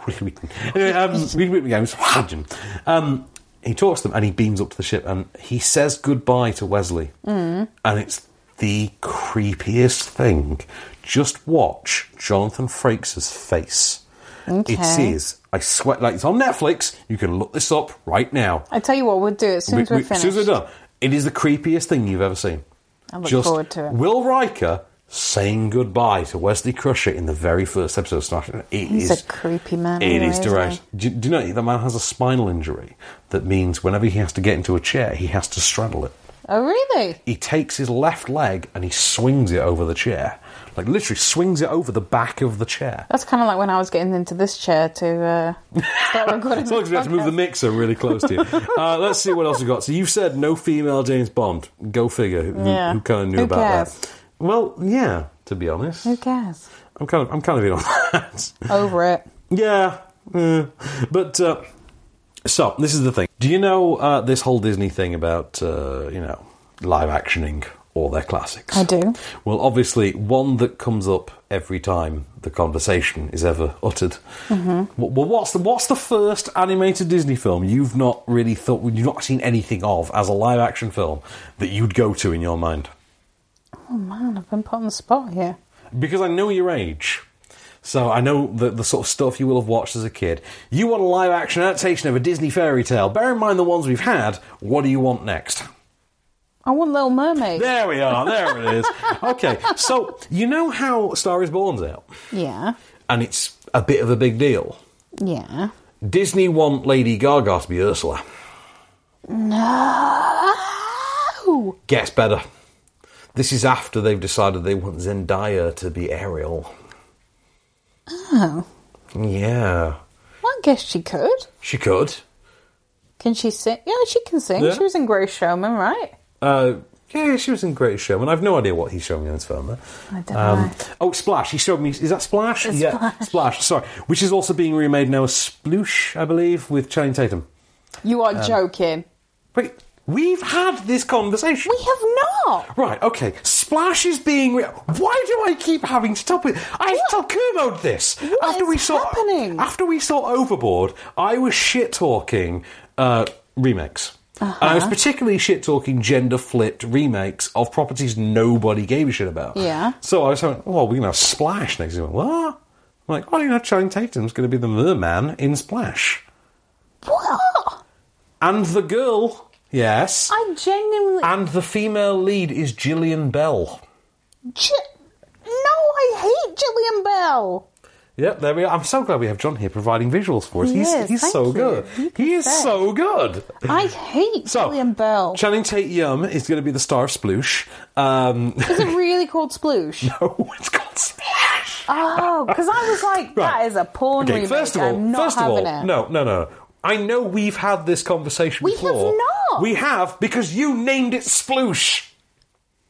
A: Will Wheaton. Anyway, um, Will Wheaton yeah, McFadgen. Um, he talks to them and he beams up to the ship and he says goodbye to Wesley.
L: Mm.
A: And it's the creepiest thing. Just watch Jonathan Frakes' face. It
B: Okay.
A: is. I swear, like it's on Netflix. You can look this up right now.
B: I tell you what, we'll do it as soon
A: We-
B: as we're
A: we-
B: finished.
A: soon as we're done. It is the creepiest thing you've ever seen.
B: I look
A: Just
B: forward to it.
A: Will Riker saying goodbye to Wesley Crusher in the very first episode of Star Trek. It
B: He's
A: is-
B: a creepy man.
A: it
B: anyway,
A: is
B: isn't
A: deranged.
B: he?
A: Do, do you know that man has a spinal injury that means whenever he has to get into a chair, he has to straddle it.
B: Oh, really?
A: He takes his left leg and he swings it over the chair, like literally swings it over the back of the chair.
B: That's kind of like when I was getting into this chair to uh, start recording.
A: As long as we have to move the mixer really close to you. Uh, let's see what else we've got. So you've said no female James Bond. Go figure. Who,
B: Yeah.
A: who kind of knew
B: Who
A: about
B: cares?
A: that? Well, yeah. To be honest,
B: Who cares?
A: I'm kind of I'm kind of in on that.
B: Over it.
A: Yeah, eh. but uh, so this is the thing. Do you know uh, this whole Disney thing about uh, you know live actioning all their classics?
B: I do.
A: Well, obviously, one that comes up every time the conversation is ever uttered.
B: Mhm.
A: Wh- Well, what's the what's the first animated Disney film you've not really thought you've not seen anything of as a live action film that you'd go to in your mind?
B: Oh man, I've been put on the spot here.
A: Because I know your age. So I know the, the sort of stuff you will have watched as a kid. You want a live action adaptation of a Disney fairy tale. Bear in mind the ones we've had. What do you want next?
B: I want Oh, Little Mermaid.
A: There we are. There it is. Okay. So you know how Star is Born's out,
B: Yeah.
A: and it's a bit of a big deal.
B: Yeah.
A: Disney want Lady Gaga to be Ursula.
B: No.
A: Gets better. This is after they've decided they want Zendaya to be Ariel.
B: Oh.
A: Yeah.
B: Well, I guess she could.
A: She could.
B: Can she sing? Yeah, she can sing.
A: Yeah.
B: She was in Grace Showman, right?
A: Uh, yeah, she was in Great Showman. I've no idea what he showed me on his phone. There.
B: I don't know.
A: Oh, Splash. He showed me. Is that Splash?
B: It's
A: yeah, Splash. Sorry, which is also being remade now as Sploosh, I believe, with Channing Tatum.
B: You are
A: Um,
B: joking.
A: Wait, we've had this conversation.
B: We have not.
A: Right. Okay. Splash is being. Re- Why do I keep having to top it? I tell Kermode this after we saw after we saw Overboard. I was shit talking uh, remakes. And I was
B: Uh-huh.
A: particularly shit talking gender flipped remakes of properties nobody gave a shit about.
B: Yeah.
A: So I was like, well, we're going to have Splash next year. What? I'm like, oh, you know, Channing Tatum's going to be the merman in Splash.
B: What?
A: And the girl, yes.
B: I genuinely.
A: And the female lead is Gillian Bell.
B: Gi- no, I hate Gillian Bell.
A: Yep, there we are. I'm so glad we have John here providing visuals for us.
B: He
A: he's
B: is,
A: he's
B: thank
A: so
B: you.
A: good. He is
B: say.
A: so good.
B: I hate Gillian Bell.
A: Channing Tatum is going to be the star of Sploosh. Um,
B: Is it really called Sploosh?
A: No, it's called Splash.
B: Oh, because I was like, that is a porn
A: okay,
B: remake.
A: first of all,
B: I'm not
A: first of
B: having
A: all,
B: it.
A: no, no, no. I know we've had this conversation
B: We have
A: before.
B: not.
A: We have because you named it Sploosh.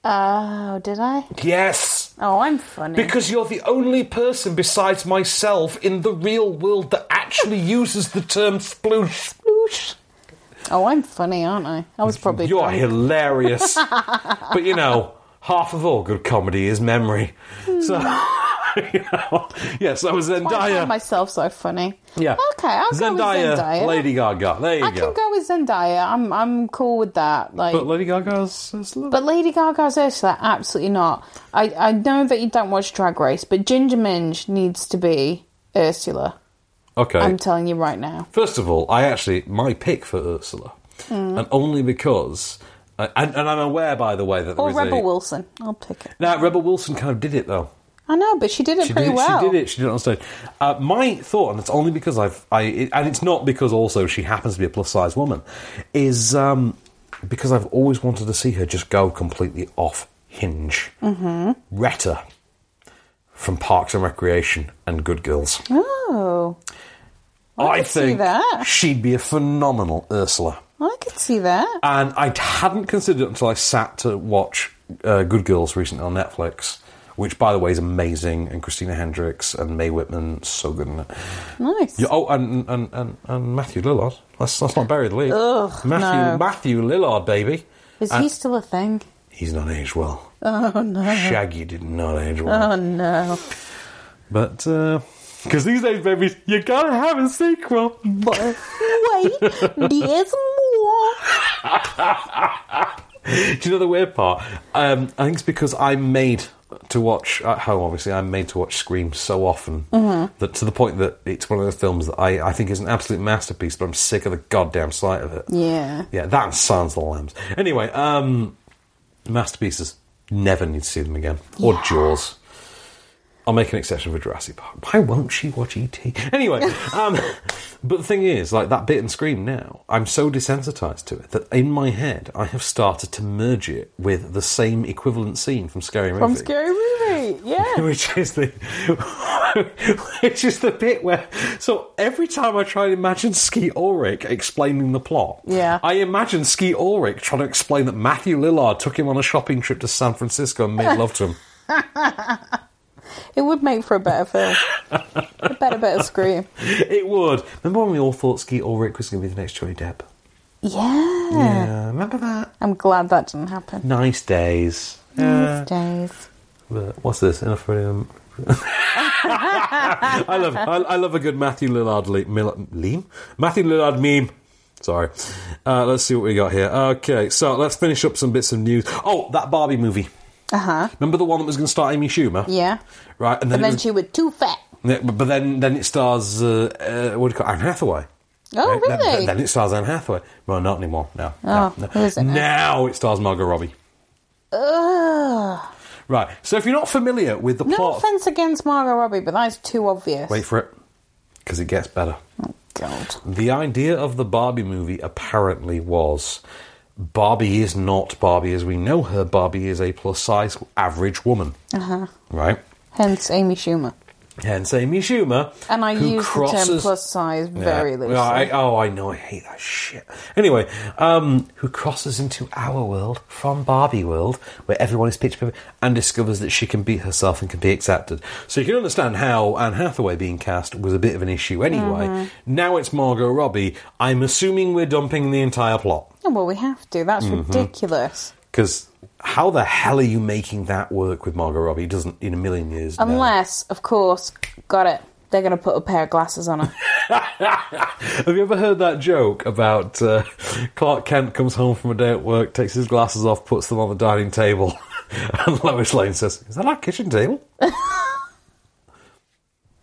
B: Oh, did I?
A: Yes.
B: Oh, I'm funny.
A: Because you're the only person besides myself in the real world that actually uses the term sploosh.
B: oh, I'm funny, aren't I? I was probably.
A: You're
B: drunk.
A: hilarious. but you know, half of all good comedy is memory.
B: Hmm.
A: So, you know, yes, that was
B: I
A: Zendaya.
B: find myself so funny.
A: yeah.
B: Okay, I'll go
A: Zendaya,
B: with Zendaya.
A: Lady Gaga. There you
B: I
A: go.
B: can go with Zendaya. I'm I'm cool with that. Like,
A: But Lady Gaga's. is lovely.
B: but Lady Gaga's Ursula, absolutely not. I I know that you don't watch Drag Race, but Ginger Minge needs to be Ursula.
A: Okay.
B: I'm telling you right now.
A: First of all, I actually my pick for Ursula,
B: Mm.
A: and only because, uh, and, and I'm aware by the way that there
B: Or
A: is
B: Rebel
A: a.
B: Wilson. I'll pick it.
A: Now, Rebel Wilson kind of did it though.
B: I know, but she did it
A: She
B: pretty
A: did, it,
B: well.
A: she did it. She did it on stage. Uh, my thought, and it's only because I've, I, it, and it's not because also she happens to be a plus size woman, is um, because I've always wanted to see her just go completely off hinge.
B: Mm-hmm.
A: Retta from Parks and Recreation and Good Girls.
B: Oh.
A: I,
B: could see
A: think
B: that.
A: she'd be a phenomenal Ursula.
B: I could see that.
A: And I hadn't considered it until I sat to watch uh, Good Girls recently on Netflix, which, by the way, is amazing. And Christina Hendricks and Mae Whitman, so good in it.
B: Nice.
A: Yeah, oh, and, and, and, and Matthew Lillard. Let's, let's not bury the lead.
B: Ugh,
A: Matthew,
B: no.
A: Matthew Lillard, baby.
B: Is
A: And
B: he still a thing?
A: He's not aged well.
B: Oh no.
A: Shaggy did not age well.
B: Oh no.
A: But, because these days, babies, you gotta have a sequel.
B: But wait, there's more.
A: Do you know the weird part? Um, I think it's because I'm made to watch at home. Obviously, I'm made to watch Scream so often
B: Mm-hmm.
L: Mhm.
A: that to the point that it's one of those films that I, I think is an absolute masterpiece, but I'm sick of the goddamn sight of it.
L: Yeah.
A: yeah, that and Silence of the Lambs. Anyway, um, masterpieces never need to see them again or Jaws. I'll make an exception for Jurassic Park. Why won't she watch ET? Anyway, um, but the thing is, like that bit in Scream now, I'm so desensitized to it that in my head I have started to merge it with the same equivalent scene from Scary Movie.
B: From Scary Movie. Yeah.
A: Which is the which is the bit where so every time I try to imagine Skeet Ulrich explaining the plot,
B: Yeah.
A: I imagine Skeet Ulrich trying to explain that Matthew Lillard took him on a shopping trip to San Francisco and made love to him.
B: it would make for a better film. a better bit of Scream.
A: It would. Remember when we all thought Skeet Ulrich was going to be the next Johnny Depp?
B: Yeah.
A: Yeah, remember that?
B: I'm glad that didn't happen.
A: Nice days. Yeah.
B: These days.
A: But what's this? Enough for him. I love I, I love a good Matthew Lillard le- mil- meme. Matthew Lillard meme. Sorry. Uh, let's see what we got here. Okay, so let's finish up some bits of news. Oh, that Barbie movie.
B: Uh huh.
A: Remember the one that was going to star Amy Schumer?
B: Yeah.
A: Right, and
B: But
A: then,
B: then
A: it was-
B: she was too fat.
A: Yeah, but but then then it stars uh, uh, what do you call it? Anne Hathaway.
B: Oh,
A: Right? Then-
B: really?
A: Then, it stars Anne Hathaway. Well, not anymore. No.
B: Oh,
A: no,
B: who is it now?
A: Now it stars Margot Robbie.
B: Ugh.
A: Right. So if you're not familiar with the
B: No
A: plot, of-
B: offense against Margot Robbie, but that's too obvious.
A: Wait for it, because it gets better. Oh,
B: God.
A: The idea of the Barbie movie apparently was Barbie is not Barbie as we know her. Barbie is a plus size average woman,
B: Uh huh.
A: right?
B: Hence Amy Schumer.
A: Hence Amy Schumer.
B: And I
A: who
B: use the term
A: crosses-
B: plus size
A: Yeah.
B: very loosely.
A: Well, I- oh, I know. I hate that shit. Anyway, um, who crosses into our world from Barbie world, where everyone is pitch perfect, and discovers that she can be herself and can be accepted. So you can understand how Anne Hathaway being cast was a bit of an issue anyway.
B: Mhm.
A: Now it's Margot Robbie. I'm assuming we're dumping the entire plot.
B: Oh, well, we have to. That's
A: Mhm.
B: ridiculous.
A: Because how the hell are you making that work with Margot Robbie? It doesn't in a million years. no.
B: Unless, of course, got it. They're going to put a pair of glasses on her.
A: Have you ever heard that joke about uh, Clark Kent comes home from a day at work, takes his glasses off, puts them on the dining table, and Lois Lane says, "Is that our kitchen table?"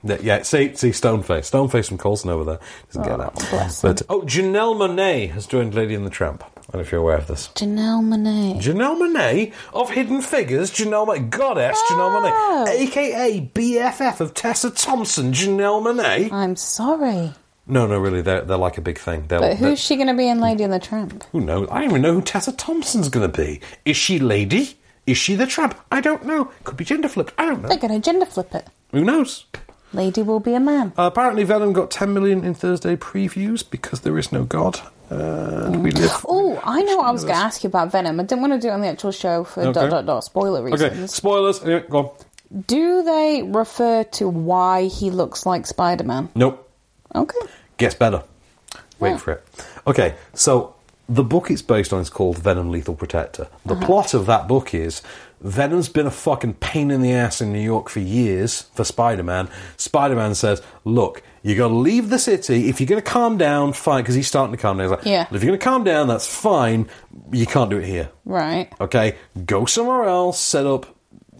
A: yeah, yeah, see, see, Stoneface, Stoneface from Colson over there doesn't get that. But oh, Janelle Monet has joined Lady and the Tramp. I don't know if you're aware of this.
B: Janelle Monet.
A: Janelle Monet of Hidden Figures, Janelle Monet, goddess Janelle Monet, aka BFF of Tessa Thompson, Janelle Monet.
B: I'm sorry.
A: No, no, really, they're, they're like a big thing. They're,
B: But
A: they're-
B: who's she going to be in Lady and the Tramp?
A: Who knows? I don't even know who Tessa Thompson's going to be. Is she lady? Is she the tramp? I don't know. Could be gender flipped. I don't
B: They're
A: know.
B: going to gender flip it.
A: Who knows?
B: Lady will be a man.
A: Uh, apparently, Venom got 10 million in Thursday previews because there is no God. Uh, and we live.
B: Oh, I know what I was
A: Spoilers.
B: going to ask you about Venom. I didn't want to do it on the actual show for
A: Okay.
B: dot dot dot spoiler
A: Okay,
B: reasons.
A: spoilers. Anyway, go on.
B: Do they refer to why he looks like Spider Man?
A: Nope.
B: Okay.
A: Gets better. Wait
B: Yeah.
A: for it. Okay, so the book it's based on is called Venom Lethal Protector. The
B: Uh-huh.
A: plot of that book is Venom's been a fucking pain in the ass in New York for years for Spider Man. Spider Man says, Look, you gotta leave the city. If you're gonna calm down, fine, because he's starting to calm down. He's like,
B: Yeah.
A: If you're gonna calm down, that's fine. You can't do it here.
B: Right.
A: Okay, go somewhere else, set up,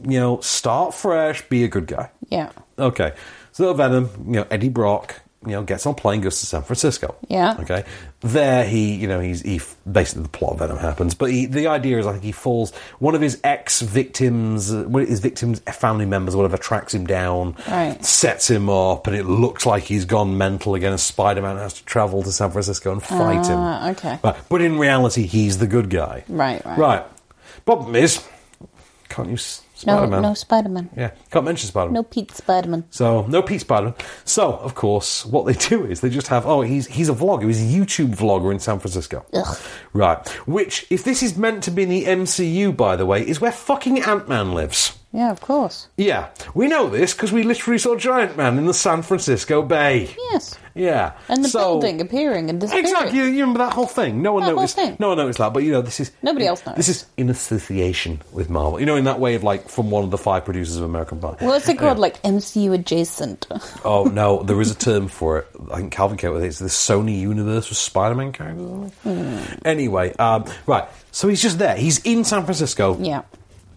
A: you know, start fresh, be a good guy.
B: Yeah.
A: Okay. So Venom, you know, Eddie Brock, you know, gets on a plane, goes to San Francisco.
B: Yeah.
A: Okay. There he, you know, he's he f- basically the plot of Venom happens, but he, the idea is I think he falls. One of his ex victims, one of his victims' family members, or whatever, tracks him down,
B: Right.
A: sets him up, and it looks like he's gone mental again. And Spider Man has to travel to San Francisco and fight him.
B: Ah, okay.
A: Right. But in reality, he's the good guy.
B: Right, right.
A: Problem is, Can't use
B: No,
A: Spider Man.
B: no Spider Man.
A: yeah, can't mention Spider Man.
B: No Pete Spider Man.
A: So no Pete Spider. So of course, what they do is they just have oh he's he's a vlogger, he's a YouTube vlogger in San Francisco,
B: Ugh.
A: right? Which if this is meant to be in the MCU, by the way, is where fucking Ant Man lives.
B: Yeah, of course.
A: Yeah, we know this because we literally saw Giant Man in the San Francisco Bay.
B: Yes.
A: Yeah,
B: And the
A: So-
B: building appearing and disappearing.
A: Exactly, you, you remember that whole thing. No one
B: That whole
A: noticed.
B: thing.
A: No one noticed that, but you know this is
B: Nobody else
A: This is in association with Marvel. You know, in that way of like from one of the five producers of American Pie.
B: What's it
A: Yeah.
B: called? Like MCU adjacent.
A: Oh no, there is a term for it. I think Calvin came up with it. It's the Sony universe with Spider-Man characters. or something. Anyway, um, right. So he's just there. He's in San Francisco.
B: Yeah.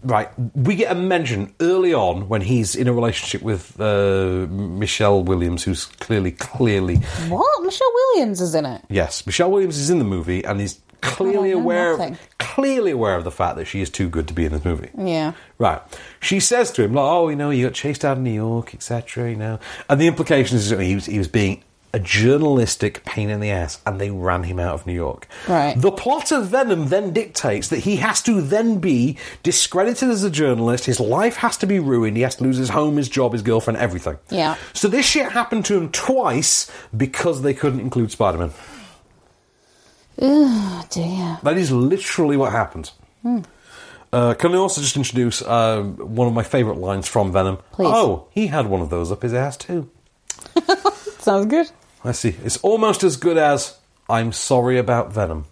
A: Right. We get a mention early on when he's in a relationship with uh, Michelle Williams, who's clearly, clearly,
B: What? Michelle Williams is in it.
A: yes, Michelle Williams is in the movie and is clearly
B: I know
A: aware,
B: nothing.
A: of, clearly aware of the fact that she is too good to be in this movie.
B: Yeah.
A: Right. She says to him, like, oh, you know, you got chased out of New York, etc., you know. And the implication is that he was, he was being a journalistic pain in the ass and they ran him out of New York.
B: Right.
A: The plot of Venom then dictates that he has to then be discredited as a journalist, his life has to be ruined, he has to lose his home, his job, his girlfriend, everything.
B: Yeah.
A: So this shit happened to him twice because they couldn't include Spider Man.
B: Oh dear.
A: That is literally what happened.
B: Hmm.
A: Uh, can I also just introduce uh, one of my favourite lines from Venom?
B: Please.
A: Oh, he had one of those up his ass too.
B: Sounds good.
A: I see. It's almost as good as "I'm sorry about Venom,"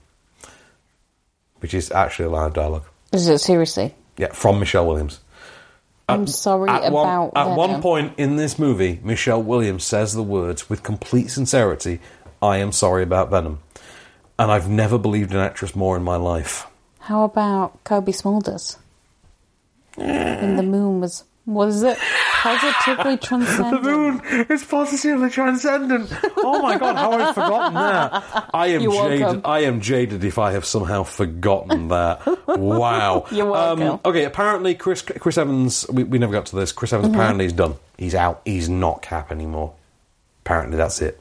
A: which is actually a line of dialogue.
B: Is it seriously?
A: Yeah, from Michelle Williams.
B: I'm sorry
A: at
B: about
A: one, at one
B: Venom.
A: point in this movie, Michelle Williams says the words with complete sincerity, "I am sorry about Venom," and I've never believed an actress more in my life.
B: How about Kobe Smulders? and the moon was was it positively transcendent?
A: The moon is positively transcendent. Oh my god, how I've forgotten that. I am
B: You're welcome.
A: jaded. I am jaded if I have somehow forgotten that. Wow. Um,
B: You're welcome.
A: okay, apparently Chris Chris Evans. We, we never got to this. Chris Evans
B: Mhm.
A: apparently is done. He's out. He's not Cap anymore. Apparently that's it.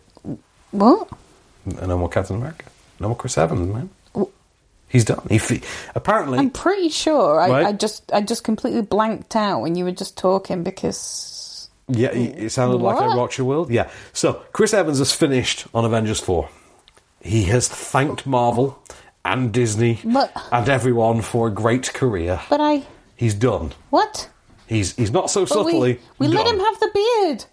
B: What?
A: No more Captain America. No more Chris Evans, man. He's done. He fe- apparently
B: I'm pretty sure I,
A: Right.
B: I just I just completely blanked out when you were just talking because
A: Yeah, it it sounded like
B: What?
A: I rocked your world. Yeah. So Chris Evans has finished on Avengers four. He has thanked Marvel and Disney
B: But-
A: and everyone for a great career.
B: but I
A: He's done.
B: what?
A: He's he's not so
B: But
A: subtly.
B: we we let
A: done.
B: him have the beard.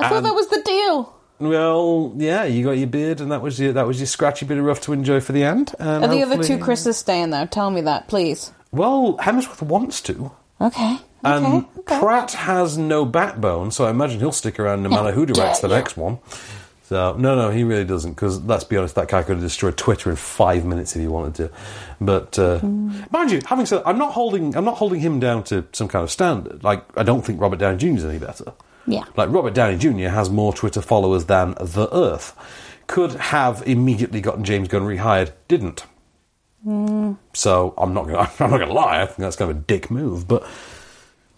B: I thought
A: And-
B: that was the deal.
A: Well, yeah, you got your beard, and that was your that was your scratchy bit of rough to enjoy for the end. And
B: Are the other two
A: hopefully-
B: Chris's staying though? Tell me that, please.
A: Well, Hemsworth wants to.
B: Okay.
A: And Um, Pratt has no backbone, so I imagine he'll stick around no
B: How
A: matter who directs the
B: dare you.
A: next one. So no, no, he really doesn't. Because let's be honest, that guy could have destroyed Twitter in five minutes if he wanted to. But uh,
B: Mm.
A: mind you, having said, that, I'm not holding, I'm not holding him down to some kind of standard. Like I don't think Robert Downey Jr. is any better.
B: Yeah.
A: Like Robert Downey Jr. has more Twitter followers than the Earth. Could have immediately gotten James Gunn rehired, didn't.
B: Mm.
A: So I'm not gonna, I'm not gonna lie. I think that's kind of a dick move, but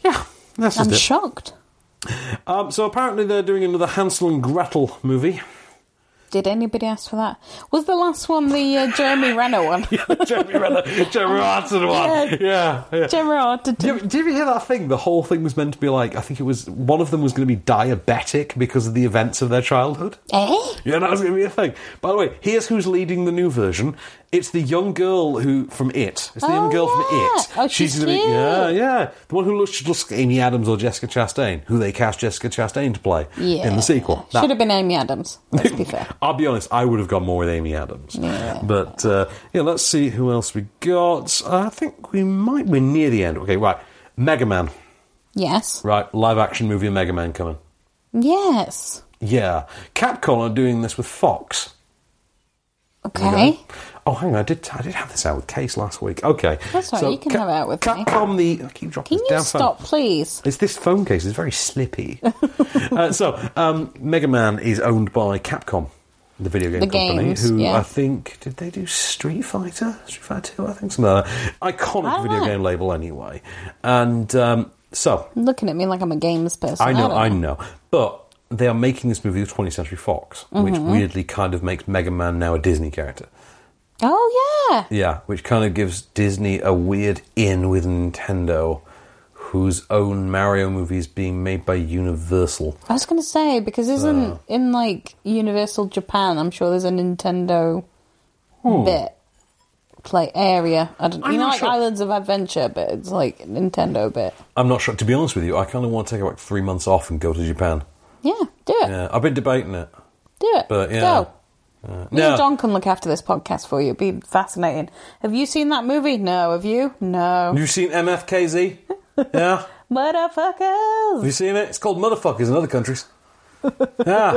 A: yeah, that's just
B: I'm
A: it.
B: shocked.
A: Um, so apparently they're doing another Hansel and Gretel movie.
B: Did anybody ask for that? Was the last one the uh, Jeremy Renner one?
A: Jeremy Renner, Jeremy Hansen one. Yeah, yeah.
B: Gerard. Did
A: you, did you ever hear that thing? The whole thing was meant to be like I think it was one of them was going to be diabetic because of the events of their childhood.
B: Eh?
A: Yeah, that was going to be a thing. By the way, here's who's leading the new version. It's the young girl who from It. It's the young girl from It.
B: Oh, she's
A: gonna
B: cute.
A: yeah, yeah, the one who looks just like Amy Adams or Jessica Chastain, who they cast Jessica Chastain to play
B: Yeah.
A: in the sequel. That-
B: Should have been Amy Adams. Let's be fair.
A: I'll be honest, I would have gone more with Amy Adams. But uh, yeah, let's see who else we got. I think we might we're near the end. Okay, right. Mega Man.
B: Yes.
A: Right, live action movie of Mega Man coming.
B: Yes.
A: Yeah. Capcom are doing this with Fox.
B: Okay.
A: Oh, hang on, I did I did have this out with Case last week. Okay.
B: That's all right.
A: So
B: you can
A: Ca-
B: have it out with me.
A: Capcom the I keep dropping
B: Can
A: this
B: you
A: down phone.
B: stop, please?
A: It's this phone case. It's very slippy. uh, so, um, Mega Man is owned by Capcom, the video game
B: The
A: company,
B: games,
A: who
B: yeah.
A: I think did they do Street Fighter, Street Fighter Two, I think something like that.
B: Ah,
A: Iconic video game label, anyway. And um, so,
B: Looking at me like I'm a games person.
A: I know,
B: don't
A: I know, but. They are making this movie with 20th Century Fox, which
B: Mhm.
A: weirdly kind of makes Mega Man now a Disney character.
B: Oh yeah.
A: Yeah, which kind of gives Disney a weird in with Nintendo, whose own Mario movie is being made by Universal.
B: I was going to say because isn't
A: So-
B: in like Universal Japan? I'm sure there's a Nintendo
A: Hmm.
B: bit play area. I don't.
A: I'm
B: You know,
A: not
B: like
A: sure.
B: Islands of Adventure, but it's like Nintendo bit.
A: I'm not sure. To be honest with you, I kind of want to take like three months off and go to Japan.
B: Yeah, do it.
A: Yeah, I've been debating it,
B: Do it.
A: but yeah.
B: Go.
A: Uh,
B: Me and
A: no.
B: John can look after this podcast for you. It'd be fascinating. Have you seen that movie? No. Have you? No.
A: Have you seen MFKZ? yeah. Have
B: Motherfuckers.
A: you seen it? It's called Motherfuckers in other countries. Yeah.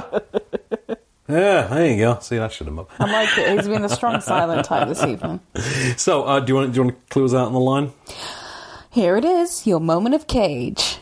A: Yeah, there you go. See, I should have.
B: I like it. He's been the strong silent type this evening.
A: So, uh, do you want do you want to clue us out on the line?
B: Here it is, your moment of cage.